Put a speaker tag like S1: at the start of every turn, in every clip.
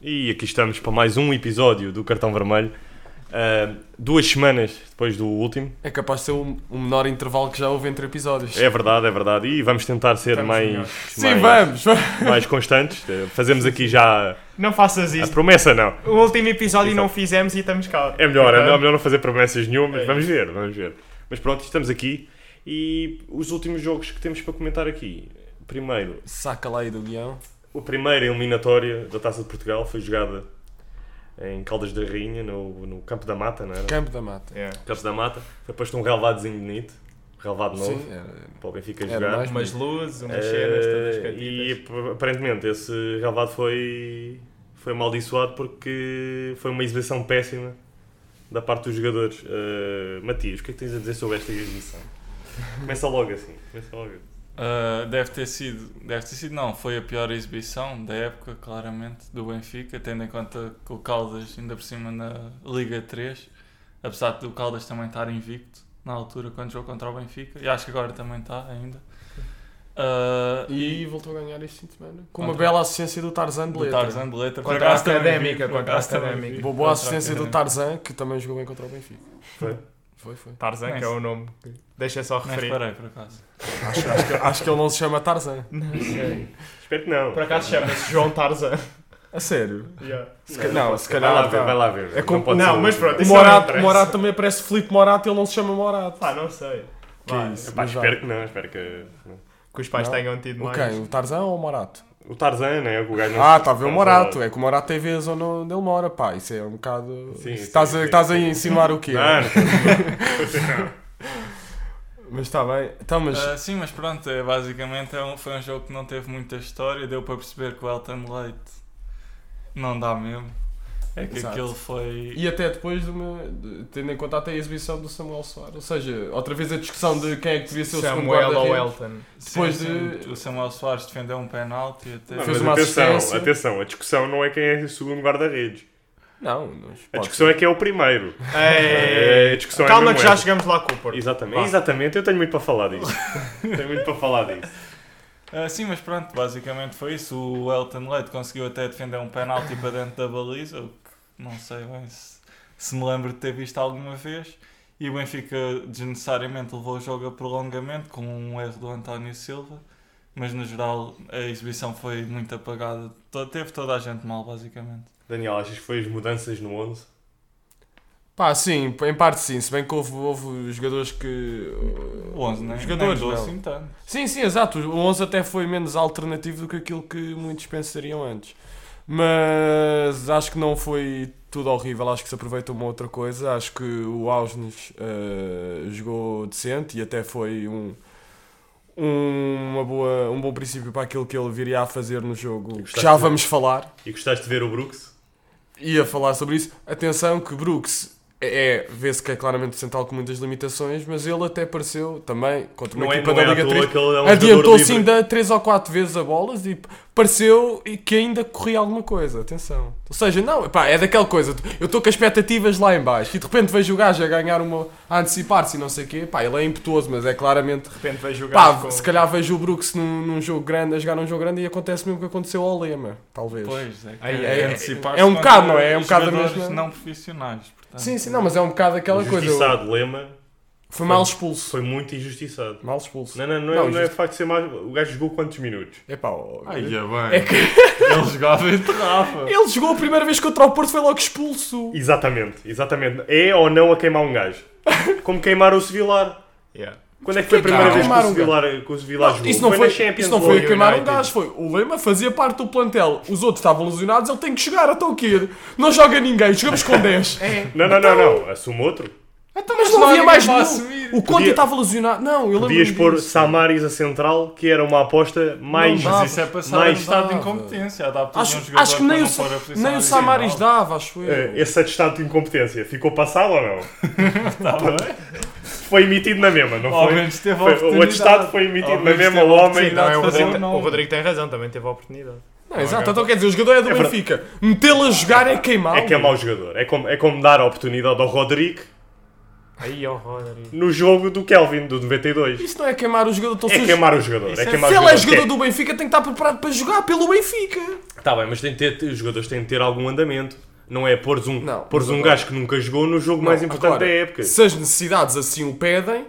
S1: E aqui estamos para mais um episódio do Cartão Vermelho. Ah, duas semanas depois do último.
S2: É capaz de ser o, o menor intervalo que já houve entre episódios.
S1: É verdade, é verdade. E vamos tentar ser
S3: Estamos
S1: mais,
S3: melhores.
S2: Sim,
S1: mais-
S2: vamos!
S1: mais constantes. Eh, Fazemos aqui já
S3: Não faças
S1: a
S3: isso.
S1: promessa, não.
S3: O último episódio
S1: Ah, Exato.
S3: não fizemos e estamos cá.
S1: É melhor, é
S3: Então,
S1: melhor não fazer promessas nenhumas.
S3: É.
S1: Vamos ver, vamos ver. Mas pronto, estamos aqui. E os últimos jogos que temos para comentar aqui. Primeiro,
S2: Saca lá aí do guião.
S1: A primeira eliminatória da Taça de Portugal foi jogada em Caldas da Rainha, no, no Campo da Mata, não era?
S2: Campo da Mata.
S3: é.
S1: Campo da Mata. Foi posto um relevadozinho bonito, relevado novo,
S2: Sim, era-
S1: para o Benfica
S2: Era
S1: jogar.
S2: mais-
S3: Umas luzes, umas
S1: Eh,
S3: cenas, todas
S1: e
S3: cantitas.
S1: ap- aparentemente esse relevado foi, foi amaldiçoado porque foi uma exibição péssima da parte dos jogadores. Eh, Matias, o que é que tens a dizer sobre esta exibição? Começa logo assim. Começa logo.
S4: Uh, deve ter sido, deve ter sido, não, foi a pior exibição da época, claramente, do Benfica, tendo em conta que o Caldas, ainda por cima na Liga 3, apesar do Caldas também estar invicto na altura quando jogou contra o Benfica, e acho que agora também está ainda. Uh,
S2: E voltou a ganhar este fim de semana. Com uma
S4: Contra-
S2: bela assistência do Tarzan de
S4: do
S2: letra.
S4: Tarzan de letra
S3: Contra
S4: por acaso
S3: a
S4: também vi,
S3: Académica,
S4: por
S3: contra a
S4: acaso também
S3: Académica.
S4: vi.
S2: Boa,
S4: Contra
S2: boa
S4: a
S2: assistência do
S4: Académica.
S2: Tarzan, que também jogou bem contra o Benfica.
S1: Foi?
S2: Foi, foi.
S3: Tarzan,
S4: Nem
S3: que é
S4: sei.
S3: o nome que deixa só
S4: Nem
S3: referir.
S4: reparei, por acaso.
S2: Acho, acho que, acho que ele não se chama Tarzan.
S3: Não sei.
S1: Espero que não.
S3: Por acaso chama-se João Tarzan.
S2: A sério?
S3: Yeah.
S2: Se ca- não,
S1: pode
S2: se
S1: ser.
S2: calhar
S1: Vai lá ver,
S2: tá.
S1: vai lá ver.
S2: É com-
S1: pode
S3: Não,
S1: ser
S3: mas
S1: um-
S3: pronto,
S2: O
S3: Isso não
S2: Morato,
S3: interessa.
S2: Morato também parece Felipe Morato e ele não se chama Morato.
S3: Pá, não sei.
S2: Que
S3: Vai.
S2: isso?
S1: Epá,
S2: Mas vá.
S1: espero que não, espero que. não.
S3: Que os pais
S2: Não.
S3: tenham tido
S2: O
S3: mais.
S2: quem? O Tarzan ou o Morato?
S1: O Tarzan, né? O gajo não
S2: Ah,
S1: se-
S2: está a ver o
S1: não
S2: Morato.
S1: sabe.
S2: É que o Morato teve a zona onde ele mora, pá. Isso é um bocado.
S1: Sim, sim,
S2: Estás a,
S1: sim,
S2: estás a
S1: sim.
S2: insinuar o quê?
S1: Não, não.
S2: Mas está bem. Então, mas.
S4: Ah, sim, mas pronto, é, basicamente é um- foi um jogo que não teve muita história, deu para perceber que o Elton Leite não dá mesmo. É que
S2: Exato.
S4: aquilo foi.
S2: E até depois, de uma, de- tendo em conta até a exibição do Samuel Soares. Ou seja, outra vez a discussão de quem é que devia ser o segundo
S3: Samuel ou
S2: guarda-redes.
S3: Elton.
S2: Depois de-
S4: O Samuel Soares defendeu um penalti até.
S1: Não,
S2: Fez
S1: mas
S2: uma
S1: atenção,
S2: assistência.
S1: atenção, a discussão não é quem é o segundo guarda-redes.
S2: Não, não pode
S1: A discussão
S2: ser.
S1: é quem é o primeiro.
S3: Ei,
S1: É, a discussão é
S3: Calma
S1: mesmo
S3: que já
S1: essa.
S3: chegamos lá com o Porto.
S1: Exatamente,
S3: Vá.
S1: Ah, exatamente, eu tenho muito para falar disso. tenho muito para falar disso.
S4: Ah, sim, mas pronto, basicamente foi isso. O Elton Leite conseguiu até defender um penalti para dentro da baliza, o que não sei bem se, se me lembro de ter visto alguma vez. E o Benfica desnecessariamente levou o jogo a prolongamento com um erro do António Silva. Mas no geral a exibição foi muito apagada. To- Teve toda a gente mal, basicamente.
S1: Daniel, achas que foi as mudanças no 11?
S2: Pá, sim, em parte sim. Se bem que houve, houve jogadores que.
S4: O 11, né?
S2: Jogadores,
S4: nem
S2: não. é
S4: mudou assim tanto.
S2: Sim, sim, exato. O 11 até foi menos alternativo do que aquilo que muitos pensariam antes. Mas acho que não foi tudo horrível. Acho que se aproveitou uma outra coisa. Acho que o Ausnes eh, jogou decente e até foi um, um, uma boa, um bom princípio para aquilo que ele viria a fazer no jogo. Que já
S1: Gostaste de-
S2: vamos falar.
S1: E gostaste de ver o Brooks?
S2: Ia falar sobre isso. Atenção que Brooks é, vê-se que é claramente central com muitas limitações, mas ele até pareceu também contra uma
S1: Não é,
S2: equipa
S1: não é
S2: da
S1: à
S2: Liga
S1: toa
S2: 3
S1: que ele é um jogador
S2: adiantou-se
S1: livre.
S2: ainda 3 ou 4 vezes a bolas e pareceu que ainda corria alguma coisa, atenção. Ou seja, não, pá, é daquela coisa, eu estou com expectativas lá em baixo e de repente vejo o gajo a ganhar uma, a antecipar-se e não sei o quê, pá, ele é impetuoso, mas é claramente...
S3: De repente vai jogar
S2: Pá,
S3: com...
S2: se calhar vejo o Brooks num, num jogo grande, a jogar num jogo grande e acontece mesmo o que aconteceu ao Lema, talvez.
S4: Pois, é que
S3: Aí,
S2: é-
S4: antecipar-se
S2: é um bocado,
S4: contra
S2: não é? É um bocado a
S4: jogadores
S2: mesma-
S4: não profissionais. Portanto,
S2: Sim, sim, não, mas é um bocado aquela coisa.
S1: Injustiçado, Lema
S2: Foi mal expulso.
S1: foi muito injustiçado.
S2: Mal expulso.
S1: Não, não, não, é-
S2: Não,
S1: não é
S2: injusti-
S1: facto de ser mais. O gajo jogou quantos minutos?
S2: Epá, ó,
S4: bem. Ele jogava e enterrava.
S2: ele jogou a primeira vez contra o Porto, foi logo expulso.
S1: Exatamente, exatamente. É ou não a queimar um gajo? Como queimar o Sevilar.
S3: Yeah.
S1: Quando é que foi a
S2: Porquê que
S1: primeira vez que
S2: queimaram
S1: o
S2: um gajo?
S1: Sevilar, que o Sevilar jogou?
S2: Isso não
S1: na
S2: foi,
S1: Champions
S2: isso não
S1: ou
S2: foi a queimar um
S1: United?
S2: gajo, foi. O Lema fazia parte do plantel, os outros estavam lesionados, ele tem que jogar, então o quê? Não joga ninguém, jogamos com 10.
S1: Não, não, não, não. Assume outro.
S2: Mas não havia mais
S4: vai
S2: nenhum.
S4: assumir.
S2: O Conte
S1: Podia-
S2: estava lesionado. Não, eu
S1: Podias
S2: lembro
S1: pôr Samaris a central, que era uma aposta mais.
S2: dá.
S4: Mas isso é passar
S1: Mais
S4: um estado de
S2: dava.
S4: incompetência. Adaptas um
S2: Acho,
S4: jogador
S2: acho que nem
S4: para
S2: o,
S4: não pôr a
S2: Sa-
S4: posição
S2: nem o
S4: original.
S2: Samaris dava, acho
S1: Eh,
S2: eu.
S1: Esse atestado de incompetência ficou passado ou não? foi emitido na mesma, não
S4: Tá Ao
S1: foi?
S4: menos teve a
S1: Foi-
S4: oportunidade.
S1: o atestado foi
S4: Ao
S1: emitido na
S4: menos
S1: mesma,
S4: teve
S1: o
S4: a
S1: homem.
S4: oportunidade.
S3: Não, é, o,
S4: Fazer
S3: Rodrigo,
S4: ou não?
S3: o Rodrigo tem razão, também teve a oportunidade.
S2: Não, exato, então quer dizer, o jogador é do
S1: É verdade.
S2: Benfica. Metê-lo a jogar é queimar.
S1: É que é mau jogador. É como, é como dar a oportunidade ao Rodrigo
S3: Aí, ó, Rodri.
S1: no jogo do Kelvin, do 92.
S2: Isso não é queimar o jogador, então se
S1: É
S2: os-
S1: queimar o jogador.
S3: Isso
S1: É
S3: é-
S1: queimar
S2: Se
S1: o
S2: ele é
S1: jogador.
S2: jogador do Benfica, tem que estar preparado para jogar pelo Benfica.
S1: Tá bem, mas tem que ter, os jogadores têm de ter algum andamento. Não é pôres um,
S2: Não,
S1: pôres
S2: mas
S1: um
S2: agora-
S1: gajo que nunca jogou no jogo mais
S2: Não,
S1: importante
S2: agora,
S1: da época.
S2: Se as necessidades assim o pedem,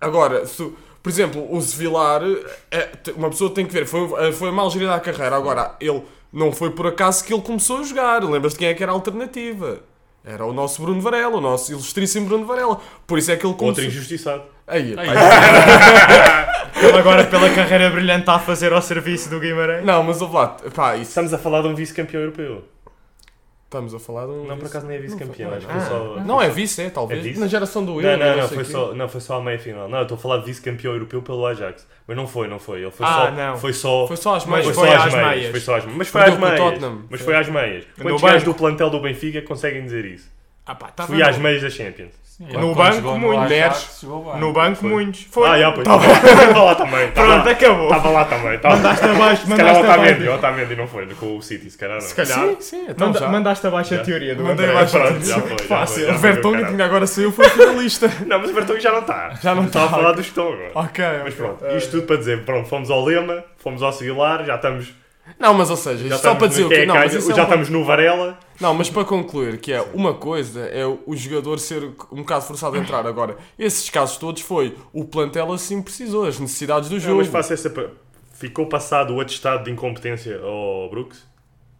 S2: agora, se, por exemplo, o Sevilar, é, te- uma pessoa tem que ver, foi, eh, foi mal gerida a carreira. Agora, ele não foi por acaso que ele começou a jogar. Lembras-te quem é que era a alternativa? Era o nosso Bruno Varela, o nosso ilustríssimo Bruno Varela. Por isso é que ele começou.
S1: Outro injustiçado.
S2: Aí,
S4: Ai,
S2: pá,
S3: Ele agora, pela carreira brilhante, está a fazer ao serviço do Guimarães.
S2: Não, mas ouve lá, pá, isso.
S1: Estamos a falar de um vice-campeão europeu.
S2: Estamos a falar de um.
S1: Não, por acaso nem é vice-campeão.
S2: Não
S1: Acho que foi só.
S2: Não é vice, é
S1: É
S2: talvez.
S1: vice?
S2: Na geração do eu,
S1: Não, não, não,
S2: sei
S1: foi
S2: quê.
S1: só, não, foi só a meia final. Não, eu estou a falar de vice-campeão europeu pelo Ajax. Mas não foi, não foi. Ele foi
S3: Ah,
S1: só.
S3: não.
S1: Foi só.
S2: Foi só às
S3: Mas
S2: meias.
S1: foi
S3: foi
S1: só às
S3: às
S1: meias,
S3: meias.
S1: Foi só às meias. Mas foi
S2: Perdeu
S1: às
S2: com o
S1: meias.
S2: Tottenham.
S1: Mas foi às meias. Quantos
S3: banco.
S1: gajos do plantel do Benfica conseguem dizer isso?
S3: Ah, pá, estava
S1: Fui às meias da Champions.
S4: é
S3: No banco, muito. No banco,
S1: Foi.
S3: muitos. Foi.
S1: Ah, já, pois. Estava lá também. Estava
S3: Pronto,
S1: lá.
S3: acabou.
S1: Estava lá também. Estava lá.
S3: Mandaste abaixo,
S1: Se calhar o
S3: mandaste
S1: Otamendi, o
S3: abaixo.
S1: Otamendi não foi com o City, se calhar não.
S3: Se calhar.
S2: Sim, sim, então
S3: Manda-
S2: já.
S3: Mandaste abaixo
S1: Já.
S3: a teoria do
S2: Mandei
S3: André.
S2: abaixo a
S3: Pronto,
S1: teoria.
S3: já
S1: Já foi, já
S3: Fácil.
S1: foi, já
S2: O Vertonghen,
S1: caralho.
S2: que agora saiu, foi finalista.
S1: Não, mas o Bertão já não está.
S2: Já não
S1: Estava a
S2: tá.
S1: falar dos que estão agora.
S2: Ok,
S1: Mas
S2: ok.
S1: pronto, isto tudo para dizer, pronto, fomos ao Lema, fomos ao Seguilar, já estamos,
S2: Não, mas ou seja,
S1: já
S2: isto só
S1: estamos,
S2: para dizer
S1: no
S2: o quê?
S1: Quem é
S2: Não,
S1: que
S2: mas
S1: ganha,
S2: isso é
S1: já
S2: um-
S1: estamos no Varela, Ah,
S2: Não, mas para concluir, que é uma coisa é o o jogador ser um bocado forçado a entrar agora. Esses casos todos foi o plantel assim precisou, as necessidades do
S1: não,
S2: jogo.
S1: mas faço essa... per- Ficou passado o atestado de incompetência ao Brooks?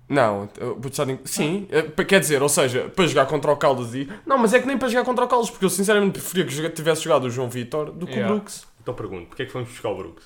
S2: Não, eu vou deixar de- sim, eh, pa- quer dizer, ou seja, para jogar contra o Caldas e. Não, mas é que nem para jogar contra o Caldas, porque eu sinceramente preferia que joga- tivesse jogado o João Vitor do que
S3: Yeah.
S2: o Brooks.
S1: Então pergunto, porquê é que fomos buscar o Brooks?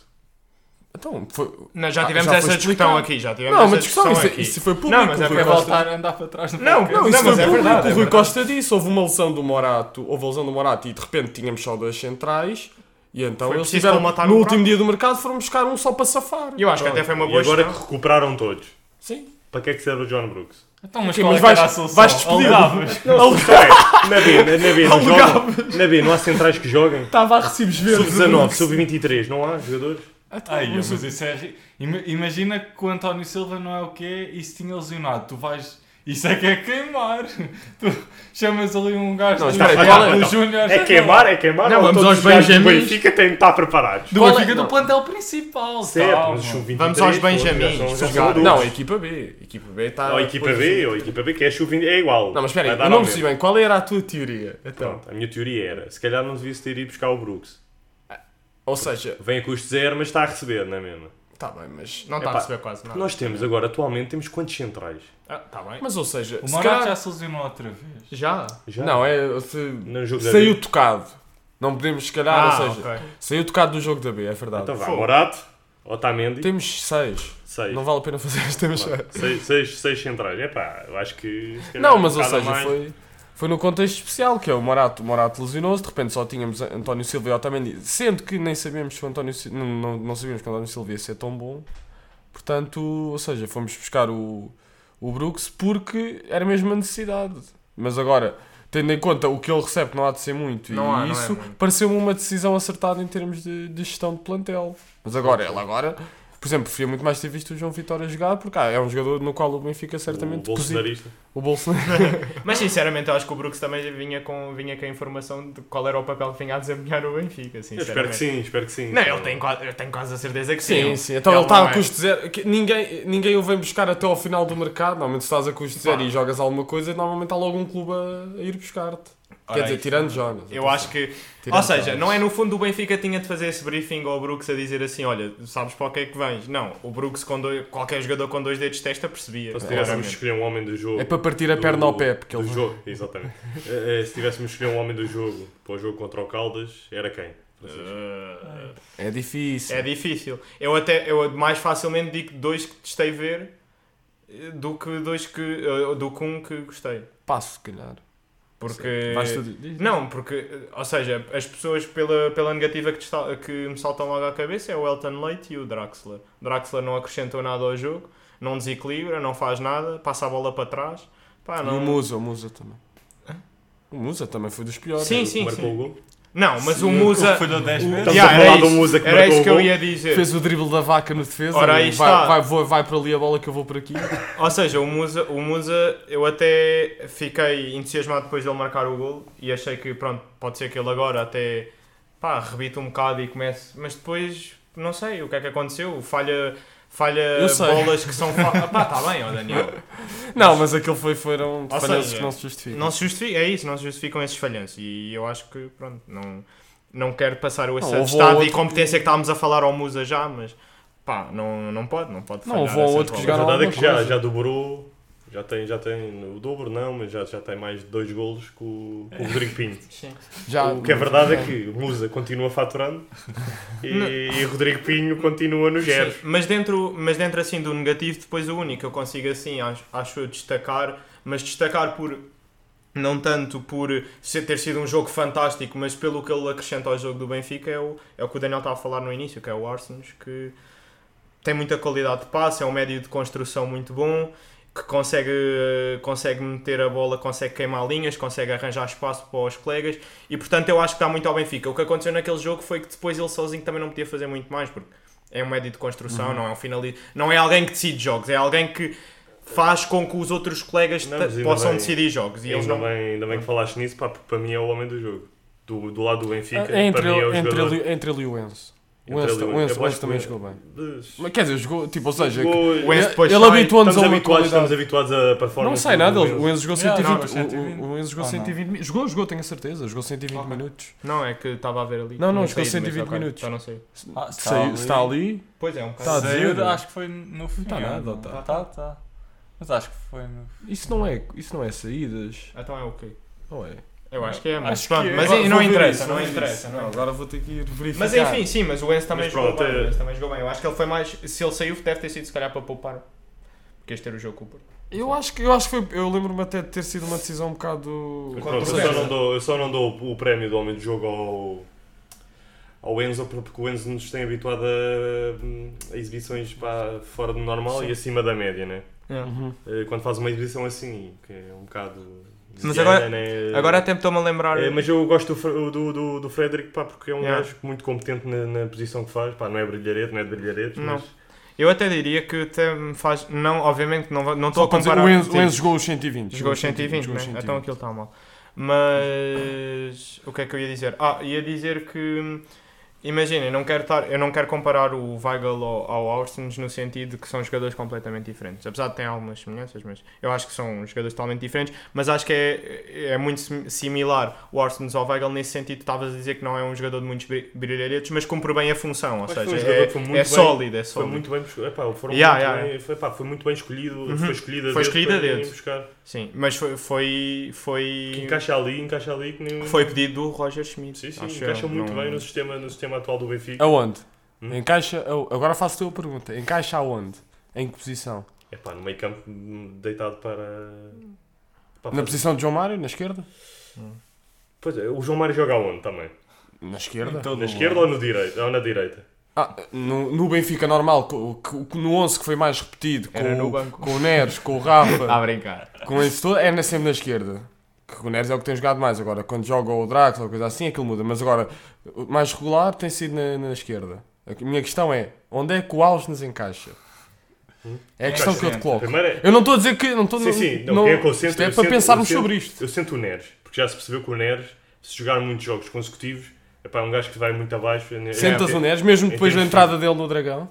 S2: Então, foi.
S3: Não, já tivemos
S2: já foi
S3: essa discussão
S2: explicado.
S3: aqui. Já tivemos
S2: Não,
S3: essa
S2: mas
S1: é
S2: discussão, isso,
S3: aqui.
S2: isso foi público.
S3: Não, mas é
S2: o Rui
S3: porque
S2: Costa-
S4: voltar a andar para trás no
S3: Não,
S4: podcast.
S2: Não, isso
S3: mas
S2: foi
S3: é
S2: público.
S3: verdade, é
S2: o Rui
S3: verdade.
S2: Costa disse. Houve uma lesão do Morato, houve a lesão do Morato e de repente tínhamos só dois centrais. E então
S3: Foi
S2: eles
S3: preciso
S2: tiveram,
S3: colmatar
S2: no
S3: o
S2: último
S3: buraco.
S2: dia do mercado, foram buscar um só para safar.
S3: Eu acho que até foi uma
S1: E
S3: boa
S1: agora
S3: história.
S1: que recuperaram todos,
S2: Sim.
S1: para que é que serve o John Brooks?
S4: Então, mas
S2: Ok,
S4: qual
S2: mas
S4: é que era a
S2: vais-
S4: solução?
S2: vais despedir.
S4: Alugavas.
S1: Não, só é, na B, na, na B não jogam? Na B não há centrais que joguem?
S2: Estava a recibos verdes.
S1: Sub-19, sub-23, não há jogadores?
S4: Ai,
S2: um
S4: mas isso é ri- Ima- Imagina que o António Silva não é o que é e se tinha lesionado. Tu vais. Isso é que é queimar. Tu chamas ali um gajo
S2: Não,
S4: do-
S2: espera,
S4: do
S2: qual é?
S1: Então,
S4: Júnior.
S1: É queimar, é queimar,
S3: Não,
S1: ou
S3: vamos
S1: todos
S3: aos
S1: os gajos do
S3: Benjamins.
S1: Benfica têm de estar preparados.
S4: Do Benfica
S2: Qual é?
S4: do
S2: Não.
S4: plantel principal.
S1: Certo,
S4: calma.
S1: mas sub-23,
S3: Vamos aos
S1: pô, já
S3: Benjamins,
S1: são- já
S3: são
S1: são
S2: Jogar-
S1: adultos.
S2: Não, a equipa B. A equipa B está.
S1: Ou a equipa B, ou a equipa B, que é chuva é igual.
S2: Não, mas espera
S1: Vai
S2: aí,
S1: dar
S2: eu não
S1: ao
S2: percebi
S1: mesmo.
S2: bem. Qual era a tua teoria? Então,
S1: Pronto, a minha teoria era, se calhar não devia-se ter ido buscar o Brooks.
S2: ou seja,
S1: Vem a custo zero, mas está a receber, não é mesmo?
S2: está bem, mas.
S3: Não está a
S1: Epá,
S3: receber quase nada.
S1: Nós temos agora, atualmente, temos quantos centrais?
S3: Está bem.
S2: Mas ou seja,
S4: O
S2: se
S4: Morato já
S2: calhar-
S4: se lesionou outra vez.
S3: Já?
S1: Já?
S2: Não, é. se-
S1: No jogo da
S2: Saiu
S1: B.
S2: tocado. Não podemos, se calhar,
S3: Ah,
S2: ou seja,
S3: ok.
S2: saiu tocado do jogo da B, é verdade.
S1: Então vá,
S3: Fogo.
S1: Morato, Otamendi,
S2: Temos seis.
S1: seis.
S2: Não vale a pena fazer esta mas...
S1: Vá, seis, seis, seis centrais. Epá, eu acho que... se calhar
S2: Não, mas
S1: um
S2: ou
S1: bocado a
S2: seja,
S1: mais.
S2: foi, foi no contexto especial, que é o Morato, o Morato lesionou-se, de repente só tínhamos António Silva e Otamendi, sendo que nem sabíamos se o António Sil- não, não, não sabíamos que o António Silva ia ser tão bom. Portanto, ou seja, fomos buscar o, o Brooks porque era mesmo a necessidade. Mas agora, tendo em conta o que ele recebe, não há de ser muito.
S3: Não há, não
S2: e
S3: é
S2: isso
S3: muito.
S2: pareceu-me uma decisão acertada em termos de, de gestão de plantel. Mas agora, ele agora, por exemplo, preferia muito mais ter visto o João Vitória jogar, porque ah, é um jogador no qual o Benfica
S1: O
S2: certamente deposita-
S1: bolsonarista.
S2: o Bolsonaro.
S3: Mas sinceramente, eu acho que o Brooks também vinha com, vinha com a informação de qual era o papel que vinha a desempenhar o Benfica.
S1: Eu espero que
S3: Sinceramente.
S1: sim, espero que sim.
S3: Não, ele tem, quase- eu tenho quase a certeza que sim.
S2: Sim, sim. Então ele
S3: não
S1: tá
S2: está
S3: é.
S2: a custo zero. Que Ninguém, ninguém o vem buscar até ao final do mercado. Normalmente se estás a custo zero e jogas alguma coisa, normalmente há logo um clube a, a ir buscar-te. Quer
S4: Ora,
S2: dizer,
S4: isso-
S2: tirando jogas.
S3: Eu acho que.
S2: Tirando
S3: Ou seja,
S2: jogas.
S3: não é no fundo o Benfica tinha de fazer esse briefing ao Brooks a dizer assim: olha, sabes para o que é que vens? Não, o Brooks, com dois- qualquer jogador com dois dedos de testa, percebia.
S1: Então, se tivéssemos de escolher
S3: claramente.
S1: um homem do jogo.
S2: É para partir a perna ao pé, porque
S1: do
S2: ele vai-
S1: jogo, exatamente. Eh, eh, se tivéssemos de escolher um homem do jogo para o jogo contra o Caldas, era quem? Francisco?
S3: Eh,
S2: é difícil.
S3: É difícil. Eu até eu mais facilmente digo dois que testei ver eh, do que dois que eh, do que um que gostei.
S2: Passo, se calhar.
S3: Porque
S2: Vais tu- diz-
S3: não, porque eh, ou seja, as pessoas pela, pela negativa que, te sal- que me saltam logo à cabeça é o Elton Leite e o Draxler. Draxler não acrescentou nada ao jogo, não desequilibra, não faz nada, passa a bola para trás.
S2: E
S3: Pá,
S2: o
S3: Ah, não...
S2: Musa, o Musa também. O Musa também foi dos piores.
S3: Sim,
S1: O que
S3: sim,
S1: Marcou
S3: sim.
S1: o gol?
S3: Não, mas o
S4: Sim,
S3: Musa.
S4: falhou 10
S3: o-
S4: vezes.
S1: Estamos
S3: Yeah,
S1: a falar
S3: era
S1: do
S3: isso.
S1: Musa que
S3: Era
S1: marcou
S3: isso que
S1: o
S3: eu
S1: gol.
S3: ia dizer.
S2: Fez o drible da vaca no defesa.
S3: Ora, aí
S2: vai,
S3: está.
S2: Vai, vou- vai para ali a bola que eu vou por aqui.
S3: Ou seja, o Musa, o Musa, eu até fiquei entusiasmado depois dele marcar o gol e achei que, pronto, pode ser que ele agora até pá, rebite um bocado e comece, mas depois, não sei o que é que aconteceu, falha, falha
S2: Eu sei.
S3: bolas que são. Fa... Ah, pá, está bem, ó Daniel.
S2: Não, mas aquele foi, foram
S3: Ou
S2: falhanças
S3: seja,
S2: que não se justificam.
S3: Não se justifica, é isso, não se justificam esses falhanços e eu acho que, pronto, não, não quero passar o
S2: Não,
S3: esse
S2: houve
S3: estado
S2: outro
S3: e competência que estávamos a falar ao Musa já, mas pá, não, não pode, não pode
S2: Não, houve
S3: falhar
S2: um
S3: essas
S2: outro que
S1: A
S3: bolas.
S2: jogaram
S1: verdade é
S2: alguma
S1: que já,
S2: coisa.
S1: já dobrou, já tem, já tem o dobro, não, mas já, já tem mais de dois golos com, o Rodrigo Pinto.
S3: Sim.
S2: Já-
S1: O que é verdade é que o Musa continua faturando e, e o Rodrigo Pinho continua no Guedes.
S3: Sim, mas dentro, mas dentro assim do negativo, depois o único que eu consigo assim, acho, acho eu destacar, mas destacar por não tanto por ser- ter sido um jogo fantástico, mas pelo que ele acrescenta ao jogo do Benfica, é o, é o que o Daniel estava a falar no início, que é o Arsenal, que tem muita qualidade de passe, é um médio de construção muito bom, que consegue, eh, consegue meter a bola, consegue queimar linhas, consegue arranjar espaço para os colegas e portanto eu acho que dá muito ao Benfica. O que aconteceu naquele jogo foi que depois ele sozinho também não podia fazer muito mais, porque é um médio de
S1: Uhum.
S3: construção, não é um finalista, não é alguém que decide jogos, é alguém que faz com que os outros colegas
S1: Não,
S3: ta-
S1: mas ainda
S3: possam
S1: bem-
S3: decidir jogos e
S1: E
S3: eles
S1: ainda,
S3: não
S1: bem, ainda bem que falaste nisso, pá, porque para mim é o homem do jogo. Do, do lado do Benfica,
S2: É entre,
S1: para mim é o
S2: ele, entre,
S1: jogador.
S2: ele, entre ele e o Enzo. O
S1: Entre
S2: Enzo,
S1: ele e o Enzo.
S2: o Enzo, o
S1: Eu
S2: Enzo
S1: acho
S2: também
S1: que-
S2: jogou bem.
S1: Mas-
S2: Mas, quer dizer, jogou, tipo, ou seja, que-
S3: O Enzo
S2: ele,
S3: depois
S2: ele habituou-nos
S3: sai.
S1: Estamos
S2: a uma
S1: habituados, estamos
S2: qualidade.
S1: habituados a
S2: Não
S1: performance.
S2: sei
S1: do-
S2: nada,
S1: do
S2: ele- o
S1: Enzo.
S2: Enzo jogou
S4: Yeah,
S2: 120
S4: não,
S2: o-
S4: jogou
S2: o- o Enzo jogou
S4: Ou não?
S2: 120 mi- Jogou, jogou, tenho a certeza. Jogou 120 minutos.
S3: Não, é que estava a ver ali.
S2: Não, não,
S3: Tinha
S2: jogou
S3: saído, mas
S2: 120
S3: ok,
S2: minutos.
S3: Já não sei.
S4: Ah,
S2: Saiu- Está tá ali.
S3: Pois é, um bocado.
S2: Tá a
S4: Saiu,
S2: dizer.
S4: acho que foi no fim.
S2: tá
S4: ou
S2: nada,
S4: não?
S2: tá.
S4: Tá, tá. Mas acho que foi no
S2: Isso não é, isso não é saídas.
S3: Então é o quê?
S2: Não é.
S3: Eu acho que é, mas
S4: Acho
S3: pronto,
S4: que é.
S3: mas
S4: Vou-
S3: não interessa, não interessa, não interessa.
S2: Agora vou ter que ir verificar.
S3: Mas enfim, sim, mas o Enzo também
S1: Mas
S3: jogou
S1: pronto,
S3: bem.
S1: é-
S3: O Enzo também jogou bem. Eu acho que ele foi mais. Se ele saiu, deve ter sido se calhar para poupar. Porque este era o jogo com o Porto.
S2: Eu acho que eu acho que foi, eu lembro-me até de ter sido uma decisão um bocado
S1: Mas pronto, eu, só não dou, eu só não dou o prémio do homem do jogo ao, ao Enzo, porque o Enzo nos tem habituado a, a exibições pá, fora do normal e acima da média, né?
S2: Uhum.
S1: Eh, Quando faz uma exibição assim, que é um bocado.
S3: Mas
S1: ziana,
S3: agora-
S1: né?
S3: Agora até me estou-me a lembrar.
S1: É, mas eu gosto do, Fre- do, do, do Frederick, pá, porque é um
S3: Yeah.
S1: gajo muito competente na, na posição que faz. Pá, não é brilharete, não é de brilharete,
S3: Não.
S1: mas
S3: Eu até diria que até me faz. Não, obviamente, não, vou- não estou
S2: Só
S3: a
S2: para dizer,
S1: um
S3: comparar.
S2: o Enzo,
S3: Sim.
S2: o Enzo jogou os 120.
S3: Jogou
S2: os
S3: 120,
S2: jogou
S3: né?
S2: os 120.
S3: então aquilo está mal. Mas o que é que eu ia dizer? Ah, ia dizer que imaginem, não quero estar, eu não quero comparar o Weigl ao, ao Austin no sentido que são jogadores completamente diferentes. Apesar de terem algumas semelhanças, mas eu acho que são jogadores totalmente diferentes, mas acho que é, é muito sim- similar o Austin ao Weigl nesse sentido, estavas a dizer que não é um jogador de muitos bri- brilharetes, mas cumpre bem a função, ou
S1: Mas foi
S3: seja,
S1: um jogador
S3: é,
S1: que foi muito
S3: é
S1: bem-
S3: sólido, é
S1: foi
S3: sólido.
S1: muito bem buscado. Epá, foram
S3: Yeah,
S1: muito
S3: yeah,
S1: bem- Foi, pá, foi muito bem escolhido.
S3: Uhum.
S1: Foi escolhida
S3: Foi escolhido a dedo.
S1: buscar.
S3: Sim, mas foi foi
S1: Que
S3: foi,
S1: encaixa ali, encaixa ali. Que nem...
S3: foi pedido do Roger Schmidt.
S1: Sim, sim,
S3: acho
S1: encaixa
S3: eu,
S1: muito
S3: não- É
S1: bem no sistema, no sistema atual do Benfica.
S2: Aonde?
S1: Hum?
S2: Encaixa. eu- Agora faço-te a pergunta. Encaixa aonde? Em que posição?
S3: um-
S1: É pá, no meio campo, hum, deitado para. para
S2: Na
S1: fazer-
S2: posição de João Mário? Na esquerda?
S1: Hum. Pois é, o João Mário joga onde também?
S2: Na esquerda?
S4: em todo
S1: Na
S4: o
S1: esquerda ou, no direito, ou na direita?
S2: Então- Ah, no, no Benfica normal, co- co- co- no 11 que foi mais repetido, com,
S3: Era no
S2: o-
S3: banco.
S2: com o Neres, com o Rafa,
S3: Tá a brincar.
S1: Ah.
S2: com isso todo, é na- sempre na esquerda. Que o Neres é o que tem jogado mais agora. Quando joga o Drax ou coisa assim, aquilo muda. Mas agora, o mais regular tem sido na, na esquerda. A minha questão é, onde é que o Alves nos encaixa? É a questão que eu te
S1: A
S2: coloco.
S1: primeira é.
S2: Eu não estou a dizer que. Não estou
S1: Sim, sim, não, quem é que eu sinto-
S2: Isto é
S1: eu
S2: para
S1: sinto-
S2: pensarmos
S1: eu sinto-
S2: sobre isto.
S1: Eu sinto o Neres, porque já se percebeu que o Neres, se jogar muitos jogos consecutivos, é pá, é um gajo que vai muito abaixo. é- é-
S2: Sentas
S1: é-
S2: o Neres, mesmo depois da
S1: termos de-
S2: entrada dele no Dragão.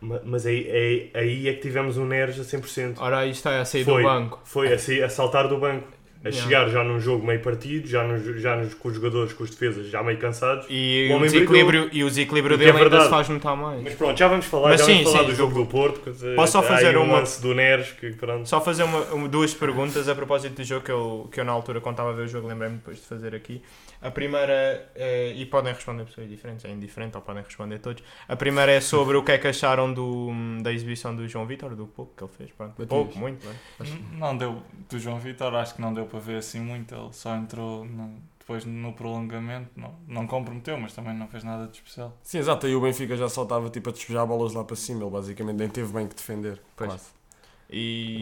S1: Ma- Mas aí, aí, aí é que tivemos o Neres a 100%.
S3: Ora, aí está, a sair
S1: Foi.
S3: do banco.
S1: Foi a, sair- a saltar do banco, a
S3: É. Yeah.
S1: chegar já num jogo meio partido, já, nos, já nos, com os jogadores, com os defesas já meio cansados.
S3: E
S1: O
S3: o,
S1: homem
S3: desequilíbrio, e o desequilíbrio
S1: O que é
S3: dele ainda se
S1: verdade.
S3: faz notar mais.
S1: Mas pronto, já vamos falar,
S3: Mas
S1: já
S3: sim,
S1: vamos falar
S3: sim,
S1: do jogo do Porto. que, eh,
S3: Posso só
S1: há aí
S3: fazer
S1: um
S3: uma-
S1: lance do Neres que pronto.
S3: Só fazer uma, um- duas perguntas a propósito do jogo que eu, que eu na altura, quando estava a ver o jogo, lembrei-me depois de fazer aqui. A primeira, é, e podem responder pessoas diferentes, é indiferente, ou podem responder todos. A primeira é sobre o que é que acharam do, da exibição do João Vitor, do pouco que ele fez. Pronto,
S2: Batias.
S3: pouco, muito. bem.
S4: N- Não deu, do João Vitor acho que não deu para ver assim muito, ele só entrou no- depois no prolongamento, não, não comprometeu, mas também não fez nada de especial.
S2: Sim, exato. Aí o Benfica já só estava tipo, a despejar bolas lá para cima. Ele basicamente nem teve bem que defender.
S3: Pois.
S2: Quase.
S3: ehm,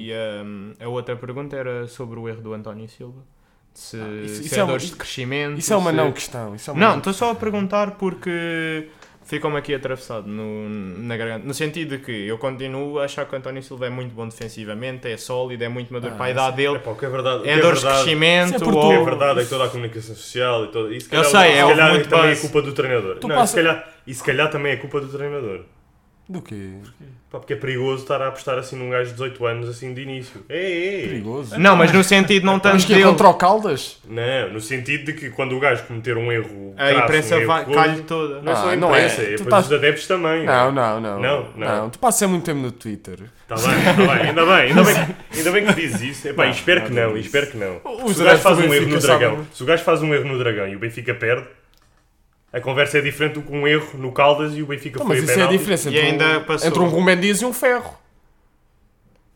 S3: E hum, a outra pergunta era sobre o erro do António Silva. Se,
S2: Ah, isso-
S3: se
S2: isso
S3: é,
S2: é uma-
S3: dores de crescimento.
S2: Isso é uma
S3: se-
S2: não questão. Isso é uma
S3: Não, estou só a perguntar porque ficou-me aqui atravessado no, na garganta. No sentido de que eu continuo a achar que o António Silva é muito bom defensivamente, é sólido, é muito maduro
S2: Ah,
S3: para a idade
S1: É
S3: dele,
S1: pá, o que é verdade. o que
S3: é dores de
S1: verdade-
S2: Isso é
S3: crescimento.
S2: por
S1: O que é
S2: tu.
S3: ou-
S1: verdade é que toda a comunicação social e toda. E se
S3: Eu
S1: calhar,
S3: sei,
S1: se
S3: é, houve
S1: calhar
S3: muito
S1: também é
S3: base.
S1: culpa do treinador.
S2: Tu
S1: Não,
S2: passa-
S1: se calhar, e se calhar também é culpa do treinador.
S2: Do quê?
S1: Pá, porque é perigoso estar a apostar assim num gajo de 18 anos assim de início. é. Ei, ei.
S2: Perigoso.
S3: Não, mas no sentido não
S2: Mas
S3: tanto
S2: que é
S3: dele.
S2: contra o Caldas?
S1: Não, no sentido de que quando o gajo cometer um erro,
S3: A
S1: crasso,
S3: imprensa
S1: um erro
S3: vai-
S1: gordo,
S3: calha toda.
S1: Não é só a
S2: Ah, não é.
S1: imprensa, é,
S2: Tu
S1: depois
S2: estás-
S1: os adeptos também. é?
S2: Não, não, não.
S1: Não, não.
S2: Tu passas muito tempo no Twitter.
S1: Está Tá bem, está bem, ainda bem, ainda bem, que- ainda bem que diz isso. Epá,
S2: Não,
S1: espero que
S2: nada
S1: não,
S2: disso.
S1: espero que não.
S2: Os
S1: Se o gajo faz
S2: adeptos do
S1: um erro no
S2: Benfica sabem.
S1: dragão, se o gajo faz um erro no dragão e o Benfica perde, a conversa é diferente do que um erro no Caldas e o Benfica
S2: Então,
S1: foi
S2: mas
S1: a
S2: isso é a
S1: penalti.
S2: diferença
S3: E
S2: entre,
S3: ainda
S2: um,
S3: passou.
S2: entre um Rubem Dias e um Ferro.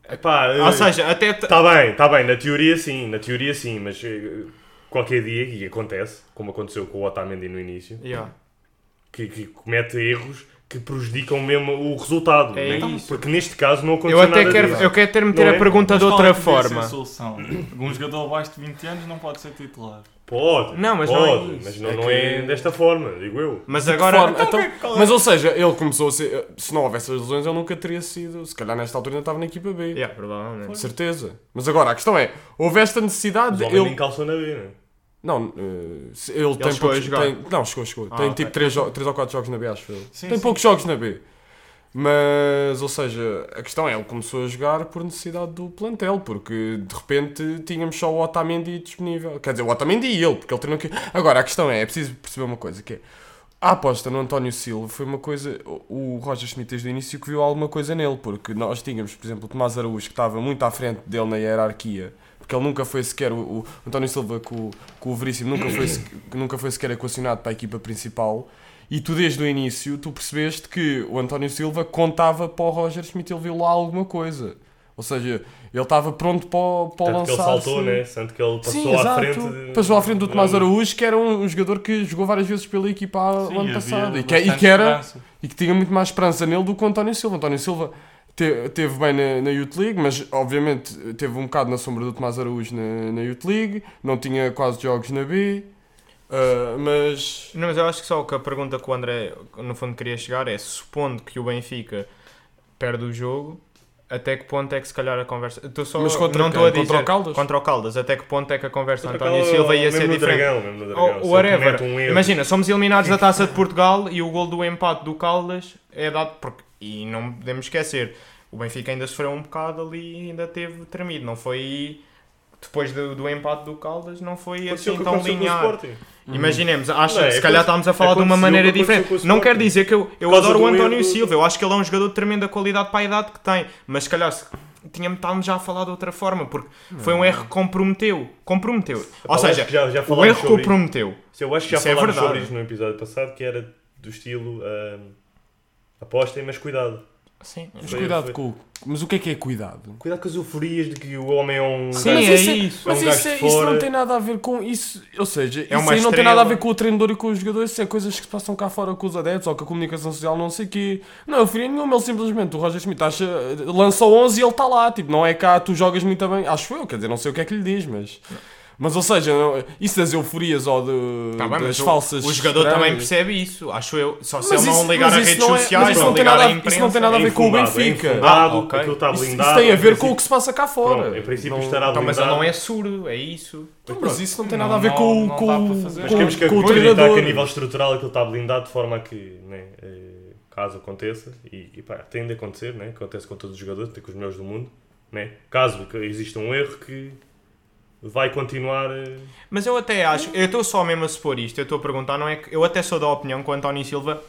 S1: Epá,
S3: Ah, Ou seja, até. t-
S1: Está bem, está bem, na teoria sim, na teoria sim, mas eh, qualquer dia, e acontece, como aconteceu com o Otamendi no início,
S3: Yeah.
S1: que, que comete erros que prejudicam mesmo o resultado.
S3: É
S1: né?
S3: isso.
S1: Porque neste caso não aconteceu
S3: Eu até
S1: nada
S3: quero,
S1: disso.
S3: eu quero ter meter
S1: Não
S3: a
S1: é?
S3: pergunta
S4: Mas
S3: de
S4: qual
S3: outra
S4: é que devia ser
S3: forma.
S4: a solução? Um jogador abaixo de 20 anos não pode ser titular.
S1: Pode,
S3: Não, mas não é
S1: pode,
S3: isso.
S1: mas não
S2: É
S1: não
S2: que-
S1: é desta forma, digo eu.
S3: Mas agora.
S2: Fora- então- mas ou seja, ele começou a ser. Se não houvesse as lesões, ele nunca teria sido. Se calhar nesta altura ainda estava na equipa B.
S3: Yeah, provavelmente.
S2: De certeza. Mas agora a questão é: houve esta necessidade.
S1: Mas o homem nem
S2: Ele,
S1: calçou na B, né?
S2: não, eh, se- ele, tem
S3: chegou a
S2: poucos-
S3: jogar?
S2: tem- Não, chegou, chegou.
S3: Ah,
S2: tem
S3: ok.
S2: tipo 3 ou 4 jogos na B, acho eu.
S4: Sim,
S2: tem
S4: sim.
S2: poucos jogos na B. Mas, ou seja, a questão é: ele começou a jogar por necessidade do plantel, porque de repente tínhamos só o Otamendi disponível. Quer dizer, o Otamendi e ele, porque ele treinou que. Agora, a questão é: é preciso perceber uma coisa, que é. A aposta no António Silva foi uma coisa. O o Roger Schmidt desde o início que viu alguma coisa nele, porque nós tínhamos, por exemplo, o Tomás Araújo, que estava muito à frente dele na hierarquia, porque ele nunca foi sequer. O, o António Silva com, o- com o Veríssimo nunca foi, se- nunca foi sequer equacionado para a equipa principal. E tu, desde o início, tu percebeste que o António Silva contava para o Roger Schmidt, ele viu lá alguma coisa. Ou seja, ele estava pronto para, o- para
S1: Tanto que
S2: lançar.
S1: ele saltou, né? Tanto que ele passou
S2: Sim,
S1: à
S2: exato.
S1: frente. de-
S2: Passou à frente do Tomás
S1: Não,
S2: Araújo, que era um, um jogador que jogou várias vezes pela equipa há- o ano
S4: Sim,
S2: passado.
S4: havia
S2: E que, é- e
S4: bastante
S2: que era,
S4: esperança.
S2: e que tinha muito mais esperança nele do que o António Silva. António Silva te, teve bem na, na Youth League, mas obviamente teve um bocado na sombra do Tomás Araújo na, na Youth League. Não tinha quase jogos na B. ah, mas.
S3: Não, mas eu acho que só que a pergunta que o André, no fundo, queria chegar é: supondo que o Benfica perde o jogo, até que ponto é que se calhar a conversa. Eu tô só,
S2: Mas contra
S3: não
S2: quem?
S3: estou a
S2: Contra
S3: dizer.
S2: o Caldas?
S3: Contra o Caldas, até que ponto é que a conversa de
S1: Contra
S3: António
S1: aquela-
S3: Silva ia
S1: mesmo
S3: ser
S1: no
S3: diferente?
S1: Dragão, mesmo no dragão.
S3: Ou
S1: Se ele
S3: whatever.
S1: comete um erro-
S3: Imagina, somos eliminados da taça de Portugal e o gol do empate do Caldas é dado. Porque, e não podemos esquecer, o Benfica ainda sofreu um bocado ali e ainda teve tremido. Não foi. Depois do, do empate do Caldas, não foi
S1: Aconteceu o
S3: assim
S1: que
S3: tão
S1: aconteceu com o
S3: linear.
S1: Sporting. Então,
S3: Uhum. Imaginemos, acho,
S1: Não, é,
S3: se
S1: aconte-
S3: calhar estávamos a falar de uma
S1: aconteceu
S3: maneira
S1: o que aconteceu
S3: diferente.
S1: com o
S3: Não
S1: Sporting.
S3: quer dizer que eu, eu
S1: Por causa
S3: adoro o
S1: do erro
S3: António
S1: do-
S3: Silva, eu acho que ele é um jogador de tremenda qualidade para a idade que tem, mas se calhar se- tínhamos estávamos já a falar de outra forma, porque foi um erro que comprometeu. Comprometeu. Ou
S1: Epá,
S3: seja,
S1: acho que já- já
S3: o
S1: falámos
S3: erro
S1: sobre isso.
S3: comprometeu.
S1: Se Eu acho que já
S3: Isso é
S1: falámos
S3: verdade.
S1: sobre isso no episódio passado, que era do estilo ah, ahm, apostem, mas cuidado.
S3: Sim.
S2: Mas
S1: Foi-
S2: cuidado
S1: foi-
S2: com. o- Mas o que é que é cuidado?
S1: Cuidado com as euforias de que o homem é um
S3: Sim,
S1: gajo-
S2: mas
S3: é
S2: isso,
S3: isso.
S2: Mas
S1: É um gajo de
S2: isso, é- isso não
S1: fora. É
S2: tem nada a ver com isso. Ou seja, isso
S3: uma
S2: aí não tem nada a
S3: estrela.
S2: ver com o treinador e com os jogadores. Isso é coisas que se passam cá fora com os adeptos ou com a comunicação social, não sei o quê. Não, eu faria nenhuma. Ele simplesmente, o Roger Smith, acha, lançou 11 e ele está lá. Tipo, não é cá, tu jogas muito bem. Acho eu, quer dizer, não sei o que é que lhe diz, mas. Mas ou seja, não- isso das euforias ou de,
S3: Tá bem,
S2: das
S3: mas o-
S2: falsas.
S3: o, jogador também
S2: estranhas.
S3: percebe isso, acho eu. Só se
S2: Mas
S3: ele não
S2: isso-
S3: ligar
S2: mas
S3: a
S2: isso
S3: redes
S2: não é- mas
S3: sociais,
S2: isso
S3: não
S2: não tem
S3: ligar
S2: nada
S3: à
S2: a- isso não
S3: imprensa.
S2: tem nada a
S1: é
S2: ver com o
S1: infundado, é
S2: Benfica.
S1: infundado,
S3: Ah, ok.
S1: Aquilo está
S2: Isso,
S1: blindado.
S2: isso tem a
S1: em
S2: ver com o
S1: princípio-
S2: que se passa cá fora.
S1: Pronto, em princípio
S2: Não-
S1: estará
S3: Então, mas ele
S1: blindado.
S3: não é surdo, é isso.
S2: Então, Mas isso não tem
S4: Não,
S2: nada a ver
S4: não-
S2: com, o-
S4: não
S2: com,
S4: dá
S2: o-
S4: para fazer.
S1: Mas
S2: com,
S1: temos que
S2: com o
S1: acreditar
S2: treinador.
S1: que a nível estrutural aquilo está blindado de forma a que, né, eh, caso aconteça, e, e pá, tem de acontecer, né, acontece com todos os jogadores, até com os melhores do mundo, né, caso que exista um erro que vai continuar... eh,
S3: Mas eu até acho, eu estou só mesmo a supor isto, eu estou a perguntar, não é que eu até sou da opinião que o António Silva,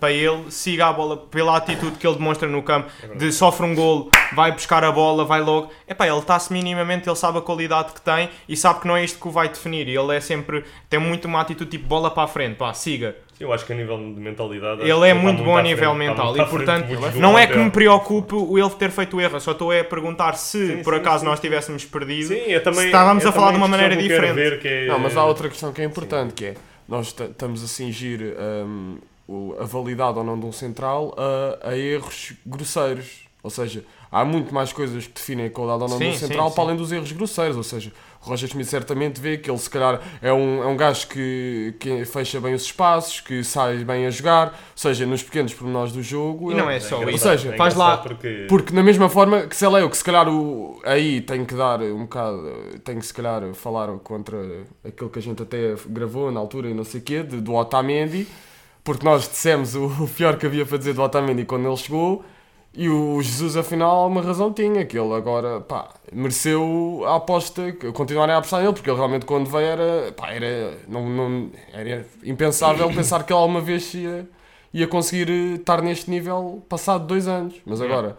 S3: para ele, siga a bola pela atitude que ele demonstra no campo,
S1: É
S3: de sofre um golo, vai buscar a bola, vai logo. É pá, ele está-se minimamente, ele sabe a qualidade que tem e sabe que não é isto que o vai definir. e Ele é sempre, tem muito uma atitude tipo bola para a frente, pá, siga.
S1: Eu acho que a nível de mentalidade... acho
S3: Ele
S1: que
S3: é
S1: está
S3: muito bom a
S1: à frente,
S3: nível
S1: está
S3: mental
S1: muito
S3: e,
S1: à frente de
S3: portanto,
S1: muitos do
S3: não é
S1: plantel.
S3: que me preocupe o ele ter feito o erro, eu só estou é a perguntar se
S1: Sim,
S3: por
S1: sim,
S3: acaso
S1: sim.
S3: nós tivéssemos perdido.
S1: Sim, é também...
S3: Se estávamos
S1: é
S3: a falar de
S1: também
S3: uma maneira
S1: questão que eu quero ver
S3: diferente.
S1: que é-
S2: Não,
S3: eh,
S2: mas há outra questão que é importante, que é nós t- estamos a cingir ehm, hum, o- a validade ou não de um central a, a erros grosseiros. Ou Ou seja, há muito mais coisas que definem a qualidade ou não
S3: Sim,
S2: do
S3: sim,
S2: central,
S3: sim.
S2: para além dos erros grosseiros. Ou seja, o Roger Smith certamente vê que ele, se calhar, é um, é um gajo que, que fecha bem os espaços, que sai bem a jogar. Ou seja, nos pequenos pormenores do jogo.
S3: E
S2: ele-
S3: não é só
S1: engraçado,
S3: isso.
S2: Ou seja,
S1: é
S3: faz
S1: engraçado
S3: lá-
S1: Porque...
S2: porque da mesma forma que sei lá eu, que se calhar o, aí tenho que dar um bocado, tenho que se calhar falar contra aquilo que a gente até gravou na altura e não sei o quê, de- do Otamendi, porque nós dissemos o, o pior que havia para dizer do Otamendi quando ele chegou e o Jesus afinal uma razão tinha, que ele agora pá, mereceu a aposta, que continuarem a apostar nele, porque ele realmente quando veio era, pá, era, não, não, era impensável pensar que ele alguma vez ia, ia conseguir eh, estar neste nível passado dois anos, mas agora...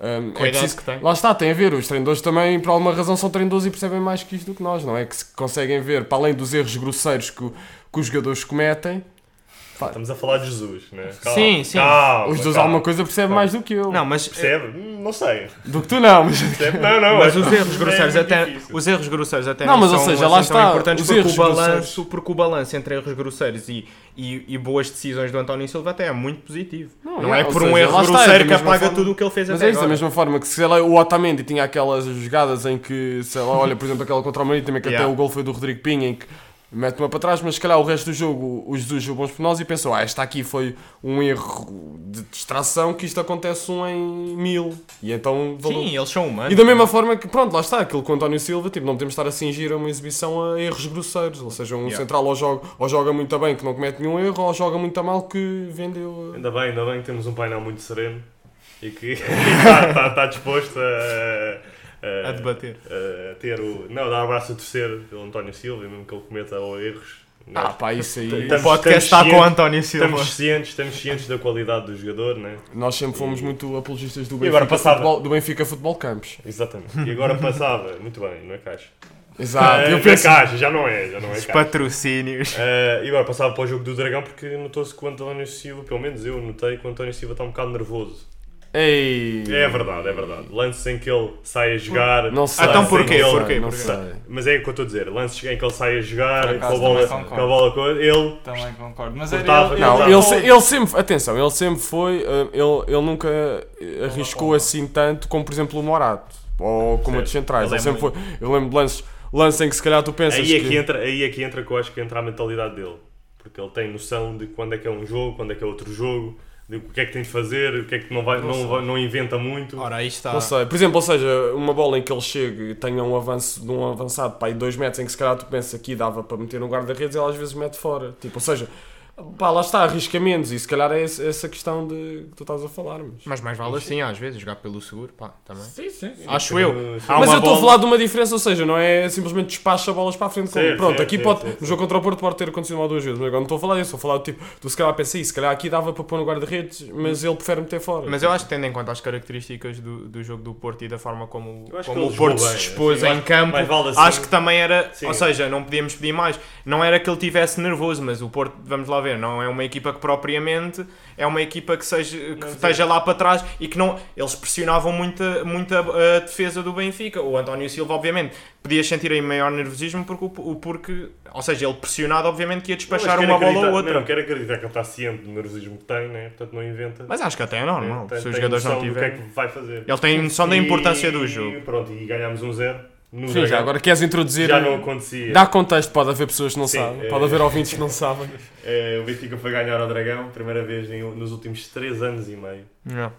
S2: hum,
S3: Com a
S2: é
S3: idade
S2: preciso
S3: que tem.
S2: Lá está, tem a ver. Os treinadores também, por alguma razão, são treinadores e percebem mais que isto do que nós, não é? Que se conseguem ver, para além dos erros grosseiros que, o- que os jogadores cometem,
S1: Estamos a falar de Jesus, né?
S3: Sim, sim.
S1: Calma,
S2: os dois
S1: calma.
S2: alguma coisa percebem
S1: Calma.
S2: mais do que eu.
S3: Ah, Não, mas,
S1: Percebe? Hum, Não sei.
S2: Do que tu não, mas.
S1: Percebe? Não, não.
S3: mas
S1: é-
S3: os erros
S1: é
S3: grosseiros
S1: muito
S3: até,
S1: difícil.
S3: os erros grosseiros até
S2: Não,
S3: não,
S2: mas, ou
S3: são
S2: seja,
S3: assim
S2: lá
S3: tão
S2: está,
S3: importantes
S2: os
S3: porque
S2: erros
S3: o, balanço,
S2: grosseiros.
S3: porque o balanço entre erros grosseiros e, e, e boas decisões do António Silva até é muito positivo. Não,
S2: é,
S3: é
S2: ou
S3: por um
S2: seja,
S3: erro
S2: lá está, é da
S3: grosseiro que
S2: mesma
S3: apaga
S2: forma.
S3: tudo o que ele fez
S2: Mas
S3: até
S2: é isso, da
S3: agora.
S2: mesma forma que se lá, o Otamendi tinha aquelas jogadas em que, sei lá, olha, por exemplo, aquela contra o Marítimo, em que
S3: Yeah.
S2: até o gol foi do Rodrigo Pinho, em que mete uma para trás, mas se calhar o resto do jogo o Jesus jogou bons por nós e pensou, ah, esta aqui foi um erro de distração, que isto acontece um em mil. E então valeu.
S3: Sim, eles são humanos.
S2: E da mesma forma que, pronto, lá está, aquilo com o António Silva, tipo, não podemos estar a cingir a uma exibição a erros grosseiros. Ou seja, um
S3: Yeah.
S2: central ou joga, ou joga muito bem que não comete nenhum erro, ou joga muito a mal que vendeu.
S1: Ainda bem, ainda bem que temos um painel muito sereno e que está, está- está disposto a,
S3: a debater.
S1: a ter o. Não, dar um abraço a torcer pelo António Silva, mesmo que ele cometa ou erros.
S2: Ah,
S1: Nós
S2: pá, isso aí.
S1: Estamos-
S3: o podcast está
S1: estamos
S3: com o António Silva.
S1: estamos cientes, estamos cientes da qualidade do jogador, né?
S2: Nós sempre fomos muito apologistas do
S1: E agora
S2: Benfica,
S1: passava.
S2: futebol, do Benfica Futebol Campos.
S1: Exatamente. E agora passava, muito bem, não é caixa.
S2: Exato.
S1: Ah,
S2: eu
S1: é
S2: penso,
S1: caixa, já não é, já não é
S3: Os
S1: caixa.
S3: patrocínios.
S1: Ah, e agora passava para o jogo do Dragão porque notou-se que o António Silva, pelo menos eu notei que o António Silva está um bocado nervoso.
S2: Ei,
S1: É verdade, é verdade. Lances em que ele sai a jogar.
S2: não sei.
S3: Então
S2: não
S3: porquê?
S2: sei,
S3: Porquê?
S2: Não
S3: Porquê?
S2: sei.
S1: Mas é o que eu estou a dizer, lances em que ele sai a
S4: Por
S1: jogar, com a
S4: acaso,
S1: bola,
S4: também concordo.
S1: com a bola com ele,
S4: Também concordo. Mas era
S1: Cortava.
S4: ele,
S1: Não,
S4: era
S2: Ele,
S4: bom.
S2: se- ele sempre, atenção, ele sempre foi, eh, ele, ele nunca eh, arriscou assim tanto como, por exemplo, o Morato ou como
S1: Sim,
S2: outros centrais.
S1: ele é
S2: Ele sempre foi, eu lembro de lances, lances em que se calhar tu pensas
S1: aí é
S2: que,
S1: que entra, aí é que entra que eu acho que entra a mentalidade dele. Porque ele tem noção de quando é que é um jogo, quando é que é outro jogo, de o que é que tem de fazer, o que é que não vai, não, vai- não inventa muito.
S3: Ora, aí está.
S2: não sei, por exemplo, ou seja, uma bola em que ele chega e tenha um avanço de um avançado para aí 2 metros em que se calhar tu pensa aqui dava para meter no guarda-redes e ele às vezes mete fora. Tipo, ou seja, pá, lá está, arrisca menos e se calhar é esse- essa questão de que tu estás a falar. Mas...
S3: Mas mais vale assim, às vezes, jogar pelo seguro, pá, também.
S2: Sim, sim,
S3: Acho eu.
S1: Sim.
S3: Há
S2: mas
S3: uma
S2: eu estou a
S3: bola-
S2: falar de uma diferença, ou seja, não é simplesmente despacha bolas para a frente.
S1: Sim,
S2: como- Pronto,
S1: sim,
S2: aqui
S1: sim,
S2: pode.
S1: sim, sim.
S2: No jogo contra o Porto pode ter acontecido uma ou duas vezes, mas agora não estou a falar disso. Estou a falar do tipo, tu se calhar pensa isso, se calhar aqui dava para pôr no guarda-redes, mas ele prefere meter fora.
S3: Mas eu acho que tendo em conta as características do, do jogo do Porto e da forma como,
S1: Eu acho que
S3: como
S1: ele
S3: o Porto
S1: jogou
S3: se
S1: bem,
S3: expôs
S1: assim, eu
S3: em
S1: acho-
S3: campo,
S1: mais vale assim.
S3: acho que também era,
S1: Sim.
S3: ou seja, não podíamos pedir mais. Não era que ele tivesse nervoso, mas o Porto, vamos lá ver, não é uma equipa que propriamente é uma equipa que, seja, que esteja lá para trás e que não. Eles pressionavam muito, a- muito a, a defesa do Benfica. O António Silva, obviamente, podia sentir aí maior nervosismo porque, o- o, porque ou seja, ele pressionado, obviamente, que ia
S1: Mas
S3: despachar
S1: quero
S3: uma bola
S1: acreditar-
S3: ou outra.
S1: Não, quero acreditar que ele está ciente do nervosismo que tem, né? portanto não inventa.
S3: Mas acho que até é
S1: né?
S3: normal,
S1: Tem-
S3: se
S1: tem
S3: os jogadores não
S1: noção do que é
S3: tiverem.
S1: que vai fazer.
S3: Ele tem noção da importância do
S1: E-
S3: jogo.
S1: Pronto, e ganhámos um zero. No
S2: Sim,
S1: Dragão.
S2: já agora queres introduzir.
S1: Já não acontecia.
S2: Dá contexto, pode haver pessoas que não
S1: Sim,
S2: sabem,
S1: é-
S2: pode haver ouvintes que não sabem.
S1: Eh, o Benfica foi ganhar ao Dragão, primeira vez em- nos últimos 3 anos e meio.
S3: Não.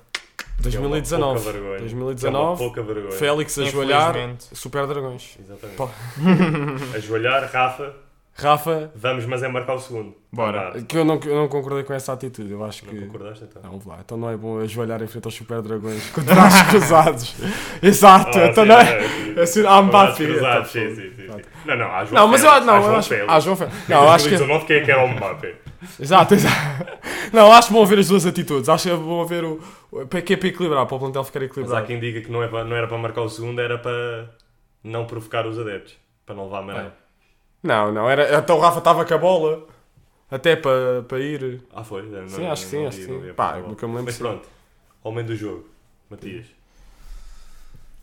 S1: Que é uma pouca
S2: 2019.
S1: vergonha. Que é uma
S2: 2019,
S1: pouca vergonha.
S2: Félix ajoelhar,
S3: Infelizmente.
S2: Super Dragões.
S1: Exatamente.
S2: Pá.
S1: Ajoelhar, Rafa,
S2: Rafa,
S1: vamos, mas é marcar o segundo.
S3: Bora.
S1: Não dá.
S2: que eu não, eu não concordei com essa atitude, eu acho
S1: Ah. Não
S2: que.
S1: concordaste então?
S2: Não, vá, então não é bom ajoelhar em frente aos super dragões com braços cruzados. Exato,
S1: Ah,
S2: então
S1: sim,
S2: não é.
S1: sim,
S2: é assim, há
S1: Com braços
S2: Mbappé,
S1: cruzados,
S2: tá
S1: sim, sim, sim, sim. Não, não, há João
S2: Não, mas eu
S1: Félix,
S2: acho. Não,
S1: há
S2: eu
S1: João
S2: acho.
S1: Félix.
S2: Ah, João Félix. Não, eu acho que.
S1: 2019, quem é que era o Mbappé?
S2: Exato, exato. Não, acho bom ver as duas atitudes. Acho que bom ver o. o- para- Que é para equilibrar, para o plantel ficar
S1: Mas há
S2: equilibrado.
S1: quem diga que não, é pa- não era para marcar o segundo, era para não provocar os adeptos. Para não levar
S2: É.
S1: amarelo.
S2: Não, não, era. Até o Rafa estava com a bola. Até para, para ir.
S1: Ah, foi? Não,
S2: Sim,
S1: não,
S2: acho que sim,
S1: não
S2: acho
S1: vi,
S2: que
S1: não
S2: sim.
S1: vi a
S2: Pá,
S1: bola.
S2: do que eu me lembro,
S1: Mas
S2: sim.
S1: pronto, homem do jogo, Matias.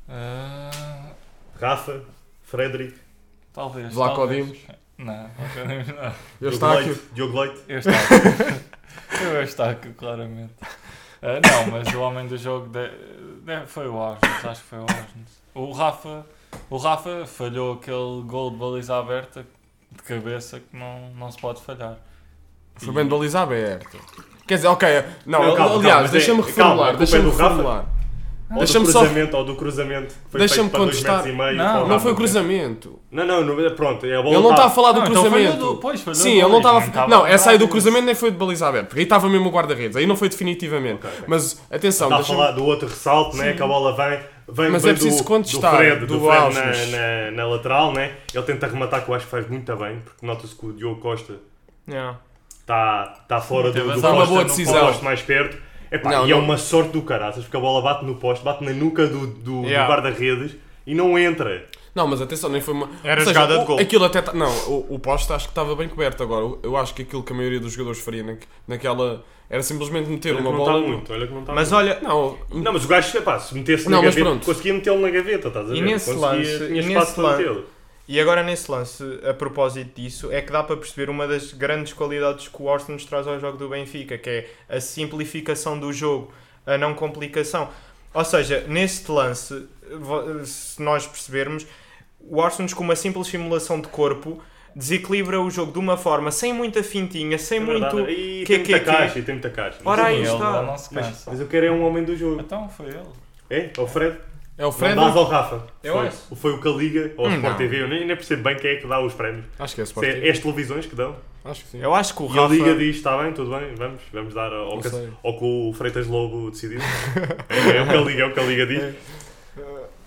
S4: Ah,
S1: Rafa, Frederic,
S4: talvez.
S2: Vlaco
S4: talvez.
S2: Dimos.
S4: Não, Vlaco Dimos não.
S2: Eu
S1: Diogo
S2: estava aqui.
S1: Leite, Diogo Leite.
S4: Eu Eustáquio. Eu Eustáquio, claramente. Ah, não, mas o homem do jogo de- de- foi o Ausnes, acho que foi o Ausnes. O Rafa, o Rafa falhou aquele gol de baliza aberta de cabeça que não, não se pode falhar.
S2: Foi bem de baliza aberta. Quer dizer, ok, não,
S1: Não, calma, calma,
S2: aliás,
S1: mas é-
S2: deixa-me
S1: calma, a
S2: reformular,
S1: culpa é
S2: deixa-me
S1: do Rafa.
S2: reformular.
S1: Ou do
S2: Deixa-me só-
S1: cruzamento, ou do cruzamento. que Foi
S2: Deixa-me
S1: feito para dois
S2: contestar.
S1: metros e meio,
S4: Não,
S1: para o
S2: Não
S4: não
S1: Rafa,
S2: foi o
S1: né?
S2: cruzamento.
S1: Não, não, não, pronto, é a bola
S2: Ele não
S1: tá-
S2: está a falar Ah, do
S4: Não, então falhou do-
S2: cruzamento.
S4: pois, falhou
S2: Sim,
S4: do
S2: ele não
S4: gol,
S1: então
S2: estava.
S4: não estava
S2: Não,
S1: é
S2: essa aí do
S4: nada
S2: cruzamento nem foi de baliza aberta, porque aí estava mesmo o guarda-redes, aí não foi definitivamente.
S1: Ok, ok.
S2: Mas atenção,
S1: Está a
S2: deixa-me.
S1: falar do outro ressalto, né? Que a bola vem, vem,
S2: Mas
S1: vem
S2: é preciso
S1: do,
S2: contestar,
S1: do Fred, do
S2: do
S1: Fred na-
S2: Ausnes.
S1: na, na lateral, né? Ele tenta rematar, que eu acho que faz muito bem, porque nota-se que o Diogo Costa
S3: Yeah.
S1: está tá fora do,
S4: Teve
S1: do
S3: é
S4: azar.
S2: Uma
S1: poste,
S2: boa
S1: no
S2: decisão.
S1: poste mais perto. Epá,
S2: Não,
S1: e é
S2: não.
S1: uma sorte do caraças, porque a bola bate no poste, bate na nuca do, do, do
S3: Yeah.
S1: guarda-redes e não entra.
S2: Não, mas atenção, nem foi uma.
S3: Era
S2: Ou seja,
S3: jogada de
S2: o-
S3: gol.
S2: Aquilo até. ta- Não, o, o poste acho que estava bem coberto agora. Eu- Eu acho que aquilo que a maioria dos jogadores faria na- naquela. Era simplesmente meter
S1: Olha que
S2: uma
S1: não
S2: bola.
S1: está muito, olha que não está
S3: Mas
S1: muito.
S3: olha,
S2: Não, é
S1: Não, mas o gajo, epá, se metesse na
S2: Não, mas
S1: gaveta,
S2: pronto.
S1: conseguia metê-lo na gaveta, estás a ver?
S3: E nesse
S1: conseguia,
S3: lance-
S1: tinha
S3: e
S1: espaço
S3: nesse
S1: para
S3: lance-
S1: metê-lo.
S3: E agora nesse lance, a propósito disso, é que dá para perceber uma das grandes qualidades que o Orson nos traz ao jogo do Benfica, que é a simplificação do jogo, a não complicação. Ou seja, neste lance, vo- se nós percebermos, o Orson com uma simples simulação de corpo desequilibra o jogo de uma forma sem muita fintinha, sem
S1: É
S3: muito...
S1: verdade. E
S3: que-
S1: tem
S3: que-
S1: muita
S3: que-
S1: caixa, e tem muita caixa.
S3: Ora aí
S4: ele,
S3: está.
S4: ele não se
S1: Mas,
S4: cansa.
S1: mas eu quero é um homem do jogo.
S4: Então foi ele.
S1: É? É o Fred?
S2: é o
S1: Fred
S2: Fred.
S1: não dás ao Rafa.
S3: Eu
S1: foi,
S3: acho.
S1: foi o que a Liga, ou o
S3: Não.
S1: Sport TV, eu nem, nem percebo bem quem é que dá os prémios.
S2: Acho que é
S1: Se
S2: Sporting.
S1: é, é as televisões que dão.
S2: Acho que sim.
S3: Eu acho que o
S1: E a
S3: Rafa...
S1: Liga diz: está bem, tudo bem, vamos, vamos dar ao,
S2: Não
S1: que,
S2: sei.
S1: ao que o Freitas Lobo decidiu. é, é o que a Liga, é o que a Liga diz.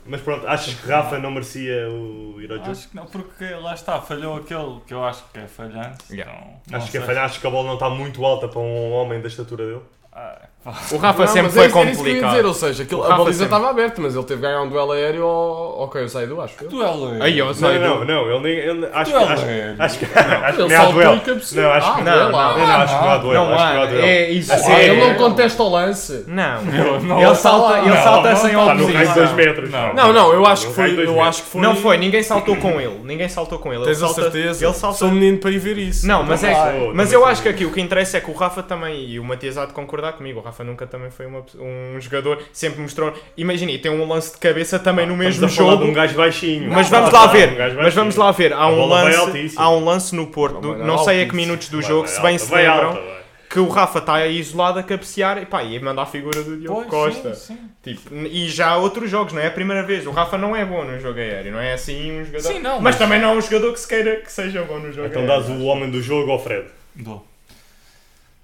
S1: Mas pronto, achas que Rafa não merecia o ir ao jogo?
S4: Acho que não, porque lá está, falhou aquele que eu acho que é falhante.
S2: Yeah.
S4: Então, não
S1: Acho que é
S4: sei.
S1: falhar, acho que a bola não está muito alta para um homem da estatura dele.
S4: Ah, pá.
S3: O Rafa
S2: Não,
S3: sempre
S2: mas
S3: foi
S2: era isso- era isso que eu ia
S3: complicado.
S2: dizer, ou seja, aquilo-
S3: O
S2: a
S3: Rafa
S2: baliza
S3: sempre-
S2: estava aberta, mas ele teve que ganhar um duelo aéreo ao, ao Caio Saido, acho eu.
S4: Duelo é.
S3: Aí, eu
S1: Não,
S3: sei,
S1: não, não, ele nem. ele- acho, que-
S4: Duelo
S1: acho,
S4: é.
S1: acho que. Acho que
S2: Ele
S1: nem há
S2: saltou
S3: um
S1: duelo.
S2: e cabeceou.
S1: Não, acho que
S2: Ah,
S1: não. Não,
S2: não.
S3: não,
S1: não, acho que não há duelo.
S3: Não
S1: Acho
S3: há,
S1: que não há duelo.
S3: é isso.
S2: Ah,
S3: é-
S2: ele não contesta o lance.
S3: Não.
S4: Meu, não
S3: ele
S4: há-
S3: salta, assim ele
S4: não,
S3: salta
S4: não
S3: sem
S4: está
S1: Está Tá no raio de
S3: oposição.
S1: 2 metros.
S4: Não.
S2: Não, não, eu acho
S1: No
S2: que
S1: raio de
S2: foi.
S1: dois
S2: Eu
S1: metros.
S2: acho que foi.
S3: Não foi, ninguém saltou com ele. Ninguém saltou com ele.
S2: Tens
S3: ele
S2: a
S3: salta,
S2: certeza?
S3: Ele salta.
S2: Sou um menino para ir ver isso.
S3: Não, mas, é,
S1: Claro.
S3: mas
S1: Também
S3: eu
S1: sou
S3: acho que aqui o que interessa é que o Rafa também, e o Matias há de concordar comigo, o Rafa nunca também foi uma pe- um jogador, sempre mostrou. Imagina, e tem um lance de cabeça também no mesmo
S1: Estamos a falar
S3: jogo.
S1: de um gajo baixinho.
S3: Mas
S1: Não,
S3: vamos
S1: não,
S3: lá
S1: não,
S3: ver,
S1: um gajo
S3: mas vamos
S1: baixinho.
S3: lá ver. Há
S1: A
S3: um
S1: bola vai
S3: lance,
S1: altíssima.
S3: há um lance no Porto,
S2: Não, mas
S3: não sei a que
S2: altíssima.
S3: minutos do
S1: Vai,
S3: jogo,
S1: vai
S3: se bem
S1: alta,
S3: se
S1: vai
S3: lembram,
S1: alta, vai.
S3: que o Rafa está aí isolado a cabecear e pá, e manda a figura do Diogo
S4: Pois,
S3: Costa.
S4: Sim, sim.
S3: Tipo, e já há outros jogos, não é a primeira vez. O Rafa não é bom no jogo aéreo, não é assim um jogador.
S4: Sim, não,
S3: mas,
S4: mas-
S3: também não é um jogador que se queira que seja bom no jogo
S1: Então
S3: aéreo.
S1: dás o homem do jogo ao Fred.
S4: Dou.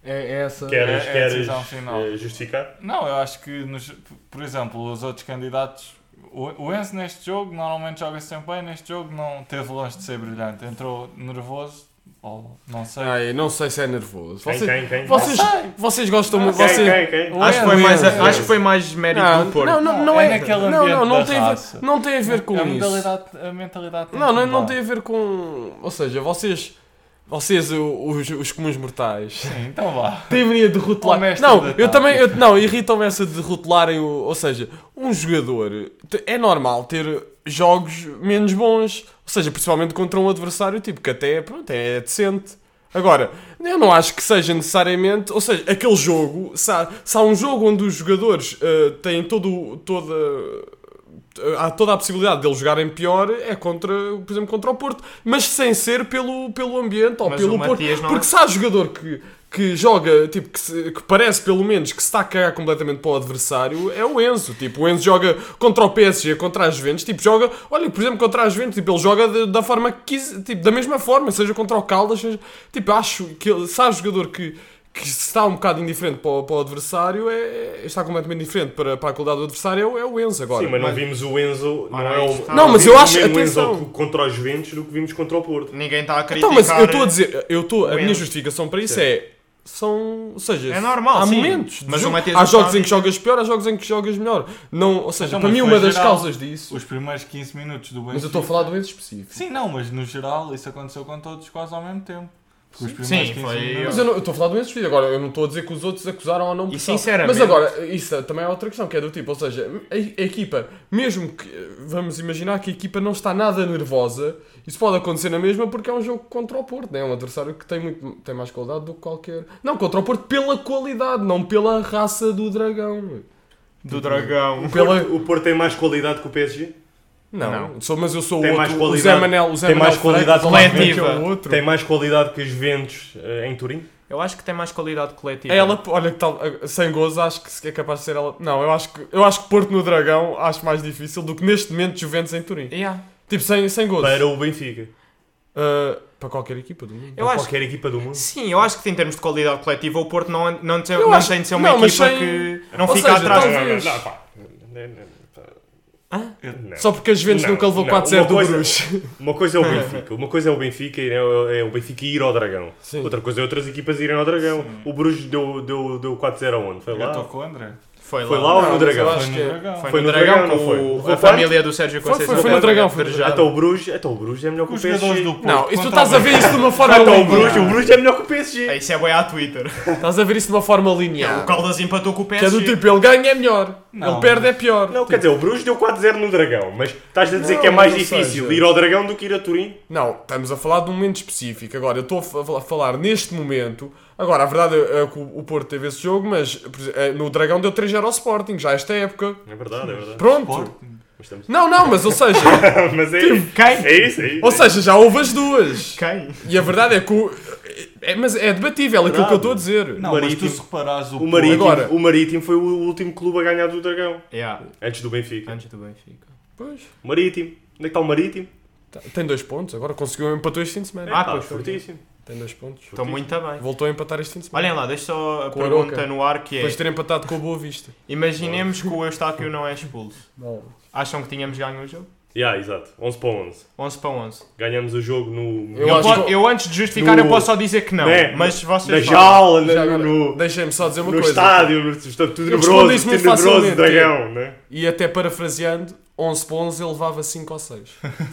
S2: É é essa.
S1: Queres,
S4: É- é a
S1: queres
S4: decisão final.
S1: eh, justificar?
S4: Não, eu acho que, nos- por exemplo, os outros candidatos. O o Enzo neste jogo normalmente joga sempre bem, neste jogo não teve longe de ser brilhante. Entrou nervoso, ou não sei.
S2: Ai, não sei se é nervoso.
S1: Quem,
S2: Vocês,
S1: quem, quem?
S2: vocês, vocês gostam muito.
S1: Quem,
S2: vocês-
S1: quem, quem? Ah,
S4: o
S3: Acho que foi
S2: Ué,
S3: mais,
S2: Luís.
S3: acho que foi mais mérito
S2: É, Não,
S3: do Porto.
S2: não, não, não
S4: É
S2: é.
S4: naquele
S2: Não,
S4: ambiente
S2: não, não
S4: da
S2: tem a
S4: raça.
S2: ver, não tem a ver
S3: É
S2: com
S4: a
S2: isso.
S4: mentalidade, a mentalidade
S2: Não, não,
S4: que
S2: não
S4: mudar.
S2: tem a ver com. Ou seja, vocês. Vocês, o- os, os comuns mortais,
S4: Sim, então vá.
S2: deveria de rotular.
S4: O mestre
S2: Não,
S4: da
S2: eu
S4: tática.
S2: também. Eu, não, irritam-me essa de rotularem o. Ou seja, um jogador. te- É normal ter jogos menos bons. Ou seja, principalmente contra um adversário tipo que até pronto, é decente. Agora, eu não acho que seja necessariamente. Ou seja, aquele jogo. Se há, se há um jogo onde os jogadores eh, têm todo, toda. eh, Há toda a possibilidade deles jogarem pior é contra, por exemplo, contra o Porto, mas sem ser pelo, pelo ambiente ou
S3: Mas
S2: pelo
S3: o
S2: Porto.
S3: Matias não- é
S2: Porque se há jogador que, que joga, tipo, que, se- que parece pelo menos que se está a cagar completamente para o adversário, é o Enzo. Tipo, o Enzo joga contra o PSG, contra as Juventus, tipo, joga, olha, por exemplo, contra as Juventus, tipo, ele joga de- da forma que quis, tipo, da mesma forma, seja contra o Caldas, seja, tipo, acho que ele, se há jogador que que se está um bocado indiferente para o, para o adversário, é, está completamente indiferente para, para a qualidade do adversário, é o, é o Enzo agora.
S1: Sim, mas não vimos o Enzo. Não,
S3: Ora,
S1: é
S3: aí
S1: o,
S3: está.
S2: Não, mas eu
S1: vimos
S2: acho-
S1: o mesmo
S2: atenção.
S1: Enzo contra os Juventus do que vimos contra o Porto.
S3: Ninguém está a criticar. eh,
S2: Então, mas eu estou a dizer, eu estou, a
S3: o
S2: minha
S3: Enzo.
S2: justificação para isso
S1: Sim.
S2: é. São. Ou seja,
S3: É normal,
S2: há
S3: sim.
S2: momentos. de
S3: Mas o
S2: jogo.
S3: Matias
S2: há
S3: não
S2: jogos
S3: está
S2: em que jogas pior, há jogos em que jogas melhor. Não, ou seja,
S4: Então,
S2: para
S4: mas
S2: mim,
S4: foi
S2: uma das
S4: geral.
S2: causas disso.
S4: Os primeiros 15 minutos do Benfica.
S2: Mas eu estou a falar do Enzo específico.
S4: Sim, não, mas no geral isso aconteceu com todos quase ao mesmo tempo. Cuspiu
S3: Sim,
S4: mais 15
S3: foi-
S4: minutos.
S2: Mas eu não- eu estou a falar do Enzo Fedido, agora eu não estou a dizer que os outros acusaram ou não.
S3: E
S2: pressão.
S3: sinceramente-
S2: Mas agora, isso também é outra questão, que é do tipo, ou seja, a, a equipa, mesmo que, vamos imaginar que a equipa não está nada nervosa, isso pode acontecer na mesma porque é um jogo contra o Porto, né? é um adversário que tem, muito, tem mais qualidade do que qualquer... Não, contra o Porto pela qualidade, não pela raça do dragão. meu.
S3: Do dragão.
S2: Pela...
S1: O Porto tem mais qualidade que o PSG?
S2: Não, Sou, mas eu sou o
S1: Tem mais
S2: outro, o Zé
S1: qualidade-
S2: Manel, o Zé
S1: tem
S2: Manel
S1: mais qualidade
S2: Freitas,
S3: coletiva.
S2: é o outro.
S1: Tem mais qualidade que os Juventus eh, em Turim?
S3: Eu acho que tem mais qualidade coletiva.
S2: É ela, olha que tal, sem gozo, acho que é capaz de ser ela. Não, eu acho que, eu acho que Porto no Dragão acho mais difícil do que neste momento Juventus em Turim.
S3: Yeah.
S2: Tipo, sem, sem gozo.
S1: Para o Benfica.
S2: Ah, para qualquer equipa do mundo.
S3: Eu
S1: para
S3: acho
S1: qualquer equipa do mundo.
S3: Sim, eu acho que em termos de qualidade coletiva o Porto não, não, tem,
S2: Eu
S3: não
S2: acho-
S3: tem de ser uma
S2: não, mas
S3: equipa
S2: sem-
S3: que não
S2: Ou
S3: fica
S2: seja, então-
S3: atrás.
S2: talvez-
S1: pá. Não, não, pá.
S3: Hã?
S1: Não.
S2: Só porque a Juventus
S1: Não,
S2: nunca levou
S1: não.
S2: 4-0
S1: Uma
S2: do
S1: coisa-
S2: Bruges.
S1: Uma coisa é o Benfica, uma coisa é o Benfica, é é o Benfica ir ao Dragão.
S2: Sim.
S1: Outra coisa é outras equipas irem ao Dragão.
S4: Sim.
S1: O Bruges deu, deu, deu 4-0 aonde? Foi
S4: Eu estou
S1: lá?
S4: com o André.
S3: Foi lá.
S1: Foi lá ou no
S2: Não, mas
S1: Dragão?
S2: eu acho
S4: Foi no
S2: que é.
S4: Dragão.
S3: Foi,
S1: Foi
S3: no,
S1: no
S3: dragão,
S1: Dragão,
S3: com
S1: não foi?
S3: o-
S1: Levou
S3: a
S1: quatro?
S3: família do Sérgio
S2: Foi- foi-
S3: Conceição.
S2: foi no Dragão, foi no
S3: Dragão.
S1: Até Então o Bruges, até o Bruges é melhor que o
S4: Os jogadores
S1: PSG.
S4: do Porto.
S2: Não, e tu
S4: contra
S2: estás a
S4: o
S2: ver isso de uma forma
S1: Até o
S2: linear.
S1: Bruges, o Bruges é melhor que o
S3: Ah,
S1: PSG.
S3: Isso é boi à Twitter.
S2: Estás a ver isso de uma forma linear.
S3: O Caldas empatou com o
S2: Que é
S3: PSG.
S2: do tipo, ele ganha é melhor,
S4: Não.
S2: ele perde é pior.
S1: Não,
S2: Tipo,
S1: quer dizer, o Bruges deu 4-0 no Dragão, mas estás a dizer
S2: Não,
S1: que é mais
S2: não
S1: difícil
S2: seja.
S1: ir ao Dragão do que ir a Turim?
S2: Não, estamos a falar de um momento específico. Agora, eu estou a fa- a falar neste momento. Agora, a verdade é que o o Porto teve esse jogo, mas por exemplo, eh, no Dragão deu 3 0 ao Sporting, já esta época.
S1: É verdade, é verdade.
S2: Pronto.
S4: Sporting.
S1: Mas estamos-
S2: Não, não, mas ou seja,
S1: Mas é,
S3: Quem?
S1: é isso, é isso.
S2: ou seja, já houve as duas.
S3: Quem?
S2: E a verdade é que o, é, mas é debatível aquilo que eu estou a dizer.
S4: Não,
S1: Marítimo.
S4: mas tu se reparares o,
S1: o, marítimo,
S2: Agora-
S1: o Marítimo foi o último clube a ganhar do Dragão,
S3: Yeah.
S1: antes do Benfica.
S3: Antes do Benfica.
S2: Pois.
S1: Marítimo, onde é que está o Marítimo?
S2: Tá- Tem dois pontos, agora conseguiu empatou este fim de semana.
S3: Ah,
S1: Está
S3: pois foi.
S1: fortíssimo.
S2: Tem dois pontos.
S3: Estou Então, muito bem.
S2: Voltou a empatar este fim de semana.
S3: Olhem lá, deixa só a
S2: Com a
S3: pergunta
S2: Aroca.
S3: no ar que é...
S2: Depois de ter empatado com a Boa Vista.
S3: Imaginemos que o Eustáquio não é expulso. Acham que tínhamos ganho o jogo?
S1: Yeah, exato. 11 para 11.
S3: 11 para 11.
S1: Ganhamos o jogo no.
S2: Eu
S3: Eu,
S2: acho
S3: po-
S2: que-
S3: eu antes de justificar
S1: No-
S3: eu posso só dizer que não.
S1: Né?
S3: Mas
S1: na
S3: vocês falam.
S1: jaula,
S2: Já
S1: na-
S2: agora,
S1: no,
S2: Deixem-me só dizer uma
S1: no
S2: coisa.
S1: estádio, no, tudo
S2: Eu respondo isso
S1: tenebroso,
S2: muito
S1: tenebroso
S2: facilmente,
S1: dragão, né?
S2: E até parafraseando, 11 para 11 ele levava 5 ou 6.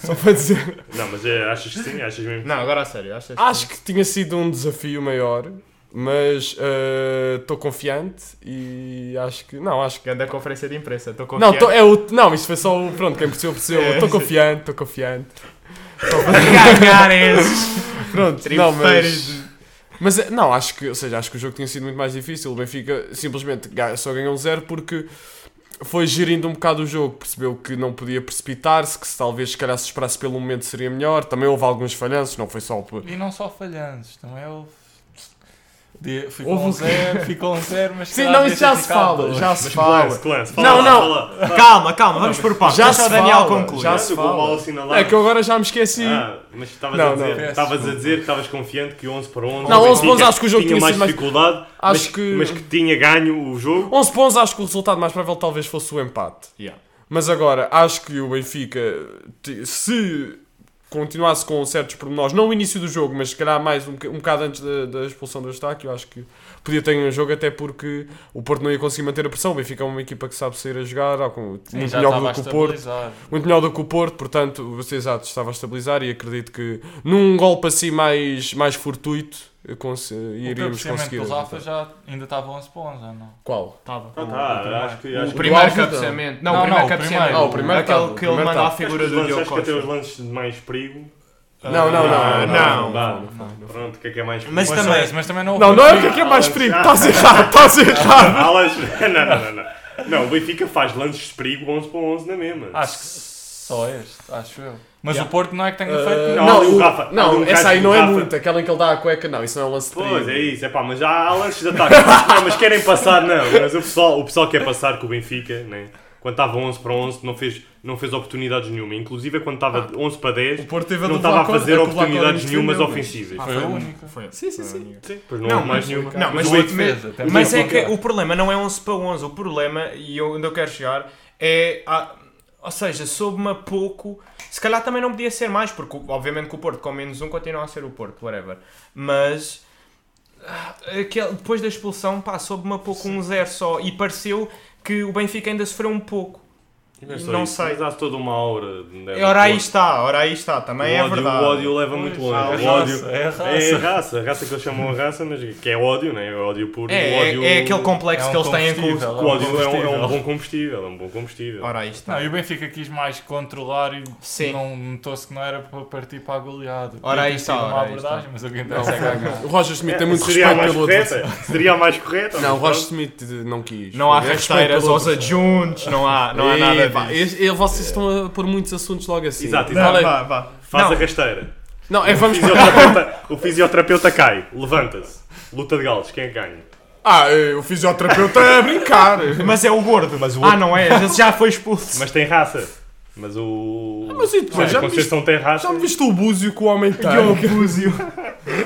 S2: Só para dizer.
S1: Não, mas é, achas que sim? Achas mesmo?
S3: Não, agora a sério. Achas
S2: Acho que tinha sido um desafio maior, mas eh, estou confiante e acho que. Não, acho que.
S3: Grande conferência de imprensa. Estou
S2: Não,
S3: confiante.
S2: tô- é o, não, isso foi só o. Pronto, quem percebeu, percebeu.
S3: É,
S2: Estou
S3: sim.
S2: confiante, estou confiante.
S3: Ganhar esses
S2: Pronto, não,
S3: trifeiros.
S2: mas. Mas eh, não, acho que, ou seja, acho que o jogo tinha sido muito mais difícil. O Benfica simplesmente ga- só ganhou um zero porque foi gerindo um bocado o jogo, percebeu que não podia precipitar-se, que se talvez se calhar se esperasse pelo momento seria melhor. Também houve alguns falhanços, não foi só por.
S4: E não só falhanços, também houve. De, ficou
S2: Houve
S4: um
S2: o quê?
S4: zero, ficou um zero, mas
S2: Sim,
S4: calhar
S2: não,
S4: devia
S2: isso já
S4: ter
S2: se
S4: ficado
S2: fala,
S4: dois.
S2: já se
S1: Clance,
S2: fala.
S1: Clance,
S2: Não,
S1: fala,
S2: não.
S1: fala.
S3: Calma, calma. Vamos por partes.
S2: Já
S3: Deixa o
S2: se
S3: Daniel
S2: fala.
S3: concluir.
S2: Já se
S1: Eu vou
S2: fala.
S1: mal assinalar.
S2: É que eu agora já me esqueci.
S1: Ah, mas estavas
S2: Não,
S1: a dizer,
S2: não.
S1: estavas a dizer que estavas confiante que 11 para 11.
S2: Não, 11 para 11
S1: Benfica
S2: acho que o jogo tinha
S1: mais
S2: sido mais-
S1: dificuldade, mas,
S2: Acho que-
S1: mas que tinha ganho o jogo.
S2: 11 pontos, acho que o resultado mais provável talvez fosse o empate.
S3: Yeah.
S2: Mas agora, acho que o Benfica, te- se continuasse com certos pormenores, não o início do jogo, mas se calhar mais um, boca- um bocado antes da, da expulsão do Eustáquio, eu acho que podia ter um jogo, até porque o Porto não ia conseguir manter a pressão. O Benfica é uma equipa que sabe sair a jogar, há com-
S4: Sim,
S2: muito
S4: já
S2: melhor do
S4: estava
S2: que o
S4: a
S2: Porto.
S4: estabilizar.
S2: Muito melhor do que o Porto, portanto, você exato estava a estabilizar e acredito que num golpe assim mais, mais fortuito eh, cons-
S4: O
S2: iríamos
S4: cabeceamento
S2: conseguir.
S4: do Rafa
S2: resultado.
S4: já ainda estava 11 para 11, ou não?
S2: Qual?
S3: Tava.
S1: Ah,
S4: o
S1: tá,
S4: primeiro.
S1: acho que.
S2: O
S1: Acho que-
S2: primeiro
S3: Primeiro
S2: acho que tá.
S3: cabeceamento. Não,
S4: Não,
S3: o primeiro
S4: não, o
S3: cabeceamento.
S4: primeiro. Ah, o
S2: primeiro
S3: Aquele
S2: tá, o
S3: que ele
S2: primeiro
S3: manda
S2: tá.
S3: à figura
S1: acho que
S3: do
S1: os lances-
S3: Diogo
S1: acho que até os
S3: Costa.
S1: lances de mais perigo.
S2: Não, não, não.
S1: Ah,
S3: não,
S1: dá.
S2: não, não, não.
S1: Pronto, o que é que é mais perigo?
S3: Mas
S4: Mas
S3: também-
S4: também, mas também não
S2: Não,
S4: houve
S2: não é o que
S4: perigo.
S2: é que é mais perigo. Estás errado, estás errado.
S1: ah, Alas... Não, não, não, não. Não, o Benfica faz lances de perigo 11 para 11 na mesma.
S4: Acho que só este, acho eu. Mas
S3: Yeah.
S4: o Porto não é que tenha
S2: Uh,
S4: feito.
S1: não, ali Ah, o Rafa,
S2: não,
S1: ali um
S2: essa
S1: gajo
S2: aí
S1: do
S2: não é
S1: Rafa.
S2: muito. Aquela em que ele dá a cueca, não, isso não é um lance de
S1: Pois,
S2: perigo.
S1: é isso, é pá, mas já há lances de ataque. não, mas querem passar, não. Mas o pessoal, o pessoal quer passar com o Benfica, né? quando estava 11 para 11, não fez, não fez oportunidades nenhuma. Inclusive, quando estava
S3: Ah.
S1: 11 para 10,
S2: O Porto teve
S1: não
S2: do
S1: estava a
S2: Vlahovic, é
S1: fazer
S2: que o Vlahovic
S1: oportunidades
S2: defendeu,
S3: é
S1: nenhumas
S2: mas-
S1: ofensíveis.
S4: Foi a única.
S3: Ah, Foi.
S2: Sim, sim, sim.
S1: Sim, pois não,
S3: Não,
S1: houve mais
S2: mas-
S1: nenhuma.
S3: Não, mas é
S1: o
S4: Boa
S1: Benfica-
S4: defesa, até
S3: Mas
S4: podia
S3: é que
S4: apontar.
S3: o problema não é 11 para 11, o problema, e onde eu quero chegar, é. a- ou seja, soube-me a pouco. Se calhar também não podia ser mais, porque obviamente que o Porto com menos um continua a ser o Porto, whatever. Mas. ah, aquele- depois da expulsão, pá, soube-me a pouco um zero só. E pareceu que o Benfica ainda sofreu um pouco.
S1: Mas é
S3: Não
S1: isso,
S3: sei.
S1: Mas há toda uma aura. de- de-
S3: Ora aí
S1: de-
S3: está, ora aí está,
S1: o
S3: também é
S1: ódio,
S3: verdade.
S1: O ódio leva muito
S4: É a
S1: longe. O ódio.
S4: raça, é a raça.
S1: É a raça, a raça que eles chamam a raça, mas que é ódio, né? É ódio puro.
S3: É,
S1: o
S3: é-
S1: ódio,
S3: é aquele complexo
S4: É um
S3: que eles têm em
S4: combustível,
S1: o
S3: curso.
S4: é um
S1: ódio é um, é um
S4: combustível.
S1: bom combustível, é um bom combustível.
S3: Ora aí está.
S4: Não, e o Benfica quis mais controlar e
S3: Sim.
S4: não notou-se que não era para partir para a goleada. Podia
S3: Ora, aí
S4: ter
S3: está,
S4: sido uma
S3: ora, aí está.
S4: abordagem, mas alguém
S2: Não,
S4: deve ser ganhar.
S2: o Roger Smith tem muito
S1: É, Seria a
S2: respeito
S1: mais
S2: pelo outro.
S1: correta? Seria a mais correta?
S2: Não, o
S1: mas
S2: Roger
S1: pronto.
S2: Smith não quis.
S3: Não há
S2: É respeito
S3: rasteiras
S2: pelo
S3: aos
S2: outro.
S3: adjuntos, não há, não há
S2: Ei,
S3: nada
S2: pá,
S3: disso.
S2: e- e vocês estão a pôr muitos assuntos logo assim.
S1: Exato,
S3: Não,
S2: Fala aí.
S3: vá, vá.
S1: Faz a
S3: Não.
S1: rasteira.
S2: Não, é
S1: O
S2: vamos.
S1: fisioterapeuta, o fisioterapeuta cai, levanta-se. Luta de galos, quem é que ganha?
S2: Ah, é, o fisioterapeuta é a brincar.
S3: Mas é o gordo.
S1: Mas o
S3: Ah, não é? Esse já foi expulso.
S1: Mas tem raça. Mas o.
S2: mas e depois?
S1: Ah,
S2: Já
S1: a Conceição tem raça.
S2: Já me viste o búzio que o homem tem?
S3: búzio.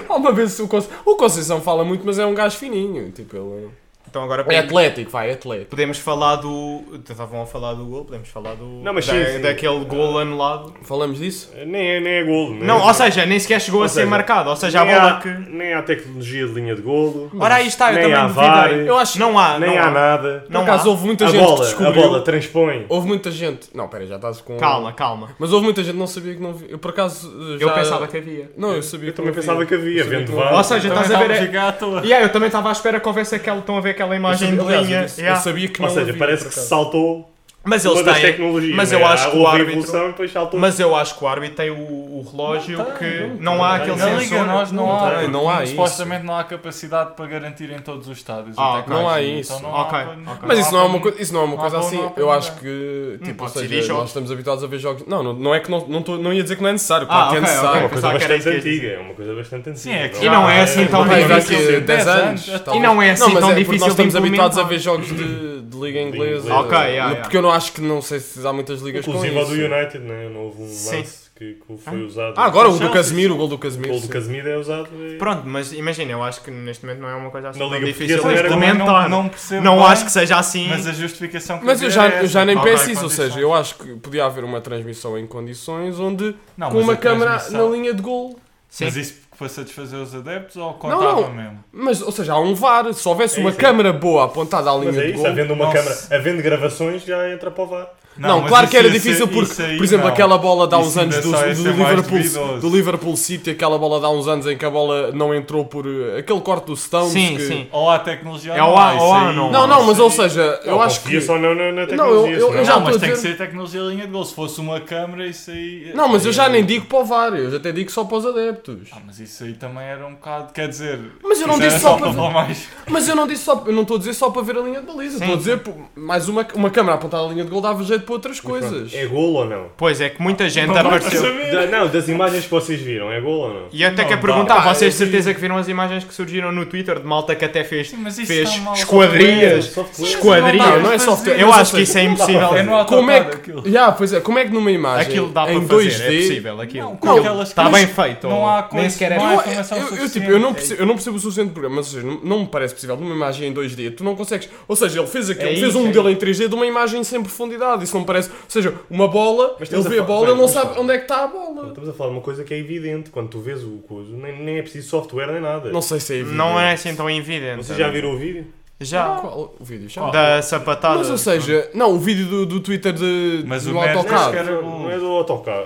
S2: Há Uma vez o, Conce... o Conceição fala muito, mas é um gajo fininho. Tipo, ele
S3: Então agora
S2: é atlético, vai, é atlético.
S3: podemos falar do. Estavam a falar do gol, podemos falar do.
S1: Não, mas
S3: da-
S1: sim, Ah. sim.
S3: Daquele gol anulado.
S2: Falamos disso?
S1: Nem é, nem é golo. nem
S3: Não,
S1: é-
S3: ou seja, nem sequer chegou
S1: Ou
S3: a ser
S1: seja,
S3: marcado. Ou seja, a
S1: nem
S3: bola
S1: há-
S3: que.
S1: Nem há tecnologia de linha de golo.
S3: Ora aí está, eu
S1: nem há
S3: também
S1: VAR,
S3: duvidei.
S2: Eu acho que
S3: Não há,
S1: nem
S3: não
S1: há,
S3: há.
S1: nada.
S2: Por
S3: Não
S2: acaso
S3: há.
S2: houve muita
S1: A
S2: gente que
S1: bola, a
S2: descobriu.
S1: bola transpõe.
S2: Houve muita gente. Não, pera, já estás com.
S3: Calma, calma.
S2: Mas houve muita gente que não sabia que não vi. Eu por acaso. Já...
S3: Eu pensava que havia.
S2: Não, eu sabia
S1: Eu
S2: que
S1: também
S2: não
S1: pensava
S2: havia.
S1: que havia,
S2: Eu sabia
S1: vendo
S2: que não-
S1: VAR.
S3: Ou seja,
S4: Também
S3: estás a ver.
S4: estava
S3: é-
S4: jogar à toa.
S3: Yeah, eu também estava à espera que houvesse aquela. Estão a ver aquela
S2: Eu
S3: imagem
S2: sabia-
S3: de
S2: aliás, eu
S3: linha.
S2: disse-
S3: yeah.
S2: Eu sabia que não
S1: Ou seja,
S2: havia,
S1: parece
S2: por
S1: que
S2: acaso.
S1: saltou
S3: Mas eles
S1: uma das
S3: têm.
S1: tecnologias.
S3: mas
S1: né?
S3: eu acho que o
S1: Houve a
S3: árbitro-
S1: evolução e depois saltou.
S3: Mas eu acho que o árbitro tem o, o relógio
S4: Não tem,
S3: que.
S4: não
S3: Não há
S1: tem.
S3: aquele
S1: Na
S4: Na
S3: sensor.
S4: Liga nós não,
S2: não
S4: há,
S2: tem, não há
S4: supostamente não há capacidade para garantir em todos os estádios.
S3: Ah,
S4: até cá,
S2: não há
S4: então
S2: isso.
S4: não há
S3: Ok,
S4: para-
S3: ok.
S2: Mas isso não é uma
S4: para-
S2: coisa, isso não é uma
S4: não há
S2: coisa
S4: bom,
S2: assim.
S4: não há bom,
S2: eu
S4: não
S2: acho
S4: é.
S2: que tipo, ou
S3: pode ser
S2: seja,
S3: disso.
S2: nós estamos habituados a ver jogos. Não, não, não é que não, não, tô- não ia dizer que não é necessário, claro
S3: Ah,
S2: que é
S3: ok, ok.
S1: É
S2: necessário.
S1: uma coisa
S3: Pensava que era
S1: bastante
S3: isso que ia dizer.
S1: antiga. É uma coisa bastante antiga.
S4: Sim, é que
S1: não
S4: já-
S3: E não é assim tão
S2: Talvez
S3: difícil.
S2: daqui
S1: é
S2: a 10
S4: 10
S2: anos.
S4: anos,
S2: talvez.
S3: e não é assim
S2: mas
S3: tão
S2: porque
S3: difícil
S2: Nós estamos
S3: de
S2: habituados a
S3: implementar.
S2: ver jogos de, de liga inglesa.
S1: inglesa.
S3: Ok, yeah,
S2: Porque eu não acho que não sei se há muitas ligas
S1: Inclusive
S2: com
S1: ao
S2: isso.
S1: do United, né? Não houve um
S3: Sim.
S1: lance que, que foi usado.
S2: Ah, agora o do
S3: Chelsea.
S2: Casemiro, o gol do
S1: O
S2: Casemiro.
S1: gol do
S2: sim.
S1: Casemiro é usado. e-
S3: Pronto, mas imagina, eu acho que neste momento não é uma coisa assim
S1: Na
S3: tão
S1: Liga
S3: difícil de
S1: Portuguesa era como
S4: Também
S3: implementar.
S4: Não,
S3: Não,
S4: não percebo.
S3: acho que seja assim.
S4: Mas a justificação que
S2: Mas eu
S4: havia
S2: já,
S4: era
S2: eu já
S4: é essa. Ah,
S2: nem
S4: Ok,
S2: penso isso, ou
S4: condições.
S2: seja, eu acho que podia haver uma transmissão em condições onde
S4: Não,
S2: com
S4: mas
S2: uma
S4: a
S2: câmera na
S4: transmissão-
S2: linha de gol.
S3: Sim.
S4: Mas isso para satisfazer os adeptos ou contava
S2: não.
S4: mesmo?
S2: Mas, ou seja, há um VAR, se houvesse
S1: É
S2: uma
S1: isso.
S2: câmara boa apontada à linha
S1: Mas é
S2: de
S1: isso,
S2: gol.
S1: havendo uma
S4: Nossa.
S1: câmara, havendo gravações, já entra para o VAR.
S2: Não,
S4: mas
S2: claro
S4: isso
S2: que era
S4: ia ser-
S2: difícil porque,
S4: isso aí
S2: por exemplo,
S4: não.
S2: aquela bola de há uns
S4: Isso
S2: anos
S4: ainda
S2: do,
S4: só ia
S2: do
S4: ser mais
S2: Liverpool,
S4: duvidoso.
S2: do Liverpool City, aquela bola de há uns anos em que a bola não entrou por eh, aquele corte do Stones.
S3: Sim,
S2: que-
S3: sim.
S4: Ou há tecnologia
S3: É
S4: ou
S3: ou
S4: não
S3: há-
S4: há.
S3: ou
S4: isso
S3: há
S4: aí-
S3: não há.
S2: Não, não, mas
S4: isso
S2: ou
S4: aí-
S2: seja, eu
S1: Não,
S2: acho
S1: confia
S2: que.
S1: só na, na, na
S2: Não, eu-
S1: tecnologia. senão-
S2: eu- já
S4: Não,
S2: estou
S4: mas
S2: a
S4: tem que
S2: dizer-
S4: ser tecnologia linha de gol. Se fosse uma câmera, isso aí.
S2: Não, mas eu já nem digo para o VAR, eu até digo só para os adeptos.
S4: Ah, mas isso aí também era um bocado. Quer dizer.
S2: Mas eu não
S4: isso é era
S2: disse só para-
S4: falar mais.
S2: Mas eu não disse só, eu não estou a dizer só para ver a linha de baliza, estou a dizer pô, mais uma, uma câmara apontada à linha de gol dava jeito para outras coisas.
S1: É golo ou não?
S3: Pois é que muita gente
S4: Não dá para
S3: apareceu.
S4: saber.
S1: Da- não, das imagens que vocês viram, é golo ou não?
S3: E eu até
S4: Não
S3: quero
S4: dá.
S3: perguntar,
S2: Pá,
S3: vocês de
S2: eu-
S3: certeza que viram as imagens que surgiram no Twitter de malta que até fez,
S4: Sim, mas isso
S3: fez
S4: está mal.
S3: esquadrias,
S1: É Software.
S2: Não,
S3: esquadrias.
S2: não é só
S4: fazer.
S3: Eu
S2: mas,
S3: acho
S2: ou
S3: que
S2: seja,
S3: isso é impossível.
S4: É no
S2: Como é
S4: autocarro
S2: que,
S4: aquilo.
S2: yeah, pois é, como é que numa imagem
S3: Aquilo dá para
S2: em
S3: fazer,
S2: 2D,
S3: é possível aquilo.
S4: Não, com aquelas
S3: Está
S4: coisas-
S3: tá bem feito.
S4: não
S3: ou-
S4: há
S3: nem
S4: coisas-
S3: sequer é bem-
S4: não há-
S2: Eu,
S4: informação
S2: eu- eu,
S4: suficiente. é
S2: tipo, eu não, percebo, eu não percebo o suficiente do programa, ou seja, não, não me parece possível numa imagem em 2D, tu não consegues. Ou seja, ele fez aquilo,
S3: É
S2: fez
S3: isso,
S2: um
S3: é
S2: modelo em 3D de uma imagem sem profundidade, isso não me parece. Ou seja, uma bola,
S1: Mas
S2: ele
S1: estamos
S2: vê
S1: a
S2: a
S1: falar-
S2: bola, ele não
S1: vamos
S2: sabe
S1: falar.
S2: onde é que está a bola.
S1: Estamos a falar de uma coisa que é evidente. Quando tu vês o coisa, nem, nem é preciso software nem nada.
S2: Não sei se é evidente.
S3: Não é assim tão evidente.
S1: Vocês já viram o vídeo?
S3: Já.
S2: Qual o vídeo? Já.
S3: Da sapatada.
S2: Mas ou seja, não, o vídeo do, do Twitter de,
S4: Mas
S2: do
S4: o Neres nem
S2: AutoCAD.
S4: sequer- Era
S1: Não,
S3: um-
S4: o-
S1: não é do autocarro.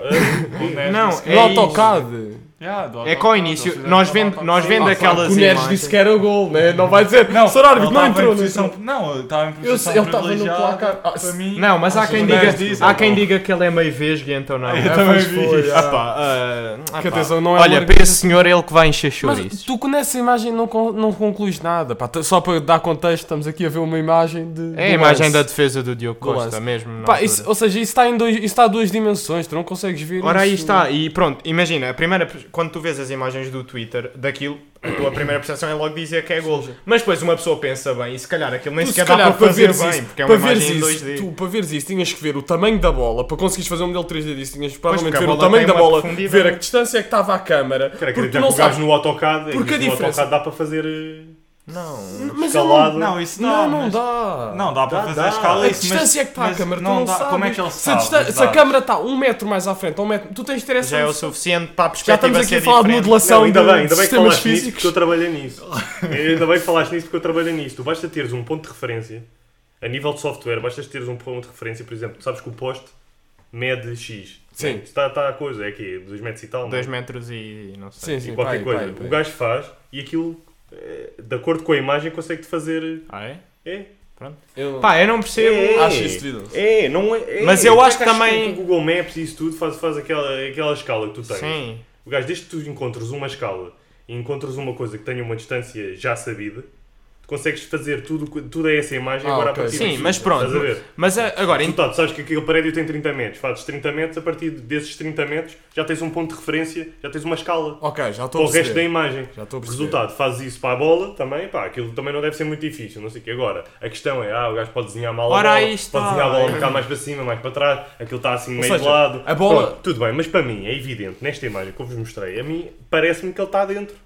S4: O Neres
S3: Não,
S4: disse que-
S2: Do
S3: É isso.
S2: AutoCAD.
S4: Yeah, do
S3: É que ao
S4: autocarro,
S3: início,
S4: eles fizeram
S3: nós
S4: do
S3: vendo-
S4: autocarro.
S3: nós vendo
S4: Ah,
S2: claro,
S3: aquelas
S2: que o Neres
S3: imagens.
S2: disse que era o gol, né? não vai dizer.
S4: Não,
S2: Sr. árbitro,
S4: ele
S2: não
S4: estava em
S2: entrou. não
S4: posição-
S2: entrou."
S4: Não, ele estava em posição
S2: ele estava no
S4: privilegiada.
S2: placar. Ah,
S4: Para
S2: se-
S4: mim,
S3: Não, mas há
S4: acho
S3: quem,
S4: que o
S3: diga,
S4: Neres diz,
S3: há
S4: é
S3: quem
S4: bom.
S3: diga que ele é meio vesgo e então não.
S4: Eu também
S2: Mas foi,
S4: vi.
S2: ah.
S3: Ah pá, ah, ah
S2: Que
S3: pá.
S2: atenção, não é
S3: Olha,
S2: larga-
S3: para esse senhor é ele que vai encher
S2: Mas
S3: chouriços.
S2: tu com essa imagem não, con- não concluís nada. pá. T- Só para dar contexto, estamos aqui a ver uma imagem de.
S3: É a
S2: do
S3: imagem
S2: lance.
S3: da defesa do Diogo
S2: Do
S3: Costa
S2: lance.
S3: mesmo. na
S2: Pá,
S3: altura.
S2: isso- ou seja, isso está, em dois, isso está a duas dimensões, tu não consegues ver
S3: Ora, aí
S2: isso.
S3: está. E pronto, imagina, a primeira, quando tu vês as imagens do Twitter, daquilo, a tua primeira percepção é logo dizer que é gol. Mas depois uma pessoa pensa bem, e se calhar aquilo nem
S2: Tu, se
S3: sequer
S2: calhar,
S3: dá é para fazer
S2: veres
S3: bem,
S2: isso,
S3: porque é uma
S2: para veres
S3: imagem em
S2: isso,
S3: 2D.
S2: tu, para veres isso, tinhas que ver o tamanho da bola. Para conseguires fazer um modelo 3D disso, tinhas que provavelmente
S3: porque a
S2: ver o
S3: bola
S2: tamanho
S3: tem
S2: da
S3: uma
S2: bola,
S3: profundidade.
S2: ver a que distância é que estava a câmara.
S1: Quero
S2: Porque tu
S1: acreditar que
S2: não
S1: o gajo
S2: sabes.
S1: no AutoCAD,
S2: Porque a
S1: no
S2: diferença-
S1: AutoCAD dá para fazer eh,
S3: Não.
S2: Mas ele não,
S1: escalado.
S4: Não, isso
S2: não,
S4: não.
S2: não
S4: mas-
S2: dá.
S4: Não, dá para
S1: Dá,
S4: fazer
S1: dá.
S4: a escala.
S2: A
S4: isso, mas-
S2: distância é que está a
S4: mas
S2: câmara, tu não
S4: dá-
S2: sabes.
S4: Como é que ele
S2: se a,
S4: sabe?
S2: distan- se a
S4: Exato.
S2: câmara está um metro mais à frente, um metro, tu tens de ter essa
S3: Já é o
S2: noção.
S3: suficiente para a
S2: Já
S3: perspectiva
S2: estamos aqui
S3: ser
S2: a falar de
S3: diferente.
S2: modelação
S1: Não, ainda bem,
S2: de
S1: ainda bem que
S2: sistemas
S1: falaste nisso
S2: físicos.
S1: porque eu trabalhei nisso. ainda bem que falaste nisso porque eu trabalhei nisso. Tu basta teres um ponto de referência A nível de software, bastas teres um ponto de referência, por exemplo, tu sabes que o poste mede X.
S2: Sim.
S1: Está, está a coisa, é aqui, 2 metros e tal.
S3: 2
S1: não é?
S3: metros e não sei.
S2: Sim, sim,
S1: E qualquer
S2: pai,
S1: coisa.
S2: pai,
S1: O
S2: pai.
S1: gajo faz e aquilo, eh, de acordo com a imagem, consegue-te fazer.
S3: Ah, é?
S1: É,
S2: Eu
S3: Pá, eu não percebo.
S1: É.
S2: acho isso devido.
S1: É, não é. é.
S3: Mas eu
S1: Como é
S3: acho que também-
S1: O Google Maps e isso tudo faz, faz aquela, aquela escala que tu tens.
S3: Sim.
S1: O gajo, desde que tu encontres uma escala e encontres uma coisa que tenha uma distância já sabida, tu consegues fazer tudo, tudo a essa imagem
S2: Ah,
S1: agora
S2: ok.
S1: a partir
S3: Sim,
S1: disso.
S3: mas pronto.
S1: Estás a ver?
S3: Mas a- agora, então, em-
S1: Resultado, sabes que aquele prédio tem 30 metros, fazes 30 metros, a partir desses 30 metros já tens um ponto de referência, já tens uma escala
S2: Ok, já
S1: para o
S2: estou a
S1: resto da
S2: perceber.
S1: imagem.
S2: Já estou a perceber.
S1: Resultado, fazes isso para a bola também, pá, aquilo também não deve ser muito difícil, não sei o que. Agora, a questão é, ah, o gajo pode desenhar mal
S3: Ora,
S1: a bola,
S3: aí está.
S1: pode desenhar a bola um bocado mais para cima, mais para trás, aquilo está assim meio
S2: seja,
S1: de lado.
S2: a bola-
S1: Pronto, tudo bem, mas para mim é evidente, nesta imagem que eu vos mostrei, a mim parece-me que ele está dentro.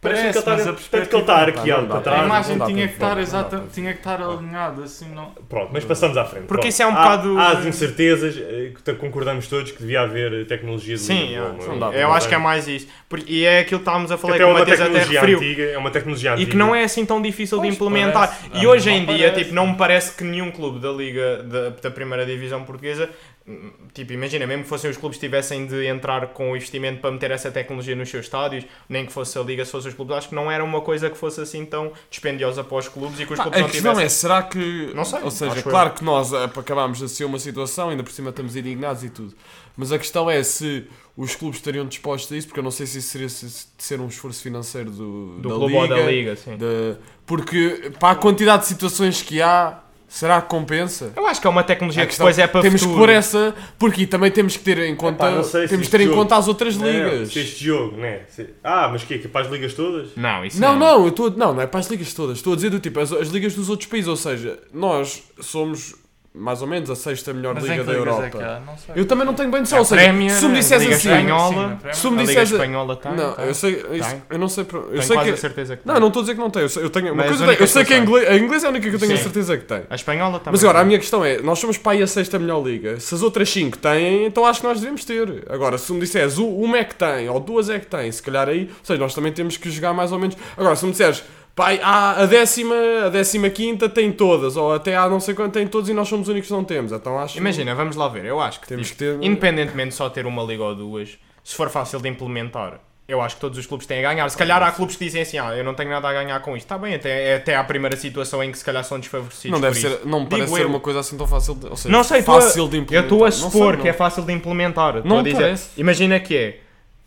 S1: Parece-me que ele
S4: Parece,
S1: está
S4: mas a
S1: dentro, tanto que ele
S4: perspectiva
S1: está
S4: não
S2: dá,
S1: arqueado
S2: não dá.
S1: para
S4: A
S2: Não
S1: trás.
S2: mais-
S4: imagem
S2: dá
S4: tinha
S2: para-
S4: que estar
S2: não dá
S4: exata,
S2: para-
S4: tinha que estar alinhada, assim não.
S1: Pronto, mas passamos à frente.
S3: Porque
S1: pronto.
S3: isso é um
S1: Há-
S3: bocado-
S1: Há as incertezas, eh, que t- concordamos todos que devia haver eh, tecnologia de
S3: sim,
S1: linha de bola,
S3: é,
S1: não
S2: dá para
S3: eu acho que é
S1: Que
S3: mais isto. Porque- e é aquilo que estávamos a falar
S1: até
S3: que
S1: é
S3: o
S1: uma
S3: Matheus até
S1: tecnologia
S3: referiu.
S1: antiga, é uma tecnologia
S3: E
S1: antiga.
S3: que não é assim tão difícil
S4: Pois,
S3: de implementar.
S4: parece.
S3: E
S4: Ah,
S3: hoje
S4: não
S3: em dia,
S4: parece.
S3: tipo, não me parece que nenhum clube da Liga da, da Primeira Divisão Portuguesa, hum, tipo, imagina, mesmo que fossem os clubes que tivessem de entrar com o investimento para meter essa tecnologia nos seus estádios, nem que fosse a Liga, se fossem os clubes, acho que não era uma coisa que fosse assim tão dispendiosa para os clubes e que os
S2: Pá,
S3: clubes
S2: a
S3: não
S2: questão
S3: tivessem.
S2: é, será que.
S3: Não sei,
S2: Ou seja,
S3: acho
S2: claro que nós eh, acabámos de assistir uma situação, ainda por cima estamos indignados e tudo. Mas a questão é se os clubes estariam dispostos a isso, porque eu não sei se isso seria se- se- de ser um esforço financeiro do,
S3: do
S2: da
S3: clube
S2: Liga.
S3: ou da Liga, sim.
S2: de- porque para a quantidade de situações que há, será que compensa?
S3: Eu acho que é uma tecnologia
S2: A
S3: que
S2: questão-
S3: depois é para
S2: temos
S3: futuro.
S2: que pôr essa, porque também temos que ter em conta,
S1: não sei se
S2: temos que
S1: isto
S2: ter em
S1: jogo-
S2: conta as outras ligas.
S1: É, Se este jogo, né? Se- Ah, mas que é? Que é para as ligas todas?
S3: Não, isso
S2: Não, não, eu estou não, não é para as ligas todas. Estou a dizer do tipo, as, as ligas dos outros países, ou seja, nós somos mais ou menos a sexta melhor
S4: Mas em
S2: liga
S4: que
S2: da
S4: ligas
S2: Europa.
S4: é que há? Não sei.
S2: eu também não tenho bem noção, ou seja,
S3: Premier,
S2: se me disseres
S3: Liga
S2: assim,
S3: Espanhola,
S2: se me
S3: A Liga
S2: disseres,
S3: Espanhola tem.
S2: não,
S3: tem.
S2: eu sei, isso-
S3: Tem.
S2: eu não sei, pro- eu
S3: Tenho
S2: sei
S3: quase
S2: que
S3: a certeza que
S2: Não,
S3: tem.
S2: não estou a dizer que não tem. Eu sei, eu tenho, uma
S3: Mas
S2: coisa
S3: as
S2: eu tenho- eu
S3: únicas
S2: sei que a
S3: que eu
S2: inglesa, a inglesa é a única que eu tenho a
S3: Sim.
S2: certeza que tem.
S3: A espanhola também.
S2: Mas agora, a minha questão é, nós somos para aí a sexta melhor liga. Se as outras 5 têm, então acho que nós devemos ter. Agora, se me disseres "U- uma é que tem, ou duas é que tem, se calhar aí, ou seja, nós também temos que jogar mais ou menos. Agora, se me disseres, pai, há a décima, a décima quinta tem todas, ou até há não sei quanto tem todas e nós somos os únicos que não temos. Então acho
S3: Imagina, vamos lá ver. Eu acho que
S2: que temos
S3: tipo,
S2: que ter.
S3: Independentemente de só ter uma liga ou duas, se for fácil de implementar, eu acho que todos os clubes têm a ganhar. Se calhar há clubes que dizem assim, ah, eu não tenho nada a ganhar com isto. Está bem, até, até à primeira situação em que se calhar são desfavorecidos.
S2: Não deve
S3: por
S2: ser,
S3: isso.
S2: não me parece
S3: Digo
S2: ser
S3: eu.
S2: uma coisa assim tão fácil de, ou seja,
S3: Não sei, estou a-
S2: fácil de
S3: Eu
S2: implementar.
S3: estou a
S2: Não sei,
S3: supor
S2: não.
S3: que é fácil de implementar. Estou
S2: Não
S3: a dizer-
S2: parece.
S3: Imagina que é.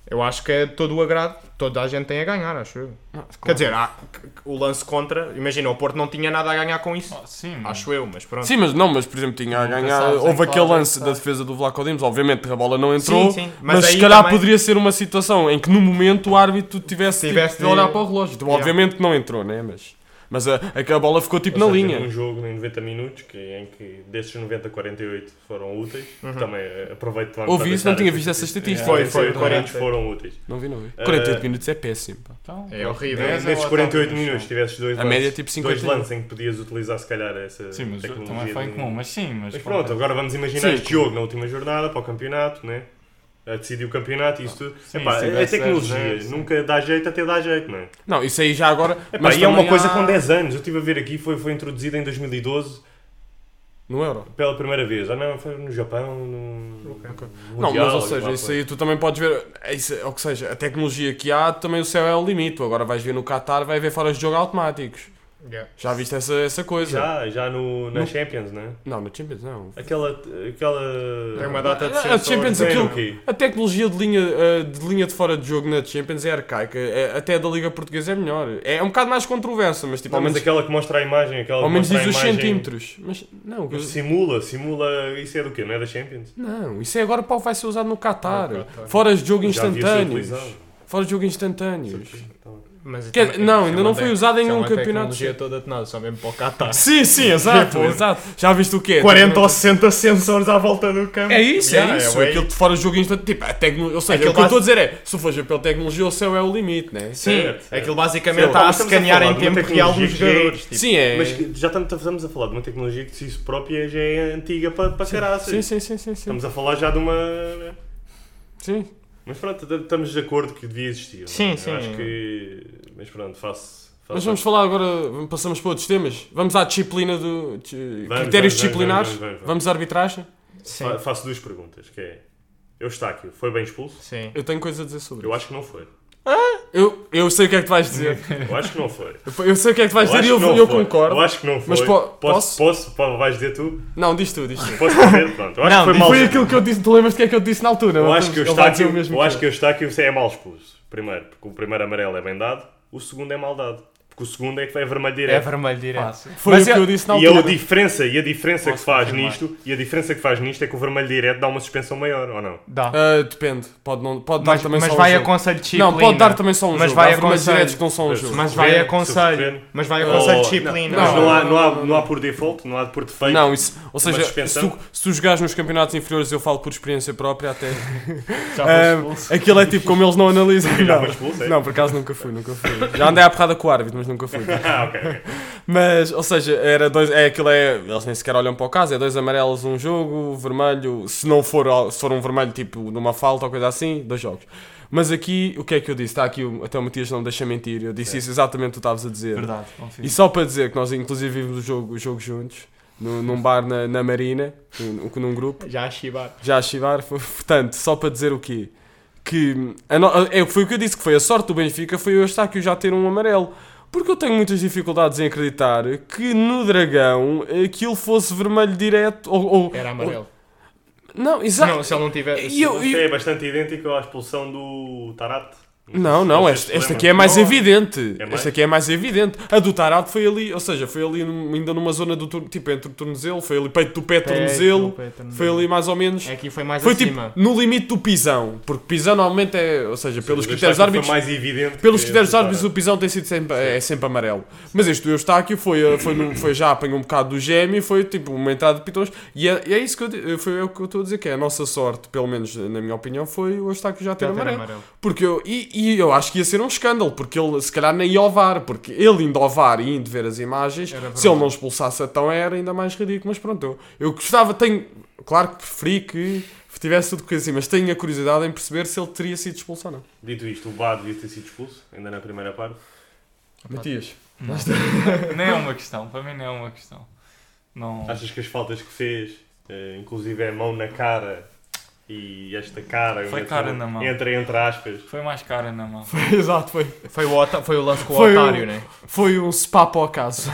S3: Eu acho que é todo o agrado, toda a gente tem a ganhar, acho eu.
S2: Não,
S3: Quer
S2: Ah, claro.
S3: dizer, há- o lance contra, imagina, o Porto não tinha nada a ganhar com isso.
S4: Ah, sim, mas-
S3: Acho eu, mas pronto.
S2: Sim, mas não, mas por exemplo, tinha a
S4: Nunca
S2: ganhar.
S4: sabes em
S2: Houve
S4: qual
S2: aquele
S4: jogo
S2: lance
S4: está.
S2: da defesa do Vlaco Dimos, obviamente que a bola não entrou.
S3: Sim, sim.
S2: Mas,
S3: Mas
S2: se
S3: aí
S2: calhar
S3: também-
S2: poderia ser uma situação em que no momento o árbitro tivesse,
S3: Tivesse
S2: tipo,
S3: de-
S2: de olhar para o relógio. Então,
S3: Yeah.
S2: Obviamente que não entrou, né? Mas, mas a, é que a bola ficou tipo
S1: Ou
S2: na
S1: seja,
S2: linha.
S1: Um jogo em 90 minutos, que, em que desses 90, 48 foram úteis.
S3: Uhum.
S1: que Também eh, aproveito para
S2: Ouvi isso, não tinha visto essa
S1: essas
S2: estatística.
S1: Foi, foi,
S3: Sim,
S1: 40
S3: sim.
S1: foram úteis.
S2: Não vi, não vi.
S1: Eh,
S2: 48 minutos é péssimo. pá.
S4: Então,
S3: É horrível.
S4: dez é
S1: Nesses
S4: o
S1: 48
S4: Otávio
S1: minutos
S4: Machado.
S1: tivesses dois
S2: A
S1: lances,
S2: média é tipo
S1: dois
S2: 51.
S1: lances em que podias utilizar se calhar essa
S4: Sim, mas
S1: tecnologia.
S4: também é foi
S1: de-
S4: em comum, um, mas um. sim, mas.
S1: Mas pronto, agora vamos imaginar
S2: Sim.
S1: este jogo na última jornada para o campeonato, né? A decidir o campeonato e isso tudo.
S4: Sim,
S1: Epá,
S4: se né?
S1: a
S4: tivesse
S1: tecnologia
S4: zero, sim.
S1: nunca dá jeito até dá jeito, não é?
S2: Não, isso aí já agora.
S1: Epá,
S2: mas
S1: e é uma
S2: também
S1: coisa
S2: há-
S1: com 10 anos. Eu estive a ver aqui, foi, foi introduzida em 2012
S2: No euro.
S1: pela primeira vez. Ah não, foi no Japão, no. no
S2: Não,
S1: Mundial,
S2: mas ou
S1: e lá
S2: seja, isso
S1: foi.
S2: aí tu também podes ver, é isso, ou que seja, a tecnologia que há também o céu é o limite. Tu Agora vais ver no Qatar, vai ver fora de jogo automáticos.
S3: Yeah.
S2: Já viste essa, essa coisa?
S1: Já, já no, na
S2: No-
S1: Champions, né?
S2: é Não, no Champions não.
S1: Aquela. aquela...
S3: Tem uma data de
S2: Ah,
S3: sensores. é.
S2: Champions,
S1: Tem
S2: aquilo-
S1: o quê?
S2: A tecnologia de linha, eh, de linha de fora de jogo na Champions é arcaica. É- até a da Liga Portuguesa é melhor. É um bocado mais controversa, mas tipo,
S1: Não,
S2: ao
S1: mas
S2: menos,
S1: aquela que mostra a imagem, aquela
S2: ao
S1: que
S2: menos
S1: mostra
S2: diz
S1: a
S2: os
S1: imagem-
S2: centímetros. Mas não,
S1: Mas
S2: coisa-
S1: Simula, simula. Isso é do quê? Não é da Champions?
S2: não, isso é agora para o que vai ser usado no Qatar.
S3: Ah, Qatar.
S2: Fora de jogo
S1: Já devia ser
S2: instantâneos.
S1: utilizado.
S2: Fora de jogo instantâneos.
S3: Mas
S2: Quer- não,
S3: também- isso é
S2: ainda
S3: uma
S2: não foi
S3: tec-
S2: usado em
S3: isso é
S2: nenhum
S3: uma
S2: campeonato.
S3: tecnologia toda de nada, só mesmo para o Qatar.
S2: Sim, sim, exato, exato. Já viste o que é?
S3: 40 ou 60 sensores à volta do campo.
S2: É isso,
S3: Yeah,
S2: é isso.
S3: bué
S2: aquilo de fora de jogo instantâneo. Tipo, a tecno... ou seja,
S3: Aquilo
S2: o que eu
S3: base-
S2: estou a dizer é: se for pela tecnologia, o céu é o limite, né?
S3: Sim,
S1: Certo, certo.
S3: aquilo basicamente
S1: Sim,
S3: está a
S1: mas estamos a
S3: escanear
S1: falar
S3: em
S1: de uma
S3: tempo real dos
S1: tecnologia que já é-
S3: jogadores. tipo.
S2: Sim, é.
S1: Mas que já estamos, estamos a falar de uma tecnologia que, se isso própria, já é antiga para, para caraças.
S2: Sim, sim, sim, sim. sim.
S1: Estamos a falar já de uma. né?
S2: sim.
S1: Mas pronto, t- estamos de acordo que devia existir. não é?
S3: Sim,
S1: Eu
S3: sim.
S1: Acho que. Mas pronto, faço, Tá,
S2: Mas
S1: tá.
S2: vamos falar agora, vamos- passamos para outros temas. Vamos à disciplina do. de-
S1: Vamos, vamos,
S2: critérios disciplinares.
S1: vamos, vamos, vamos.
S2: Vamos à arbitragem.
S3: Sim.
S1: Fa- faço duas perguntas, que é... Eustáquio, foi bem expulso?
S3: Sim.
S2: Eu tenho coisa a dizer sobre
S1: Eu
S2: isso.
S1: acho que não foi.
S2: Eu, eu sei o que é que tu vais dizer.
S1: Eu acho que não foi.
S2: Eu- Eu sei o que é que tu vais
S1: acho
S2: dizer e eu,
S1: que não
S2: eu
S1: foi.
S2: concordo.
S1: Eu acho que não foi.
S2: Mas po-
S1: posso,
S2: posso?
S1: posso? Posso? Vais dizer tu?
S2: Não, diz tu, diz tu.
S1: Posso dizer? Pronto. Eu acho
S3: Não,
S1: que foi
S3: diz-
S1: mal
S2: Foi
S1: expulso.
S2: aquilo que eu disse, tu lembras o que é que eu disse na altura?
S1: Eu
S2: mas
S1: acho que o
S2: ele vai dizer
S1: Eustáquio,
S2: o mesmo
S1: eu acho
S2: que
S1: que o Eustáquio é mal expulso. Primeiro, porque o primeiro amarelo é bem dado, o segundo é mal dado. Porque o segundo é que vai vermelho
S3: É
S1: direto.
S3: vermelho direto.
S4: Fácil.
S2: eu. Foi
S3: Mas
S2: o que
S3: é-
S2: eu disse na
S1: e é
S2: altura.
S1: a diferença, e a diferença que
S4: Posso
S1: faz
S4: confirmar.
S1: nisto, e a diferença que faz nisto é que o vermelho direto dá uma suspensão maior, ou não?
S3: Dá.
S2: Ah, depende, pode, não, pode dar
S3: Mas,
S2: também
S3: mas
S2: só
S3: vai
S2: um
S3: a
S2: jogo.
S3: conselho de disciplina.
S2: Não, pode dar também só um
S3: Mas
S2: jogo.
S3: vai
S2: Há
S3: a
S2: vermelhos
S3: conselho.
S2: diretos que não são um jogo.
S3: Mas vai a
S1: Sofrer,
S3: conselho.
S1: sofrer.
S3: Mas vai a
S1: Ou-
S3: conselho de
S1: não,
S3: disciplina.
S1: mas não,
S2: Oh, Não,
S1: há,
S2: não,
S1: não, há,
S2: não,
S1: não há por default, não há por defeito.
S2: Não, isso. Ou seja, se
S1: suspensão?
S2: tu, se tu jogares nos campeonatos inferiores, eu falo por experiência própria até.
S4: Já
S2: Ah,
S4: foi expulso.
S2: aquilo é tipo, como eles não analisam.
S1: Já
S2: Não,
S1: foi expulso, é?
S2: não, por acaso nunca fui, nunca fui. Já andei à porrada com o árbitro, mas nunca fui.
S1: Ah, ok, ok.
S2: Mas, ou seja, era dois. É aquilo é. Eles nem sequer olham para o caso, é dois amarelos um jogo, vermelho. Se não for, ao- se for um vermelho tipo numa falta ou coisa assim, dois jogos. Mas aqui, o que é que eu disse? Está aqui, o- até o Matias não me deixa mentir. Eu
S1: É.
S2: disse isso exatamente o que tu estavas a dizer.
S4: Verdade, confio.
S2: E só para dizer que nós, inclusive, vimos o jogo, o jogo juntos, num, num bar na, na Marina, num, num grupo
S3: Já a chibar.
S2: já a chivar. foi- Portanto, só para dizer o quê? Que a no- a- é, foi o que eu disse que foi a sorte do Benfica foi eu estar aqui já ter um amarelo. Porque eu tenho muitas dificuldades em acreditar que no Dragão aquilo fosse vermelho direto ou. ou-
S3: Era amarelo.
S2: Não, exato.
S3: Não, se ele não tiver.
S2: E eu-
S1: Isto é bastante idêntico à expulsão do Tarate.
S2: Não, não, esta, esta aqui é mais
S1: Não,
S2: evidente.
S1: É mais?
S2: Esta aqui é mais evidente. A do Tarado foi ali, ou seja, foi ali num- ainda numa zona do tur- tipo entre o tornozelo, foi ali peito do pé, tornozelo, foi ali mais ou menos.
S3: Aqui É foi mais
S2: Foi tipo
S3: acima.
S2: no limite do pisão, porque pisão normalmente é, ou seja, pelos
S1: o
S2: critérios
S1: Eustáquio
S2: árbitros,
S1: Foi mais evidente.
S2: pelos
S1: que
S2: critérios
S1: esse do
S2: árbitros o
S1: Tarate.
S2: pisão tem sido sempre, é sempre amarelo. Mas este do Eustáquio foi, eh, foi, num- foi já apanhou um bocado do gêmeo, foi tipo uma entrada de pitões, e é, e é isso que eu, di- foi o que eu estou a dizer, que é a nossa sorte, pelo menos eh, na minha opinião, foi o Eustáquio já ter
S3: Já ter
S2: amarelo.
S3: amarelo.
S2: Porque eu, e, e eu acho que ia ser um escândalo, porque ele se calhar nem ia ao VAR, porque ele indo ao VAR e indo ver as imagens,
S3: Era
S2: se ele
S3: verdade.
S2: não expulsasse então era ainda mais ridículo, mas pronto, eu, eu gostava, tenho, claro que preferi que tivesse tudo coisa assim, mas tenho a curiosidade em perceber se ele teria sido expulso ou não.
S1: Dito isto, o Bá devia ter sido expulso, ainda na primeira parte.
S2: Matias.
S4: Não. nem é uma questão, para mim nem é uma questão. Não.
S1: Achas que as faltas que fez, eh, inclusive é mão na cara e esta cara.
S4: Foi
S1: entre-
S4: cara na mão.
S1: Entre, entre aspas.
S4: Foi mais cara na mão.
S2: Exato, foi,
S3: Foi o, ota- foi o lance com o
S2: Foi o-
S3: otário, né?
S2: foi um spa para o acaso.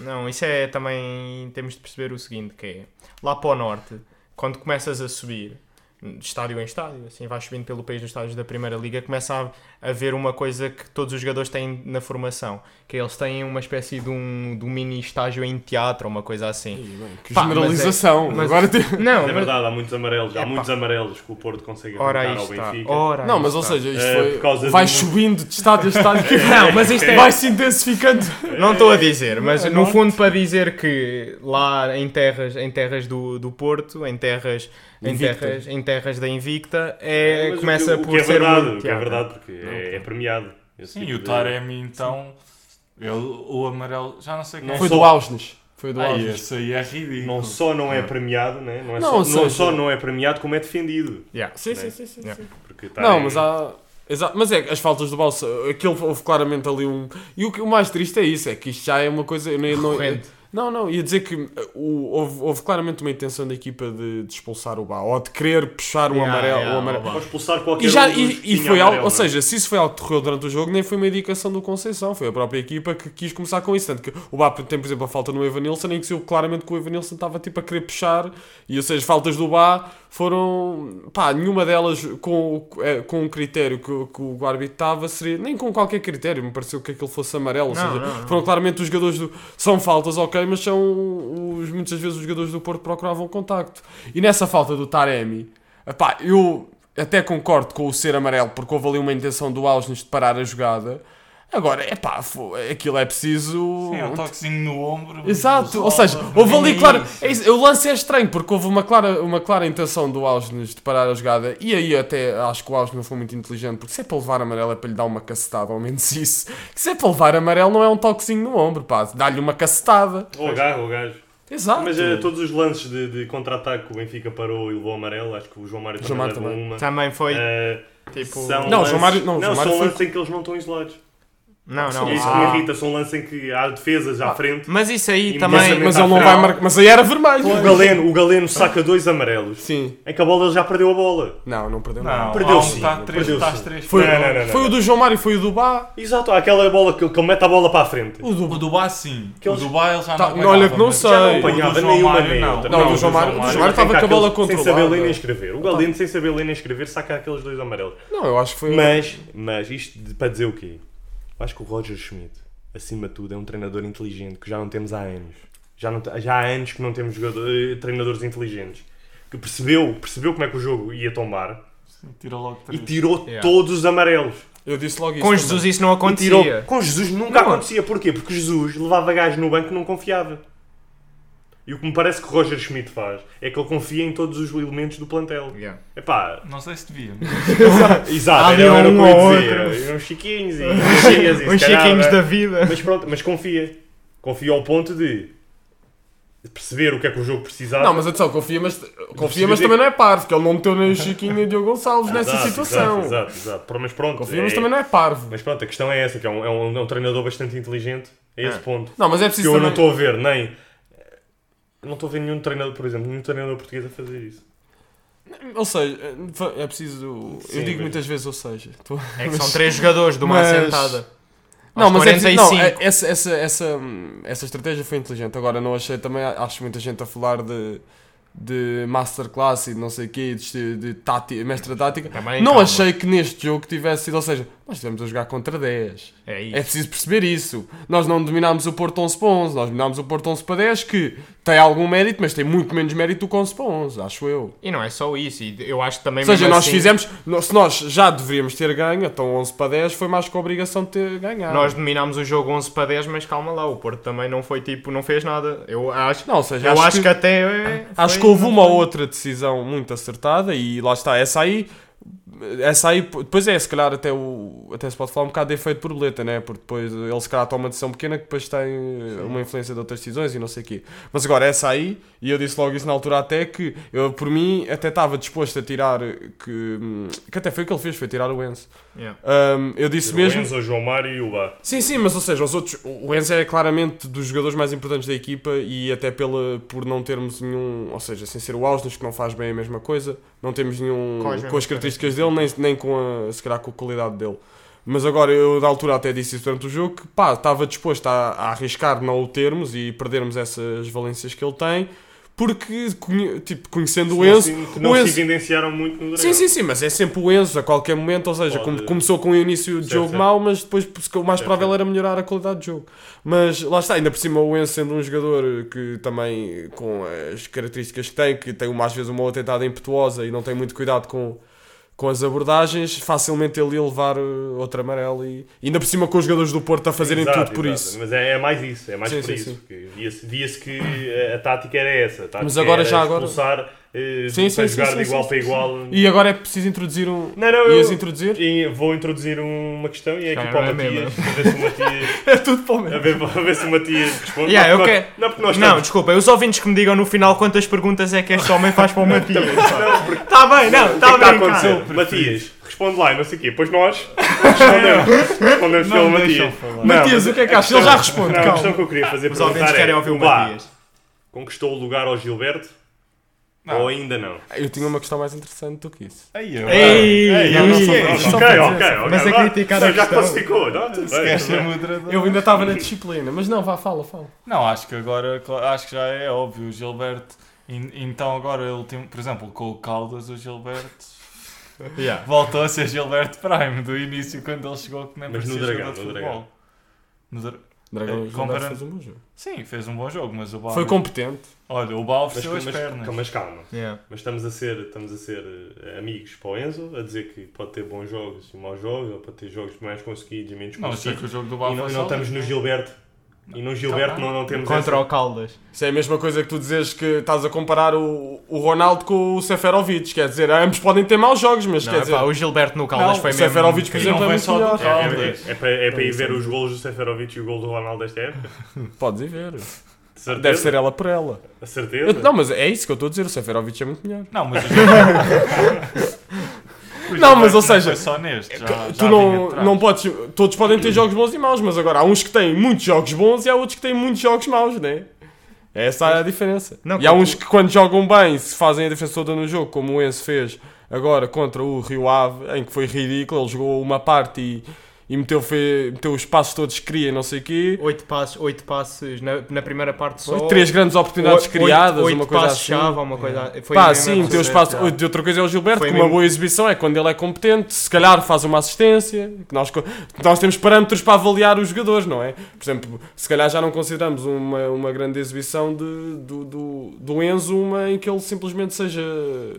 S3: Não, isso é também. Temos de perceber o seguinte: que é lá para o norte, quando começas a subir, de estádio em estádio, assim, vais subindo pelo país dos estádios da Primeira Liga, começa a haver uma coisa que todos os jogadores têm na formação, que é eles têm uma espécie de um, de um mini estágio em teatro, uma coisa assim.
S2: Que
S3: Pá, mas é-
S2: generalização.
S3: mas-
S2: Agora tem-
S3: Não,
S1: é
S3: mas-
S1: verdade, há muitos amarelos. Há
S3: Epá.
S1: muitos amarelos que o Porto consegue
S3: ora
S1: arrancar
S3: aí
S1: ao
S3: está.
S1: Benfica.
S3: Ora aí
S2: Não, mas ou
S3: está.
S2: seja, isto
S1: É, por
S2: foi,
S1: causa
S2: vai
S1: de um-
S2: subindo de estádio a estádio, que
S3: Não, mas isto é.
S2: vai se intensificando.
S3: Não estou a dizer, mas
S2: É
S3: no
S2: norte.
S3: fundo para dizer que lá em terras, em terras do, do Porto, em terras, em
S2: Invicta.
S3: terras, em terras da Invicta, é,
S1: Mas o
S3: começa
S1: que- o
S3: por
S1: que é
S3: ser
S1: verdade,
S3: muito
S1: o que é
S3: teatro.
S1: verdade, porque é, é premiado. Esse
S4: Sim,
S1: tipo
S4: e o
S1: de-
S2: é
S4: Taremi então. Ele, o amarelo, já não sei quem
S1: Não
S4: é.
S2: Foi
S1: sou-
S2: do Ausnes. Foi do
S4: Ah,
S2: Ausnes.
S4: esse aí é ridículo.
S1: Não só não é premiado, né? não, é
S2: Não,
S1: só,
S2: ou
S1: não
S2: seja-
S1: só não é premiado, como é defendido.
S3: Yeah.
S2: Sim,
S1: né?
S2: sim, sim, sim.
S3: Yeah.
S2: sim.
S1: Porque tá
S2: Não,
S1: aí-
S2: mas há. Exato, mas é que as faltas do Balsa, aquilo houve claramente ali um. E o, que- o mais triste é isso, é que isto já é uma coisa. eu nem- não,
S3: Recorrente.
S2: não, não, ia dizer que uh, o- houve, houve claramente uma intenção da equipa de, de expulsar o Bá, ou de querer puxar o
S3: Yeah,
S2: amarelo. um
S3: yeah,
S2: o amarelo.
S3: o Bá.
S1: Pode expulsar qualquer
S2: E, já,
S1: um dos
S2: e,
S1: que
S2: e
S1: tinha
S2: foi algo,
S1: amarelo,
S2: ou
S1: né?
S2: seja, se isso foi algo que decorreu durante o jogo, nem foi uma indicação do Conceição, foi a própria equipa que quis começar com isso. Tanto que o BAP tem, por exemplo, a falta no Evanilson, em que se viu claramente que o Evanilson estava tipo a querer puxar, e ou seja, as faltas do BA foram, pá, nenhuma delas com, eh, com o critério que, o- que o árbitro estava, seria, nem com qualquer critério, me pareceu que aquilo fosse amarelo. ou
S3: Não,
S2: seja,
S3: não, não.
S2: foram claramente os jogadores do. São faltas, ok, mas são os, muitas vezes os jogadores do Porto procuravam contacto. E nessa falta do Taremi, epá, eu até concordo com o ser amarelo, porque houve ali uma intenção do Ausnes de parar a jogada. Agora, epá, fo- aquilo é preciso.
S4: Sim, é um toquezinho no ombro.
S2: Exato,
S4: no
S2: ou seja,
S4: solta.
S2: houve ali,
S4: Nem
S2: claro,
S4: isso.
S2: é isso, o lance é estranho, porque houve uma clara, uma clara intenção do Ausnes de parar a jogada, e aí até acho que o Ausnes não foi muito inteligente, porque se é para levar amarelo é para lhe dar uma cacetada, ao menos isso. Que se é para levar amarelo não é um toquezinho no ombro, pá, dá-lhe uma cacetada.
S1: Ou agarra o gajo.
S2: Exato.
S1: Mas eh, todos os lances de, de contra-ataque que o Benfica parou e levou amarelo, acho que o João Mário
S2: João
S1: também
S2: Mário
S1: levou
S2: também. Tá,
S1: uma.
S3: Também foi
S1: Eh,
S3: tipo.
S1: são
S2: Não, o
S1: lances-
S2: João Mário- não, o João Mário
S1: são
S2: foi-
S1: lances em que eles não estão isolados.
S3: Não, não.
S1: É isso que
S3: há-
S1: me irrita, são lances em que há defesas à frente.
S3: Mas isso aí
S1: E
S3: também.
S1: mesmo-
S2: Mas ele não vai marcar. Mas aí era vermelho.
S1: O Galeno, o Galeno saca dois amarelos.
S2: Sim.
S1: Em que a bola ele já perdeu a bola.
S2: Não, não perdeu nada.
S4: Não,
S1: Perdeu
S4: há um
S1: sim,
S4: tá três,
S1: perdeu
S4: estás
S1: sim.
S4: três.
S1: Foi-
S4: para um.
S1: não, não, não.
S2: Foi o do João Mário, foi o do Bá.
S1: Exato, há aquela bola que ele, que ele mete a bola para a frente.
S2: O do
S4: O Dubai sim.
S1: Aqueles-
S4: O Dubai ele já
S2: Tá,
S4: não apanhava,
S2: olha que não
S4: mas-
S2: sei.
S1: Já não
S4: O do
S1: apanhava
S4: João
S1: nenhuma
S4: Mário,
S1: nem
S4: não.
S1: outra.
S4: Não,
S2: o do João Mário- o João Mário estava
S1: Tem
S2: com a bola
S1: aqueles- Sem
S2: controlada.
S1: saber ler nem escrever. O Galeno, sem saber ler nem escrever, saca aqueles dois amarelos.
S2: Não, eu acho que foi.
S1: Mas, mas isto de- para dizer o quê? Eu acho que o Roger Schmidt, acima de tudo, é um treinador inteligente que já não temos há anos. Já, não te- já há anos que não temos jogador- eh, treinadores inteligentes. Que percebeu, percebeu como é que o jogo ia tombar
S4: Tira logo
S1: e
S4: três.
S1: tirou
S3: Yeah.
S1: todos os amarelos.
S2: Eu disse logo isso.
S3: Com
S2: também.
S3: Jesus isso não
S1: E tirou-
S3: acontecia.
S1: Com Jesus nunca
S2: Não.
S1: acontecia. Porquê? Porque Jesus levava gajos no banco que não confiava. E o que me parece que o Roger Schmidt faz é que ele confia em todos os elementos do plantel.
S3: Yeah.
S1: Epá,
S4: Não sei se devia.
S1: exato,
S3: Há
S1: era,
S3: ali
S1: era
S3: um
S1: o que eu
S3: ou
S1: ia dizer.
S3: outro.
S1: Era Uns chiquinhos e uns chiquinhos, e
S3: Os
S1: se calhar,
S3: chiquinhos
S1: né?
S3: da vida.
S1: Mas pronto, mas confia. Confia ao ponto de perceber o que é que o jogo precisava.
S2: Não, mas atenção, confia, mas, confia, mas
S1: percebi-
S2: também não é parvo, porque ele não meteu nem o Chiquinho nem o Diogo Gonçalves
S1: Exato,
S2: nessa situação.
S1: Exato, exato, exato. Mas pronto,
S2: Confia,
S1: é-
S2: mas também não é parvo.
S1: mas pronto, a questão é essa, que é um, é um- é um treinador bastante inteligente a esse
S3: É.
S1: ponto.
S2: Não, mas é
S1: que
S2: preciso
S1: eu
S2: também...
S1: não estou a ver nem não estou a ver nenhum treinador por exemplo nenhum treinador português a fazer isso
S2: Ou seja, é- é preciso...
S1: Sim,
S2: eu digo
S1: mas-
S2: muitas vezes, ou seja... estou-
S3: É que são três jogadores de uma
S2: mas-
S3: assentada.
S2: Não,
S3: Aos
S2: mas é preciso,
S3: 45.
S2: não, é- essa, essa, essa, hum, essa estratégia foi inteligente. Agora, não achei também... Acho muita gente a falar de, de masterclass e de não sei o quê, de, de tática, mestra tática.
S3: Também,
S2: não
S3: calma.
S2: achei que neste jogo tivesse sido... Ou seja, nós estivemos a jogar contra 10.
S3: É isso.
S2: É preciso perceber isso. Nós não dominámos o Porto 11 para 11, nós dominámos o Porto 11 para 10, que tem algum mérito, mas tem muito menos mérito do que 11 para 11, acho eu.
S3: E não é só isso. e Eu acho que também.
S2: Ou seja,
S3: mesmo
S2: nós
S3: assim,
S2: fizemos, nós- se nós já deveríamos ter ganho, então 11 para 10 foi mais que a obrigação de ter ganhado.
S3: Nós dominámos o jogo 11 para 10, mas calma lá, o Porto também não foi tipo, não fez nada. Eu acho,
S2: Não, ou seja,
S3: eu
S2: acho,
S3: acho,
S2: que, Ah,
S3: que, até. é,
S2: acho
S3: foi-
S2: que houve uma outra decisão muito acertada e lá está, essa aí. Essa aí, depois é, se calhar até, o, até se pode falar um bocado de efeito borboleta, né? Porque depois ele se calhar toma uma decisão pequena que depois tem eh, uma influência de outras decisões e não sei o quê. Mas agora, essa aí, e eu disse logo isso na altura até que eu, por mim, até estava disposto a tirar, que, que até foi o que ele fez, foi tirar o Enzo.
S3: Yeah.
S2: Ahm, eu disse
S1: o
S2: mesmo...
S1: Enzo, o João Mário e o Bá
S2: Sim, sim, mas ou seja, os outros, o Enzo é claramente dos jogadores mais importantes da equipa e até pela, por não termos nenhum, ou seja, sem ser o Ausnes que não faz bem a mesma coisa, não temos nenhum
S3: Com as
S2: com, as
S3: mesmas
S2: características dele, nem, nem com a, se calhar com a qualidade dele. Mas agora eu da altura até disse isso durante o jogo que pá, estava disposto a, a arriscar não o termos e perdermos essas valências que ele tem, porque conhe- tipo, conhecendo o
S1: Não
S2: Enzo,
S1: se- que
S2: o
S1: não
S2: Enzo-
S1: se evidenciaram muito no
S2: Sim,
S1: Dragão.
S2: sim, sim, mas é sempre o Enzo a qualquer momento, ou seja,
S1: Pode-
S2: como começou com o início de
S1: Certo,
S2: jogo
S1: certo.
S2: mau, mas depois porque o mais
S1: Certo,
S2: provável
S1: certo.
S2: era melhorar a qualidade de jogo. Mas lá está, ainda por cima o Enzo sendo um jogador que também com as características que tem, que tem uma, às vezes uma outra tentada impetuosa e não tem muito cuidado com, com as abordagens, facilmente ele ia levar eh, outro amarelo e ainda por cima com os jogadores do Porto a fazerem
S1: Exato,
S2: tudo por
S1: exato.
S2: isso.
S1: mas é, é mais isso é mais
S2: Sim,
S1: por
S2: sim, sim.
S1: isso porque via-se via-se que a, a tática era essa a tática
S2: Mas agora
S1: era
S2: já agora-
S1: expulsar eh,
S2: Sim,
S1: para
S2: sim,
S1: jogar
S2: sim, sim,
S1: de igual
S2: sim,
S1: para
S2: sim.
S1: igual
S2: E agora é preciso introduzir um.
S1: não, não,
S2: Ias
S1: eu
S2: introduzir?
S1: e vou introduzir uma questão e é aqui
S3: Cara,
S1: para o
S3: não é
S1: Matias a ver se o Matias
S2: É tudo para o mesmo.
S1: a ver, a ver se o Matias responde
S3: Yeah,
S1: não,
S3: eu
S1: porque-
S3: que-
S1: não porque nós
S3: Não,
S1: estamos-
S3: desculpa, os ouvintes que me digam no final quantas perguntas é que este homem faz para o Matias.
S1: não, porque
S3: Está bem, não, tá
S1: O que
S2: tá
S1: é que está
S3: está
S1: a
S3: bem, cara.
S1: acontecer? Matias, responde lá, e não sei o quê. Pois nós respondemos. Respondemos
S4: Não
S1: pelo
S4: me deixam
S1: Matias.
S4: falar.
S1: Não,
S2: Matias,
S1: mas
S2: o que é que
S1: a
S2: achas? Ele
S1: questão-
S2: já responde,
S1: Não, a
S2: calma.
S1: questão que eu queria fazer
S3: Os ouvintes
S1: perguntar é,
S3: querem ouvir o
S1: Bá
S3: Matias.
S1: conquistou o lugar ao Gilberto?
S4: Não.
S1: Ou ainda não?
S2: Eu tinha uma questão mais interessante do que isso.
S4: Aí eu.
S3: Ei,
S1: Ei,
S3: não, não
S1: ei,
S3: sou-
S1: ei,
S3: não
S1: ok,
S3: sou-
S1: ok, ok.
S3: Mas a
S1: vá.
S3: criticar
S1: Não,
S3: a
S1: Já
S3: questão.
S1: classificou, não? tudo
S4: Se
S1: bem,
S4: queres
S1: tudo bem.
S4: ser moderador.
S2: Eu ainda estava na disciplina, mas não, vá, fala, fala.
S4: Não, acho que agora, cla- acho que já é óbvio, o Gilberto. in- Então agora ele tem, por exemplo, com o Caldas, o Gilberto
S3: Yeah.
S4: voltou a ser Gilberto Prime do início quando ele chegou que nem
S1: Mas
S4: parecia
S1: no Dragão,
S4: jogador de
S1: no
S4: futebol. No Dra-
S2: Dragão
S4: É,
S2: Júnior
S4: comparando-
S2: fez um bom jogo.
S4: Sim, fez um bom jogo, mas o Bal.
S2: Foi competente.
S4: Olha, o Bal
S1: Mas,
S4: ofereceu as
S1: mas-
S4: pernas.
S1: mas calma,
S3: Yeah.
S1: mas estamos a ser, estamos a ser eh, amigos para o Enzo, a dizer que pode ter bons jogos e maus jogos, ou pode ter jogos mais conseguidos e menos
S4: Não, achei
S1: conseguidos.
S4: que o jogo do Bal
S1: E não,
S4: foi um.
S1: não
S4: sólido.
S1: estamos no Gilberto. E no Gilberto
S4: né? Tá
S1: não, não temos
S3: Contra
S1: essa-
S3: o Caldas.
S2: Isso é a mesma coisa que tu dizes que estás a comparar o, o Ronaldo com o Seferovic. Quer dizer, ambos podem ter maus jogos, mas
S3: Não,
S2: quer
S3: epá,
S2: dizer.
S3: o Gilberto no Caldas
S2: Não,
S3: foi
S2: o
S3: mesmo. um
S2: Seferovic, por
S4: E não
S2: exemplo, é
S4: vem
S2: muito
S4: só do
S2: melhor.
S4: Caldas.
S1: É, é, é, para, é para ir ver os golos do Seferovic e o gol do Ronaldo desta época?
S2: Podes ir ver.
S1: De certeza?
S2: Deve ser ela por ela.
S1: A certeza?
S2: Eu- não, mas é isso que eu estou a dizer. O Seferovic é muito melhor.
S4: Não, mas o Gilberto.
S2: Não, mas, ou
S4: um. Não
S2: seja,
S4: Foi só neste. Já, já
S2: tu
S4: vinha
S2: não,
S4: atrás.
S2: não podes. Todos podem ter jogos bons e maus, mas agora há uns que têm muitos jogos bons e há outros que têm muitos jogos maus, não é? Essa é a diferença.
S3: Não,
S2: e há
S3: como-
S2: uns que, quando jogam bem, se fazem a diferença toda no jogo, como o Enzo fez agora contra o Rio Ave, em que foi ridículo. Ele jogou uma parte e, e meteu, fe- meteu os passos todos que queria, e não sei o quê.
S3: Oito passos, oito passes na, na primeira parte só.
S2: Três grandes oportunidades
S3: Oito-
S2: criadas,
S3: oito
S2: uma coisa
S3: passos
S2: assim.
S3: chave, uma coisa foi
S2: Pá,
S3: mesmo
S2: sim, um meteu
S4: coisa.
S2: os passos.
S4: Já.
S2: De outra coisa é o Gilberto,
S3: Foi
S2: que uma
S3: mesmo-
S2: boa exibição é quando ele é competente, se calhar faz uma assistência. que Nós, co- nós temos parâmetros para avaliar os jogadores, não é? Por exemplo, se calhar já não consideramos uma, uma grande exibição de, do, do, do Enzo, uma em que ele simplesmente seja.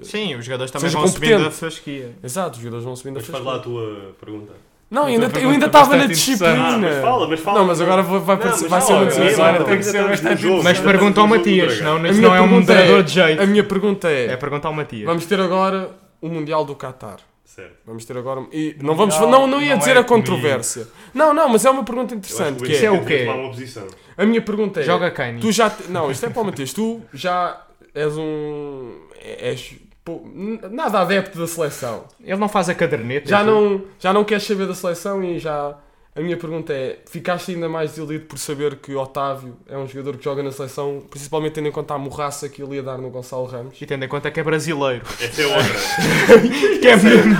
S3: Sim, os jogadores também
S2: Seja
S3: vão subindo a
S2: competente.
S3: fasquia.
S2: Exato, os jogadores vão subindo a
S1: Mas faz lá a
S2: fresca.
S1: tua pergunta.
S2: Não,
S4: Outra
S2: ainda, eu
S4: pergunta
S2: ainda estava na
S4: bastante interessante.
S1: Ah,
S2: disciplina.
S1: mas fala, mas fala.
S2: Não, mas agora vai, vai,
S1: Não, mas é
S2: parecer- vai
S1: já
S2: ser uma
S1: olha,
S2: disciplina.
S4: agora tem que ser
S1: estamos no
S4: bastante
S1: jogo,
S3: Mas
S1: já
S3: pergunta ao
S1: estamos no jogo do
S3: Matias,
S1: Dragão.
S3: não,
S2: A
S3: isso
S2: minha
S3: não é um
S2: pergunta é-
S3: moderador de jeito.
S2: A minha pergunta
S3: É
S2: é:
S3: perguntar ao Matias.
S2: vamos ter agora o Mundial do Qatar.
S1: Certo.
S2: Vamos ter agora. um- E não vamos.
S4: Não,
S2: Não, não, ia
S4: não
S2: dizer
S4: é
S2: a controvérsia. Não, não, mas é uma pergunta
S1: Eu acho
S2: interessante.
S1: que
S2: Que
S1: Benfica
S2: é,
S3: Isso é o
S1: devia
S3: quê?
S1: tomar uma posição.
S2: a minha pergunta é.
S3: Joga Kane.
S2: Tu já. te- Não, isto é para o Matias. Tu já és um. És. pô, n- nada adepto da seleção.
S3: Ele não faz a caderneta.
S2: Já
S3: tu-
S2: não, já não queres saber da seleção e já. A minha pergunta é: ficaste ainda mais desiludido por saber que Otávio é um jogador que joga na seleção, principalmente tendo em conta a morraça que ele ia dar no Gonçalo Ramos?
S3: E tendo em conta que é brasileiro.
S1: Essa é outra.
S3: que é mesmo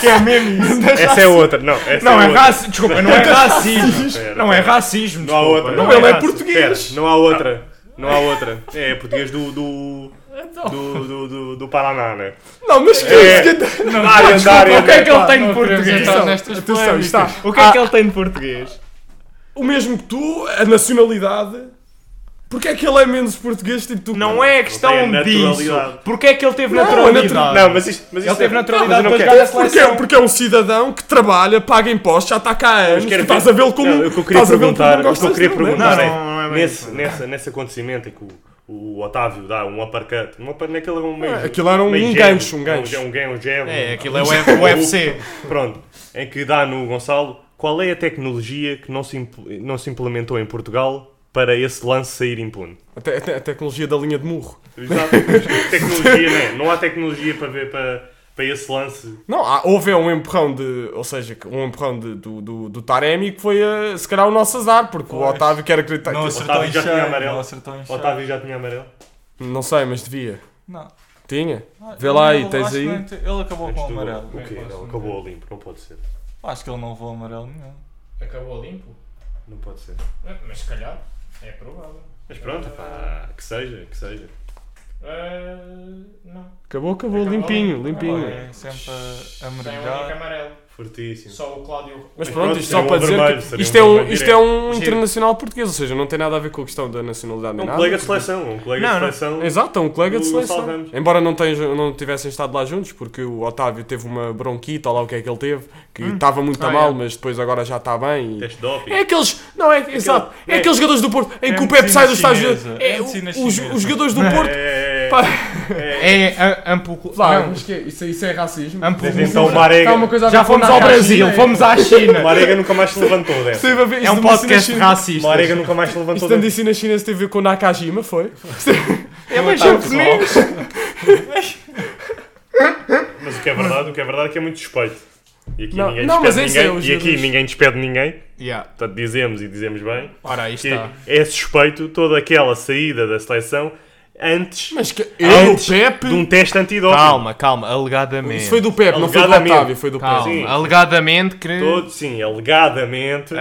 S3: Que é mesmo isso.
S1: Essa é outra. Não, essa
S3: Não
S1: é
S3: é
S1: outra.
S3: racismo. Desculpa, não é racismo.
S1: Pera,
S3: Não é racismo.
S1: Não há
S3: desculpa.
S1: outra.
S3: Não,
S2: Não, ele é
S3: racismo.
S2: português!
S1: Pera, não há outra. Não há outra. É, é português do. do. do, do, do, do Paraná, né?
S2: Não, mas que
S1: É.
S2: que-
S1: Não, área,
S3: desculpa, o que é que ele tem de
S4: não queremos
S3: português?
S4: entrar nestas
S2: Atenção, isto está.
S3: O que é que ele tem de português?
S2: o mesmo que tu, a nacionalidade. Porque é que ele é menos português tipo tu?
S3: Não é questão
S1: Não tem
S3: disso.
S1: naturalidade.
S3: Porquê é que ele teve
S2: Não,
S3: naturalidade?
S2: a
S1: Não, mas isto. Mas
S3: Ele
S1: isto
S3: teve
S1: é-
S3: naturalidade
S1: Não, mas
S3: para
S1: eu não
S3: jogar na
S1: quero-
S2: Porque,
S3: seleção.
S2: porque é um cidadão que trabalha, paga impostos, já está cá há anos, tu
S1: quero
S2: estás
S1: ver-
S2: a vê-lo como. um-
S1: Não, o que eu queria
S2: estás a vê-lo como
S1: perguntar,
S2: não
S1: o que eu
S2: gostas
S1: queria
S2: dele, não é?
S1: perguntar
S3: Não,
S1: é,
S3: não é bem
S1: nesse,
S3: isso, não.
S1: nessa, nesse acontecimento em que o, o Otávio dá um uppercut, um uppercut naquele um meio,
S2: É, aquilo era um
S1: meio
S2: gancho, um
S1: jab,
S2: gancho.
S1: um, um, gan- um jab,
S3: É,
S1: um-
S3: aquilo é o F- o UFC.
S1: Pronto, em que dá no Gonçalo, qual é a tecnologia que não se, impl- não se implementou em Portugal para esse lance sair impune?
S2: A, te- a te- a tecnologia da linha de murro.
S1: Exato, tecnologia, não
S3: né?
S1: é? Não há tecnologia para ver para, para esse lance.
S2: Não, há, houve um empurrão de. Ou seja, um empurrão de- do, do, do Taremi que foi eh, se calhar o nosso azar, porque o
S4: Pois.
S2: Otávio quer acreditar.
S4: Não
S2: que-
S4: acertou em
S1: Otávio já tinha
S4: cheio.
S1: amarelo.
S4: Não acertou em cheio.
S1: Otávio já tinha amarelo.
S2: Não sei, mas devia.
S4: Não.
S2: Tinha?
S4: Ah,
S2: Vê lá
S4: ele-
S2: aí, tens
S4: acho que
S2: aí?
S4: não te- Ele acabou com
S1: Antes
S4: o
S1: do-
S4: amarelo.
S3: é
S1: O quê?
S4: Eu acho
S1: Ele
S4: que
S1: acabou a limpo, não pode ser.
S4: não. Acho que ele não levou amarelo nenhum.
S3: Acabou limpo?
S1: Não pode ser.
S3: Mas se calhar. É provável.
S1: Mas pronto, pá, que seja, que seja.
S3: Eh, não.
S2: Acabou, acabou,
S3: Acabou.
S2: limpinho, limpinho.
S4: Agora é sempre a, a
S3: é
S4: mergulhar.
S3: amarelo.
S1: Fortíssimo.
S3: Só o Cláudio.
S2: Mas
S1: Mas
S2: pronto,
S1: pronto,
S2: isto
S1: seria
S2: só
S1: um
S2: para dizer
S1: vermelho,
S2: que
S1: seria
S2: isto
S1: um
S2: é um,
S1: vermelho
S2: isto é um
S3: Sim.
S2: internacional português, ou seja, não tem nada a ver com a questão da nacionalidade nem
S1: Um
S2: nada.
S1: colega de seleção, um colega
S3: Não,
S1: de
S3: não.
S1: seleção.
S2: Exato, é um colega de
S1: Do
S2: seleção.
S1: Gonçalo Ramos.
S2: Embora não, tenham, não tivessem estado lá juntos, porque o Otávio teve uma bronquita, ou lá o que é que ele teve, que estava muito
S3: Ah,
S2: a mal,
S3: é.
S2: mas depois agora já está bem. e-
S1: Teste de doping.
S2: É aqueles. Não, é, exato. É,
S1: é.
S2: aqueles jogadores do Porto em
S4: É
S2: que o Pepe
S4: medicina
S2: sai dos estágios.
S4: chinesa,
S2: É,
S4: é medicina
S2: os, os
S4: chinesa.
S2: jogadores do Porto.
S1: É,
S2: Pá,
S3: É a- amplo.
S2: vá,
S3: não.
S2: mas que é- isso, isso é racismo.
S3: Amplo-
S1: Mas então o Marega.
S2: Há uma coisa a ver
S3: Já
S2: com
S3: fomos
S2: nada
S3: ao
S2: a ver.
S3: Brasil, fomos à China.
S1: O Marega nunca mais se levantou dessa.
S2: Teve a ver-
S3: É
S2: isso
S3: um
S2: de medicina
S3: podcast
S2: chinesa-
S1: O
S3: racista.
S1: Marega nunca mais se
S2: Isto é
S1: levantou
S2: da
S1: dessa.
S2: medicina chinesa teve a ver com o Nakajima, foi?
S3: É um japonês.
S1: Mas o que é verdade, o que é verdade é que é muito suspeito. E aqui
S2: Não,
S1: ninguém
S2: não, mas
S1: despede
S2: esse é
S1: ninguém.
S2: os
S1: e aqui
S2: jogadores.
S1: ninguém despede ninguém.
S3: Yeah.
S1: Portanto, dizemos e dizemos bem
S3: Ora, aí
S1: que
S3: está.
S1: é suspeito toda aquela saída da seleção antes,
S2: Mas que. Eu, o
S1: antes
S2: Pepe.
S1: de um teste antidoping.
S3: Calma, calma, alegadamente.
S2: Isso foi do Pepe, não foi do
S1: Alegadamente.
S2: Otávio, foi do
S3: Calma,
S2: Pepe.
S1: Sim.
S3: alegadamente que.
S1: Todo, sim, alegadamente,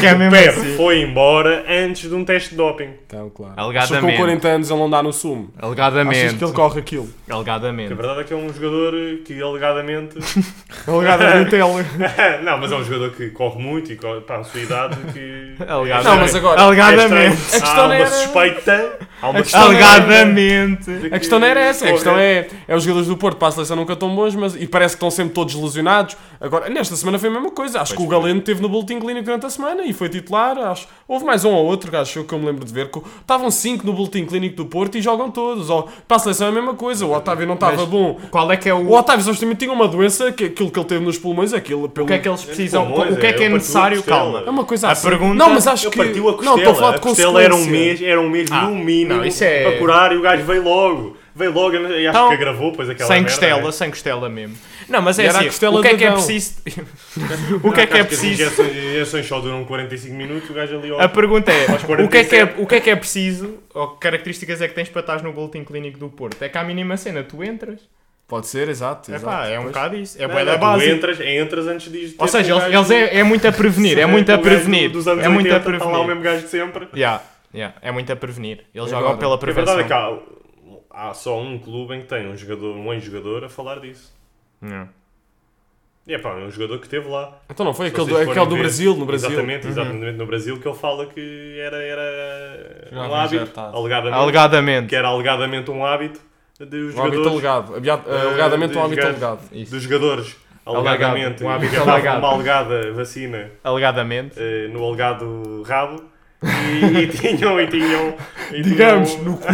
S3: que é
S1: o
S3: mesmo
S1: Pepe
S3: assim.
S1: foi embora antes de um teste de doping.
S2: Então, claro.
S3: Alegadamente.
S2: Acho que com 40 anos ele não dá no sumo. Achas
S3: Alegadamente.
S2: que ele corre aquilo?
S1: A
S3: Alegadamente.
S1: verdade é que é um jogador que alegadamente
S2: Alegadamente ele.
S1: não, mas é um jogador que corre muito e corre para a sua idade que.
S3: Alegadamente.
S2: Não, mas agora-
S3: Alegadamente. é
S1: É estranho.
S2: questão
S1: há uma
S2: era-
S1: suspeita. Há uma
S2: questão
S1: suspeita
S2: era-
S3: Alegadamente.
S1: de que
S2: A questão não era essa, a
S1: corre.
S2: questão é, é os jogadores do Porto para a seleção nunca tão bons mas, e parece que estão sempre todos lesionados. Agora, nesta semana foi a mesma coisa. Acho que o Galeno teve no boletim clínico durante a semana e foi titular. Acho, houve mais um ou outro, que acho eu que eu me lembro de ver. que Estavam cinco no boletim clínico do Porto e jogam todos. Ou, para a seleção é a mesma coisa. O Otávio não estava
S3: Mas-
S2: bom.
S3: Qual é que é o.
S2: O Otávio supostamente tinha uma doença, que aquilo que ele teve nos pulmões, aquilo pelo...
S3: O que é que eles precisam?
S1: Pois
S3: o que é que
S1: é,
S3: é
S1: eu
S3: necessário?
S1: partiu a costela.
S3: Calma.
S2: É uma coisa
S3: A
S2: assim.
S3: pergunta-
S2: Não, mas acho
S1: Ele
S2: que...
S1: partiu a
S2: não,
S1: costela.
S2: estou a falar de
S1: a costela era um
S2: consequência.
S1: mês, era um mês
S3: Ah,
S1: no mínimo
S3: não, isso é-
S1: para curar e o gajo veio logo. Veio logo e acho
S3: Então,
S1: que agravou, pois aquela
S3: Sem
S1: merda,
S3: costela,
S1: né?
S3: sem costela mesmo. Não, mas é
S2: E era a
S3: assim,
S2: costela
S3: o que é
S2: do
S3: que é
S2: Adão.
S3: preciso... o que é que
S1: Acho
S3: é
S1: as
S3: preciso...
S1: injeções, as injeções só duram 45 minutos, o gajo ali ó,
S3: A pergunta é,
S1: Aos
S3: o que é que é,
S1: 47.
S3: o que é que é preciso, ou que características é que tens para estar no boletim clínico do Porto? É que há a mínima cena, tu entras,
S2: Pode ser, exato.
S3: é
S2: exato.
S3: pá, é um
S2: Pois.
S3: bocado isso, é
S1: Não,
S3: bué
S1: não,
S3: da
S1: tu
S3: base.
S1: entras, entras antes de ter
S3: Ou seja,
S1: o
S3: eles,
S1: gajo-
S3: eles é, é muito a prevenir, é
S1: o
S3: muito a
S1: gajo
S3: prevenir,
S1: Dos anos
S3: é muito a
S1: 80, tá lá o
S3: prevenir.
S1: mesmo gajo de sempre.
S3: Yeah, yeah, é muito a prevenir, eles
S2: E
S3: jogam
S2: agora?
S1: A
S3: pela
S1: verdade é que
S3: prevenção.
S1: há, há só um clube em que tem um jogador, um ex-jogador a falar disso.
S3: Yeah.
S1: E é pá, é um jogador que esteve lá.
S2: Então não foi
S1: Se
S2: aquele do,
S1: vocês forem
S2: aquele do
S1: ver-
S2: Brasil, no Brasil. Uhum.
S1: Exatamente, exatamente no Brasil, que ele fala que era, era
S4: Jogava
S1: um hábito,
S4: injetado.
S1: alegadamente, que
S3: Alegadamente.
S1: era alegadamente um hábito dos
S2: Um hábito
S1: jogadores,
S2: alegado. Abiado- Alegadamente um
S1: dos
S2: hábito
S1: gajos.
S2: alegado.
S3: Isso.
S1: dos jogadores alegadamente,
S3: um hábito
S1: que levavam
S3: alegado.
S1: uma alegada vacina
S3: Alegadamente.
S1: eh, no alegado rabo e, e tinham, e tinham, e
S2: Digamos,
S1: tinham-
S2: no cu.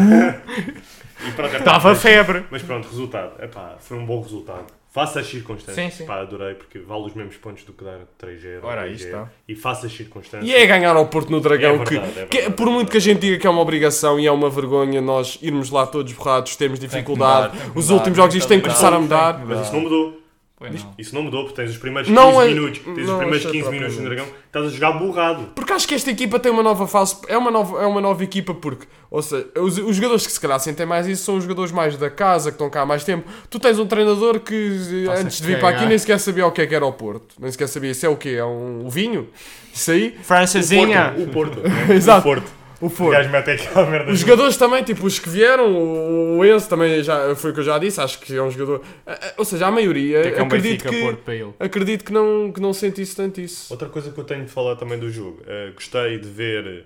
S1: e pronto, epá,
S3: Estava
S1: mas,
S3: febre.
S1: mas pronto, resultado, epá, foi um bom resultado. Faça as circunstâncias,
S3: Sim, sim.
S1: Pá, adorei, porque vale os mesmos pontos do que dar 3G.
S3: Ora, aí
S1: 2G.
S3: está.
S1: E faça as circunstâncias.
S2: E é ganhar ao Porto no Dragão,
S1: É verdade,
S2: que,
S1: é
S2: que
S1: verdade,
S2: por
S1: é
S2: muito que a gente diga que é uma obrigação e é uma vergonha nós irmos lá todos borrados, temos
S4: que
S1: É
S2: dificuldade.
S4: mudar, tem que
S2: Os
S4: mudar,
S2: últimos jogos isto tem que começar a mudar.
S4: mentalidade, tem que
S1: Mas isso não mudou.
S4: Pois não.
S1: Isso não mudou, porque tens os primeiros
S2: Não
S1: 15
S2: é-
S1: minutos, tens os
S2: não
S1: primeiros
S2: achei
S1: 15 minutos no
S2: propriamente.
S1: Dragão, estás a jogar borrado.
S2: Porque acho que esta equipa tem uma nova fase, é uma nova, é uma nova equipa porque, ou seja, os, os jogadores que se calhar sentem mais isso são os jogadores mais da casa, que estão cá há mais tempo. Tu tens um treinador que eh,
S3: Passa
S2: antes de
S3: que
S2: vir para aqui
S3: cagar.
S2: nem sequer sabia o que é que era o Porto. Nem sequer sabia isso é o quê? É um, o vinho? Isso aí?
S3: Francesinha.
S1: O Porto. né? O Porto.
S2: Exato.
S1: O Porto.
S2: O
S1: O
S2: Porto.
S1: gajo mete aquela merda.
S2: Os jogadores também, tipo, os que vieram, o o Enzo também já, foi o que eu já disse, acho que é um jogador. a- a- Ou seja, a maioria.
S3: Que é que é um
S2: acredito,
S3: Benfica Porto
S2: que,
S3: para ele?
S2: acredito que não, que não sente isso tanto isso.
S1: Outra coisa que eu tenho de falar também do jogo. eh, gostei de ver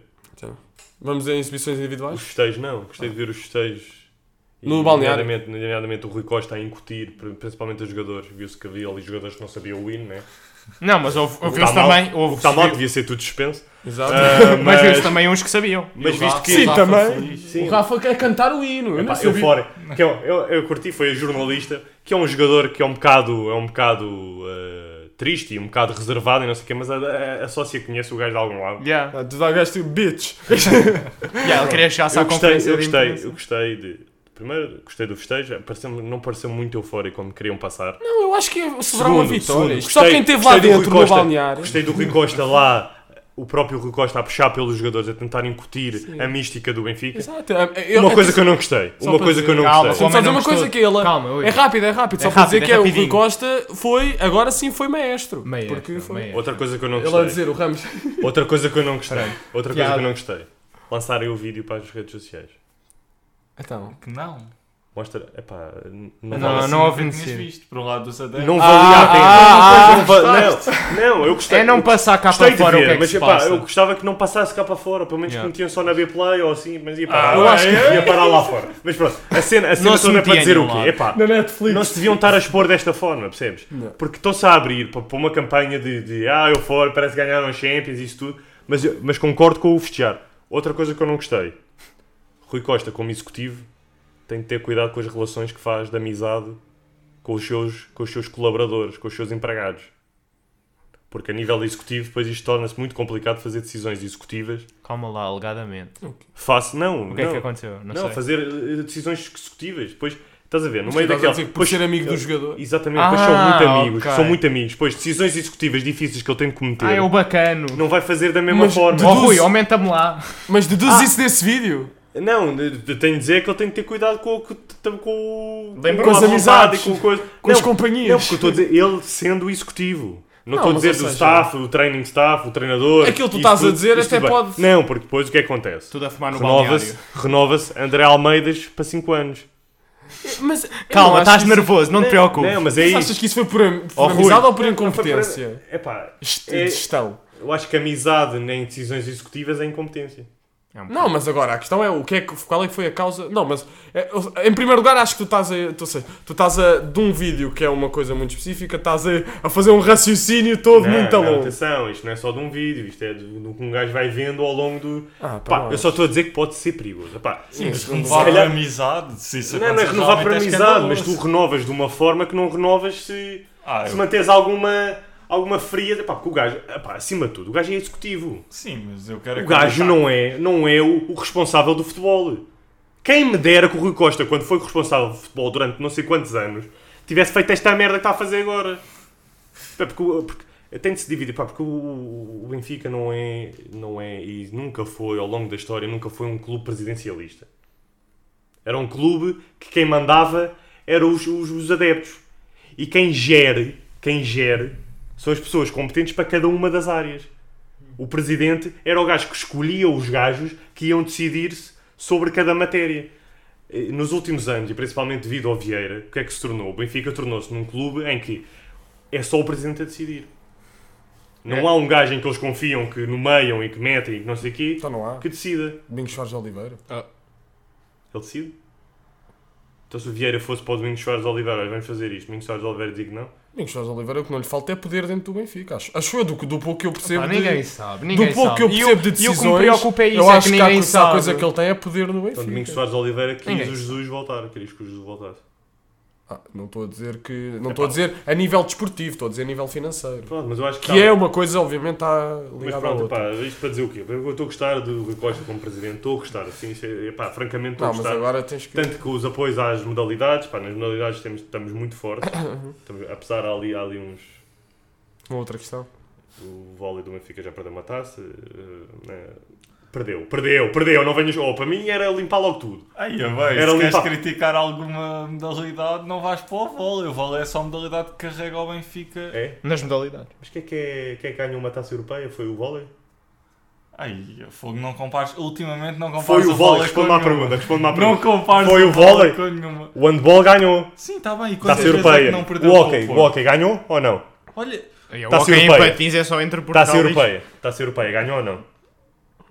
S2: Vamos em exibições
S1: os
S2: individuais?
S1: festejos, não. Gostei de ver os festejos. E,
S2: No balneário.
S1: Nomeadamente, nomeadamente o Rui Costa a incutir, pr- principalmente os jogadores. Viu-se que havia ali jogadores que não sabiam o hino, né?
S3: Não, mas houve,
S1: O que
S3: viu-se
S1: tá mal-
S3: também.
S1: O que
S3: Houve,
S1: está mal, devia ser tudo suspenso.
S2: Exato.
S1: Ah,
S3: mas
S1: mas,
S3: viu-se também uns que sabiam.
S1: mas
S4: E o
S1: visto
S4: Rafa-
S1: que.
S2: Sim,
S4: Rafa
S2: também.
S4: feliz.
S1: Sim.
S2: O Rafa quer cantar o hino. Eu,
S1: Epá,
S2: não
S1: eu
S2: sabia.
S1: fora, que eu, eu, eu curti foi a jornalista, que é um jogador que é um bocado, é um bocado eh, triste e um bocado reservado e não sei o quê, mas a, a, a sócia conhece o gajo de algum lado.
S3: Yeah.
S2: Ah, tu dá o gajo tipo, bitch.
S3: Yeah, ele queria chegar-se à
S1: Eu gostei,
S2: é
S3: conferência
S1: eu
S3: de
S1: gostei,
S3: imprensa.
S1: eu gostei de. Primeiro, gostei do festejo, pareceu, não pareceu muito eufórico como queriam passar.
S2: Não, eu acho que é celebrar uma
S1: Segundo,
S2: vitória.
S1: segundo,
S2: Isto Só
S1: gostei-
S2: quem esteve lá
S1: gostei do Rui
S2: dentro no
S1: Costa.
S2: balneário.
S1: Gostei do Rui Costa lá, o próprio Rui Costa a puxar pelos jogadores, a tentar incutir a mística do Benfica.
S2: Exato. é, Eu-
S1: Uma
S2: eu-
S1: coisa que eu não gostei,
S2: Só
S1: uma
S2: para
S1: coisa que eu não
S3: dizer- Calma,
S1: gostei.
S2: Só
S3: Homem,
S2: dizer
S3: não
S2: uma
S3: gostou.
S2: coisa que ele.
S3: Calma, ui.
S2: é rápido, é rápido. Só
S3: É
S2: para dizer
S3: rápido,
S2: que
S3: é
S2: é o Rui
S3: rapidinho.
S2: Costa foi, agora sim foi maestro.
S3: Maestro,
S2: Porque foi.
S3: maestro.
S1: Outra coisa que eu não
S2: Ele a
S1: gostei.
S2: dizer, o Ramos.
S1: Outra coisa que eu não gostei. Outra coisa que
S3: Tiago.
S1: eu não gostei. Lançarem o vídeo para as redes sociais.
S2: Então.
S4: Que não.
S1: Mostra. Epá, n- não,
S3: Não,
S1: vale a-
S3: não houve
S4: tinhas
S3: necessidade.
S4: visto para o lado dos adeptos.
S1: não valia
S2: Ah,
S1: a pena.
S2: ah,
S1: não, va- não, não, eu gostei.
S3: É não
S1: eu
S3: passar cá
S1: gostei
S3: para
S1: de
S3: fora
S1: ver,
S3: o que é que
S1: mas
S3: se
S1: epá,
S3: passa.
S1: eu gostava que não passasse cá para fora. Pelo menos
S3: Yeah. Ah,
S1: que metiam só na B-Play ou assim, mas ia parar.
S2: eu acho
S1: que ia parar lá fora. Mas pronto, a cena, a cena
S3: Não se
S1: toda é para
S3: metia
S1: dizer o
S3: nenhum
S1: quê?
S3: lado.
S1: Epá,
S2: Netflix.
S1: não se deviam estar a expor desta forma, percebes?
S2: Não.
S1: Porque estão-se a abrir para, para uma campanha de, de ah, eu for, parece que ganharam a Champions e isso tudo, mas, eu- mas concordo com o festejar. Outra coisa que eu não gostei, Rui Costa, como executivo, tem de ter cuidado com as relações que faz de amizade com os seus, com os seus colaboradores, com os seus empregados. Porque a nível executivo, depois isto torna-se muito complicado fazer decisões executivas.
S3: Calma lá, alegadamente.
S1: Face, não,
S3: O que é
S1: não.
S3: que aconteceu? Não,
S1: Não,
S3: sei.
S1: fazer eh, decisões executivas. Depois, estás a ver, no
S2: Mas
S1: meio
S2: tu estás a
S1: daquela.
S2: dizer que por
S1: Pois-
S2: ser amigo do jogador.
S1: Exatamente,
S3: Ah,
S1: pois são muito amigos.
S3: ok.
S1: São muito amigos. Pois decisões executivas difíceis que ele tem que cometer.
S3: Ah, é o bacano.
S1: Não vai fazer da mesma
S2: Mas
S1: forma.
S2: de-
S3: Ó
S2: Deduz.
S3: Rui, aumenta-me lá.
S1: Ah,
S2: Mas deduz isso desse vídeo.
S1: Não, de- de- tenho de dizer que ele tem que ter cuidado com, o que t- t- com, o-
S3: Bem,
S1: com
S3: com
S1: a
S3: as
S1: amizade,
S2: amizades,
S1: com, coisa.
S2: com
S1: não,
S2: as companhias.
S1: Não, porque eu estou a dizer, ele sendo o executivo. Não
S2: Não,
S1: estou a
S2: mas
S1: dizer
S2: ou
S1: do
S2: seja-
S1: staff, do training staff, o treinador.
S2: Aquilo que
S1: isso
S2: tu estás a
S1: tudo-
S2: dizer
S1: isso
S2: até
S1: tudo bem.
S2: pode-
S1: Não, porque depois o que é que acontece?
S3: Tudo a fumar no
S1: Renova-se
S3: balneário.
S1: renova André Almeidas para 5 anos.
S2: Mas,
S3: Calma, estás nervoso, não te preocupes.
S1: Não, mas é
S2: Achas
S1: isso.
S2: que isso foi por, am- por
S1: Ó, Oh, Rui. é,
S2: amizade ou por
S1: Não,
S2: incompetência?
S1: foi por- Epá,
S2: Gest-
S1: É-
S2: Gestão.
S1: eu acho que amizade em decisões executivas é incompetência.
S2: Não, mas agora a questão é o que é que, qual é que foi a causa. Não, mas é, em primeiro lugar acho que tu estás a. Tu, sei, tu estás a. De um vídeo que é uma coisa muito específica, estás a, a fazer um raciocínio todo
S1: Não,
S2: muito
S1: É, não,
S2: longo.
S1: Atenção, isto não é só de um vídeo, isto é do do que um gajo vai vendo ao longo do.
S2: Ah,
S1: Pá,
S2: pá,
S1: eu só estou a dizer que pode ser perigoso. Pá,
S4: Mas
S2: Sim,
S4: renovar
S1: calhar-
S4: a amizade. Se isso
S1: não, não é
S4: acontecer,
S1: renovar por
S4: realmente é
S1: amizade, mas tu
S4: escandaloso.
S1: renovas de uma forma que não renovas se,
S4: Ah,
S1: se
S4: eu-
S1: manteres alguma, alguma frieza. Pá, porque o gajo, pá, acima de tudo, o gajo é executivo.
S4: Sim, mas eu quero
S1: O gajo
S4: acreditar.
S1: não é, não é o, o responsável do futebol. Quem me dera que o Rui Costa, quando foi responsável de futebol durante não sei quantos anos, tivesse feito esta merda que está a fazer agora. Pá, Porque, o- porque tem de se dividir, pá, porque o, o Benfica não é, não é, e nunca foi, ao longo da história, nunca foi um clube presidencialista. Era um clube que quem mandava eram os, os- os adeptos. E quem gere, quem gere, são as pessoas competentes para cada uma das áreas. O presidente era o gajo que escolhia os gajos que iam decidir-se sobre cada matéria. Eh, Nos últimos anos, e principalmente devido ao Vieira, o que é que se tornou? O Benfica tornou-se num clube em que é só o presidente a decidir. Não
S3: É.
S1: há um gajo em que eles confiam, que nomeiam e que metem e que não sei o quê,
S2: Então não há.
S1: que decida.
S2: Domingos Soares de Oliveira.
S1: Ele decide. Então se o Vieira fosse para o Domingos Soares de Oliveira, olha, vamos fazer isto. Domingos Soares de Oliveira diz que não.
S2: Domingos Soares de Oliveira, o que não lhe falta é poder dentro do Benfica. Acho, acho eu, do, que- do pouco que eu percebo.
S3: Pá,
S2: de-
S3: ninguém sabe, ninguém
S2: do pouco
S3: sabe.
S2: que eu
S3: E
S2: percebo de
S3: e o
S2: decisões,
S3: que me preocupa é isso,
S2: eu
S3: é
S2: acho
S3: que
S2: que, há
S3: ninguém
S2: coisa- há
S3: sabe.
S2: coisa que ele tem é poder no Benfica.
S1: Então Domingos Soares de Oliveira quis
S3: Ninguém
S1: o
S3: sabe.
S1: Jesus voltar. Querias que o Jesus voltasse.
S2: Ah, não estou a dizer que. Não estou a dizer a nível desportivo, estou a dizer a nível financeiro.
S1: Pronto, mas eu acho que...
S2: Que
S1: tá-
S2: é uma coisa, obviamente, está
S1: Mas
S2: ligada à
S1: pronto,
S2: outra.
S1: pá, isto para dizer o quê? Eu estou a gostar do Rui Costa como presidente, estou a gostar, assim, isto é- pá, francamente estou a
S2: Não, mas
S1: gostar.
S2: agora tens que.
S1: Tanto que os apoios às modalidades, pá, nas modalidades temos, estamos muito fortes, estamos, apesar há ali, há ali uns.
S2: Uma outra questão.
S1: O vôlei do Benfica já perdeu uma taça, eh, né? perdeu, perdeu, perdeu, não venhas. Oh, para mim era limpar logo tudo.
S4: Aí, bem,
S1: Era
S4: se queres
S1: limpar.
S4: criticar alguma modalidade, não vais para o vôlei. O vôlei é só a modalidade que carrega o Benfica.
S1: É?
S3: Nas modalidades.
S1: Mas quem é que, é, quem é que ganhou uma taça europeia? Foi o vôlei?
S4: Aí, fogo, não compares. Ultimamente não compares
S1: Foi o vôlei,
S4: vôlei com
S1: responde-me à
S4: nenhuma.
S1: pergunta, responde-me à
S4: Não
S1: pergunta.
S4: compares
S1: Foi o vôlei? Tá
S4: com nenhuma.
S1: O handball ganhou,
S4: Sim, está bem. E quantas
S1: taça
S4: vezes é que
S1: europeia.
S4: não perdeu
S1: O hockey,
S4: com
S1: o hockey ganhou ou não?
S4: Olha,
S3: E
S1: Taça
S3: o hockey em
S1: europeia.
S3: patins é só entre Portugal
S1: Taça
S3: e-
S1: europeia, taça europeia, ganhou ou não?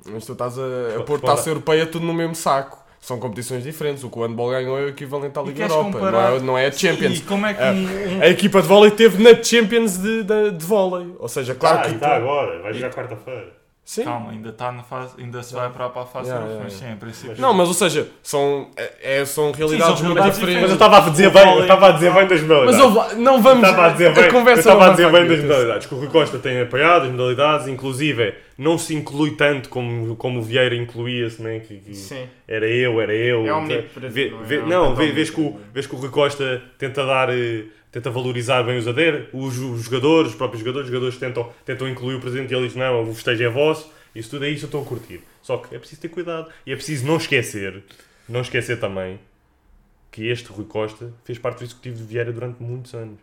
S2: Mas tu estás a, a
S1: Responda.
S2: pôr taça europeia tudo no mesmo saco. São competições diferentes. O que o handball ganhou é o equivalente à
S4: e
S2: Liga
S4: queres
S2: Europa. Não
S4: comparar?
S2: é, não é a Champions.
S4: Sim, e como é que
S2: Ah,
S4: um- um-
S2: A equipa de vôlei teve na Champions de, de, de vôlei. Ou seja, claro
S1: ah,
S2: que.
S1: e está agora, vai jogar quarta-feira.
S2: Sim.
S4: Calma, ainda está na fase, ainda se vai para, para a fase
S2: Yeah, yeah,
S4: europeia, mas sim, em princípio.
S2: Não, mas ou seja, são, é, é- são realidades
S4: são
S2: muito
S4: realidades
S2: diferentes.
S1: Mas eu estava a dizer bem, eu estava a dizer bem das
S2: Mas
S1: modalidades.
S2: ouve lá, não vamos.
S1: Eu estava a dizer bem, eu
S2: conversa
S1: estava a
S2: não
S1: dizer bem
S2: vai para
S1: das
S2: aqui.
S1: modalidades. Que o Rui Costa tem apoiado as modalidades, inclusive não se inclui tanto como, como o Vieira incluía-se, né? que, que
S3: Sim.
S1: era eu, era eu.
S3: É
S1: Então,
S3: omnipresente,
S1: vê-
S3: não é?
S1: vê-
S3: É um
S1: Não,
S3: tanto
S1: vê- vês que, o,
S3: omnipresente.
S1: vês que o Rui Costa tenta dar, eh, tenta valorizar bem os ADER, os, os jogadores, os próprios jogadores, os jogadores tentam, tentam incluir o presidente e ele diz: não, o festejo é vosso, isso tudo é isso, eu estou a curtir. Só que é preciso ter cuidado e é preciso não esquecer, não esquecer também que este Rui Costa fez parte do executivo de Vieira durante muitos anos.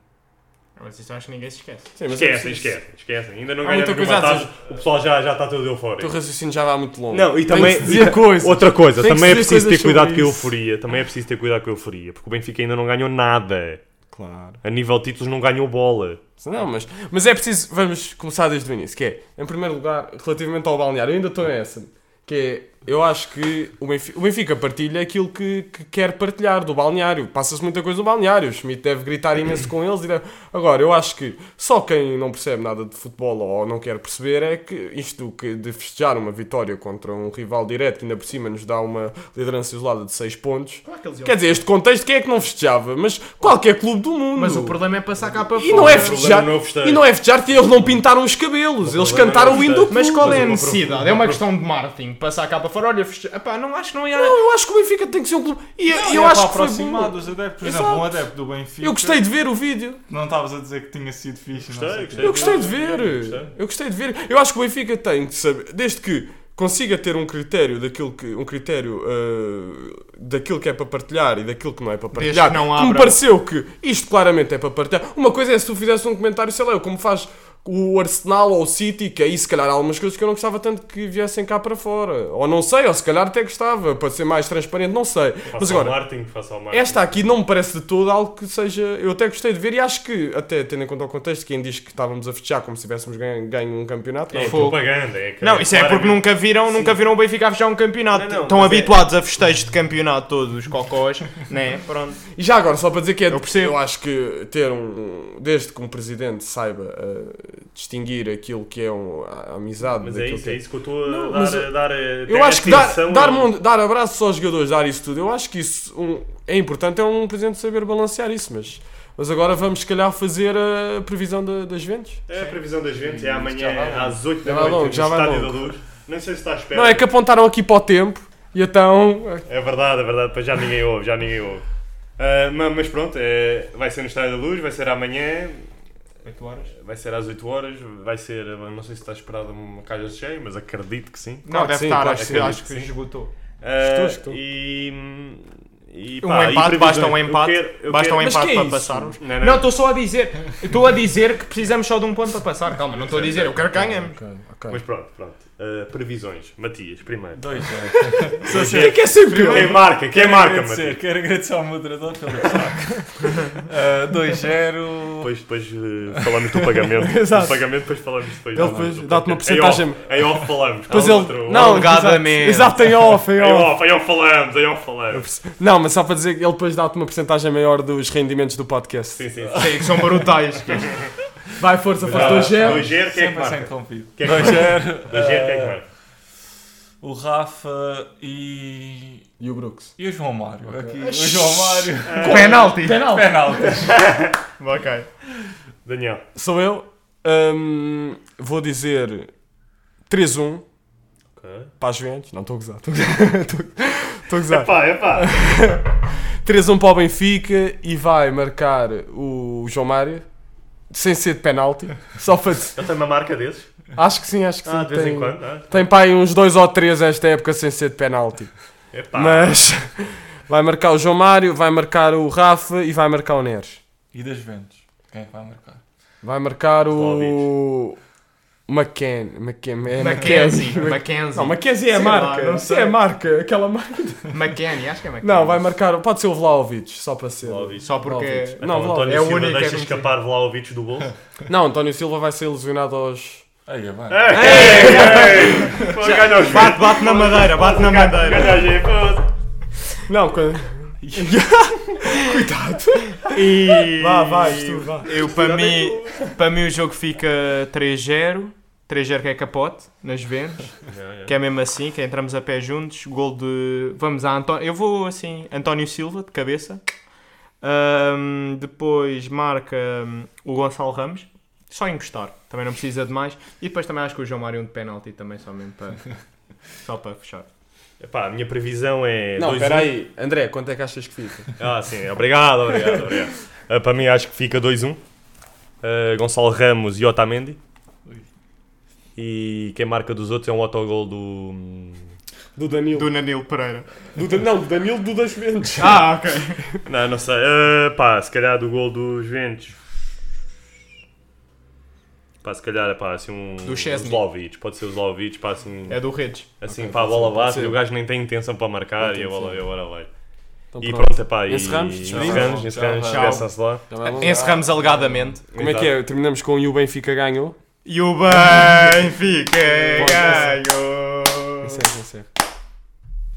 S3: Mas isso acho que ninguém se esquece.
S2: Sim, mas é
S1: Esquecem,
S2: preciso-
S1: esquecem, esquecem. Ainda não
S2: Há
S1: ganharam
S2: muita
S1: nenhuma
S2: coisa a
S1: taça, o pessoal já, já está todo
S2: O teu
S1: eufórico.
S2: raciocínio já vai muito longo.
S1: Não, e
S2: Tem
S1: também-
S2: que se dizer coisas.
S1: Outra coisa,
S2: Tem que
S1: também é
S2: se dizer
S1: preciso ter
S2: coisas
S1: cuidado
S2: sobre
S1: com a
S2: isso.
S1: euforia, também é preciso ter cuidado com a euforia, porque o Benfica ainda não ganhou nada.
S2: Claro.
S1: A nível de títulos não ganhou bola.
S2: Não, mas, mas é preciso. Vamos começar desde o início. Que é, em primeiro lugar, relativamente ao balneário, eu ainda estou nessa. Que é, eu acho que o Benfica, o Benfica partilha aquilo que, que quer partilhar do balneário. Passa-se muita coisa no balneário. O Schmidt deve gritar imenso com eles. E deve... Agora, eu acho que só quem não percebe nada de futebol ou não quer perceber é que isto que de festejar uma vitória contra um rival direto que ainda por cima nos dá uma liderança isolada de 6 pontos.
S3: Claro que eles iam-
S2: Quer dizer, este contexto, quem é que não festejava? Mas qualquer clube do mundo.
S3: Mas o problema é passar cá para fora.
S2: E não é
S1: problema
S2: festejar,
S1: não é o festejo.
S2: e não é festejar que eles não pintaram os cabelos, eles
S1: problema
S2: cantaram
S1: não é
S2: o
S1: o
S2: hino do
S1: festejo.
S3: Mas qual é a
S1: Mas uma
S3: necessidade?
S1: pro-
S3: É uma
S1: uma
S3: questão de marketing. Passar cá para fora, olha, feste... Epá, não acho que não ia.
S2: Não, eu acho que o Benfica tem que ser um clube. E eu-
S4: Não,
S2: eu
S4: é
S2: acho
S4: para
S2: que foi
S4: aproximar
S2: bom.
S4: dos adeptos. Por
S2: Exato.
S4: exemplo, um adepto do Benfica.
S2: Eu gostei de ver o vídeo.
S4: Não estavas a dizer que tinha sido fixe. não
S1: Gostei,
S4: sei o quê.
S1: gostei.
S2: Eu gostei de
S1: Gostei.
S2: ver. Eu gostei de ver. Eu acho que o Benfica tem que saber, desde que consiga ter um critério daquilo que um critério ah, daquilo que é para partilhar e daquilo que não é para
S3: Desde
S2: partilhar.
S3: que não
S2: que me
S3: abra-
S2: pareceu que isto claramente é para partilhar. Uma coisa é se tu fizesse um comentário, sei lá, eu como faz o Arsenal ou o City, que aí se calhar há algumas coisas que eu não gostava tanto que viessem cá para fora. Ou não sei, ou se calhar até gostava, para ser mais transparente, não sei. Mas
S1: Faça ao
S2: agora,
S1: Martin, faça ao Martin.
S2: esta aqui não me parece de todo algo que seja. Eu até gostei de ver e acho que, até tendo em conta o contexto, quem diz que estávamos a festejar como se tivéssemos ganho, ganho um campeonato, não.
S1: é
S3: Fogo.
S1: propaganda. É que-
S3: Não, isso é porque
S1: claramente-
S3: nunca viram, nunca viram o Benfica a fechar um campeonato.
S1: Não, não,
S3: Estão
S1: mas
S3: habituados a festejos de campeonato todos, os cocós, né? Pronto.
S2: E já agora, só para dizer que é.
S3: Eu percebo.
S2: acho que ter um. Desde que um presidente saiba eh, distinguir aquilo que é um, a a amizade
S1: Mas é
S2: daquilo
S1: isso,
S2: que
S1: é isso que eu estou a
S2: Não,
S1: dar.
S2: mas
S1: a dar a-
S2: Eu
S1: ter
S2: acho que dar,
S1: esta noção,
S2: dar, um-
S1: eu-
S2: mon- dar abraços aos jogadores, dar isso tudo, eu acho que isso um, é importante. É um presidente saber balancear isso, mas. Mas agora vamos, se calhar, fazer a previsão da- das vendas.
S1: É a previsão das gente, é
S4: Já vai
S1: amanhã
S4: longo.
S1: às 8 da
S2: Já
S1: noite
S2: vai
S1: no
S2: longo, já vai
S1: Estádio da
S2: longo.
S1: Luz. Nem sei se está à espera.
S2: Não é que apontaram é aqui para o tempo E então,
S1: É verdade, é verdade, pois já ninguém ouve, já ninguém ouve. Ah, ma- mas pronto, é, vai ser no Estádio da Luz, vai ser amanhã,
S3: 8 horas?
S1: vai ser às 8 horas, vai ser, não sei se está esperada uma caixa cheia, mas acredito que sim.
S3: Não,
S2: Claro que
S3: deve
S2: sim,
S3: estar,
S2: claro
S3: acho,
S1: que
S3: que,
S1: sim.
S3: acho que esgotou.
S1: Ah,
S2: Estou, estou.
S1: E, e,
S3: Um
S1: pá, e
S3: empate, basta
S1: previsões.
S3: um
S1: Eu
S3: empate,
S1: quero- eu
S3: basta um
S1: quero-
S2: Mas que
S3: empate
S2: é
S3: para
S2: isso?
S3: passarmos.
S1: Não, não.
S3: Não, estou só a dizer, estou a dizer que precisamos só de um ponto para passar. Calma, não estou a dizer, eu quero que ganhemos.
S2: Ok, ok.
S1: Mas pronto, pronto. Ah, previsões. Matias, primeiro.
S4: Dois, é.
S2: O que é que é sempre eu?
S1: Quem marca? Quem é
S4: Quero
S1: marca,
S4: agradecer,
S1: Matias?
S4: Quero agradecer ao moderador pelo
S1: é
S4: saco. Uh, 2-0.
S1: Depois, depois eh, falamos do pagamento.
S2: Exato.
S1: Do pagamento, depois falamos depois.
S2: Ele
S1: do-
S2: depois
S1: do-
S2: dá-te uma
S1: Em
S2: percentagem.
S1: off- Em off falamos.
S2: Depois
S1: Há
S2: ele.
S1: outro-
S2: não,
S3: alegadamente.
S2: Exato, exato, em off, em
S1: Em
S2: off.
S1: off, em off falamos, em off falamos.
S2: Não, mas só para dizer que ele depois dá-te uma porcentagem maior dos rendimentos do podcast.
S1: Sim, sim.
S3: Sim, É que é são brutais.
S2: Vai, força, força.
S1: Ah,
S2: Dois é.
S1: dois Gero, quem é que
S4: Sempre sem
S1: marca?
S4: convite.
S1: Quem é que
S4: 2-0.
S1: Dois Gero, quem é que marca?
S4: O Rafa e.
S2: E o Brooks.
S4: E o João Mário. Aqui, o João Mário.
S3: Penalti!
S4: Penaltis.
S3: Ok.
S1: Daniel.
S2: Sou eu. Hum, vou dizer 3-1 para as Juventus. Não, estou a gozar. Estou a gozar. Estou a gozar.
S1: Epá, epá.
S2: 3-1 para o Benfica e vai marcar o João Mário. Sem ser de penalti. Só para.
S1: Ele tem uma marca desses?
S2: Acho que sim, acho que sim.
S1: Ah, de vez
S2: tem...
S1: em quando. ah.
S2: Tem pá aí uns dois ou três esta época sem ser de penalti.
S1: Epá.
S2: Mas vai marcar o João Mário, vai marcar o Rafa e vai marcar o Neres.
S4: E das Ventos. Quem é que vai marcar?
S2: Vai marcar o. McKen. McKen. É
S3: Mackenzie.
S2: McKenzie.
S3: Mackenzie.
S2: Não, Mackenzie é a
S3: Sei lá,
S2: marca.
S3: não
S2: Isso
S3: sei.
S2: é a marca. Aquela marca.
S3: McKennie, acho que é McKennie.
S2: Não, vai marcar. Pode ser o Vlaovic, só para ser.
S1: Vlahovic.
S3: Só porque.
S2: Vlahovic.
S1: Não,
S2: Não,
S1: então, António
S3: é o
S1: Silva
S3: único que
S1: deixa
S3: é conhecido.
S1: escapar Vlaovic do bolso.
S2: Não, António Silva vai ser lesionado aos.
S4: Aí, é bem.
S1: Ei, ei, pô, Ganha os
S3: Bate, bate na madeira, bate na madeira.
S1: Ganha os jeitos.
S2: Não, quando.
S3: E.
S2: Vá, vai, isto, vá.
S3: Eu, para mim, para mim, o jogo fica 3-0. 3-0 que é capote, nas Juventus. Que é mesmo assim, que entramos a pé juntos. Gol de. Vamos a António. Eu vou assim, António Silva, de cabeça. Ahm, depois marca hum, o Gonçalo Ramos. Só encostar, também não precisa de mais. E depois também acho que o João Mário é um de penalti também, só mesmo para. só para fechar.
S1: Epá, a minha previsão é.
S2: Não,
S1: 2-1.
S2: espera aí. André, quanto é que achas que fica?
S1: Ah, sim, obrigado, obrigado, obrigado. Ah, para mim acho que fica 2-1. Ah, Gonçalo Ramos e Otamendi.
S4: Ui.
S1: E quem marca dos outros é um autogol do.
S2: Do Danilo.
S3: Do Nanilo Pereira.
S2: Do Dan- Não, do Danilo do das Juventus.
S3: Ah, ok.
S1: Não, não sei. Ah, pá, se calhar do gol dos Ventos. Pá, se calhar, pá, assim um.
S3: Do
S1: um
S3: Chesney.
S1: Vlahovic. Pode ser os Vlaovic, pá, assim.
S3: É do Redes.
S1: Assim,
S2: Ok,
S1: pá, a
S2: pode ser,
S1: bola
S2: pode
S1: bate e
S2: ser.
S1: o gajo nem tem intenção para marcar
S2: Não
S1: e
S2: tem
S1: a bola, e a
S2: intenção.
S1: bola vai.
S2: Então,
S1: E
S2: pronto.
S1: pronto, epá, e
S2: Encerramos?
S1: encerramos,
S4: Tchau.
S1: encerramos,
S4: Tchau.
S1: despeça-se lá.
S2: Então vai lá.
S3: Encerramos alegadamente.
S2: Como é que é? Terminamos com o Benfica ganhou.
S3: E o Benfica
S2: Bom,
S3: ganhou.
S2: Encerra, encerra.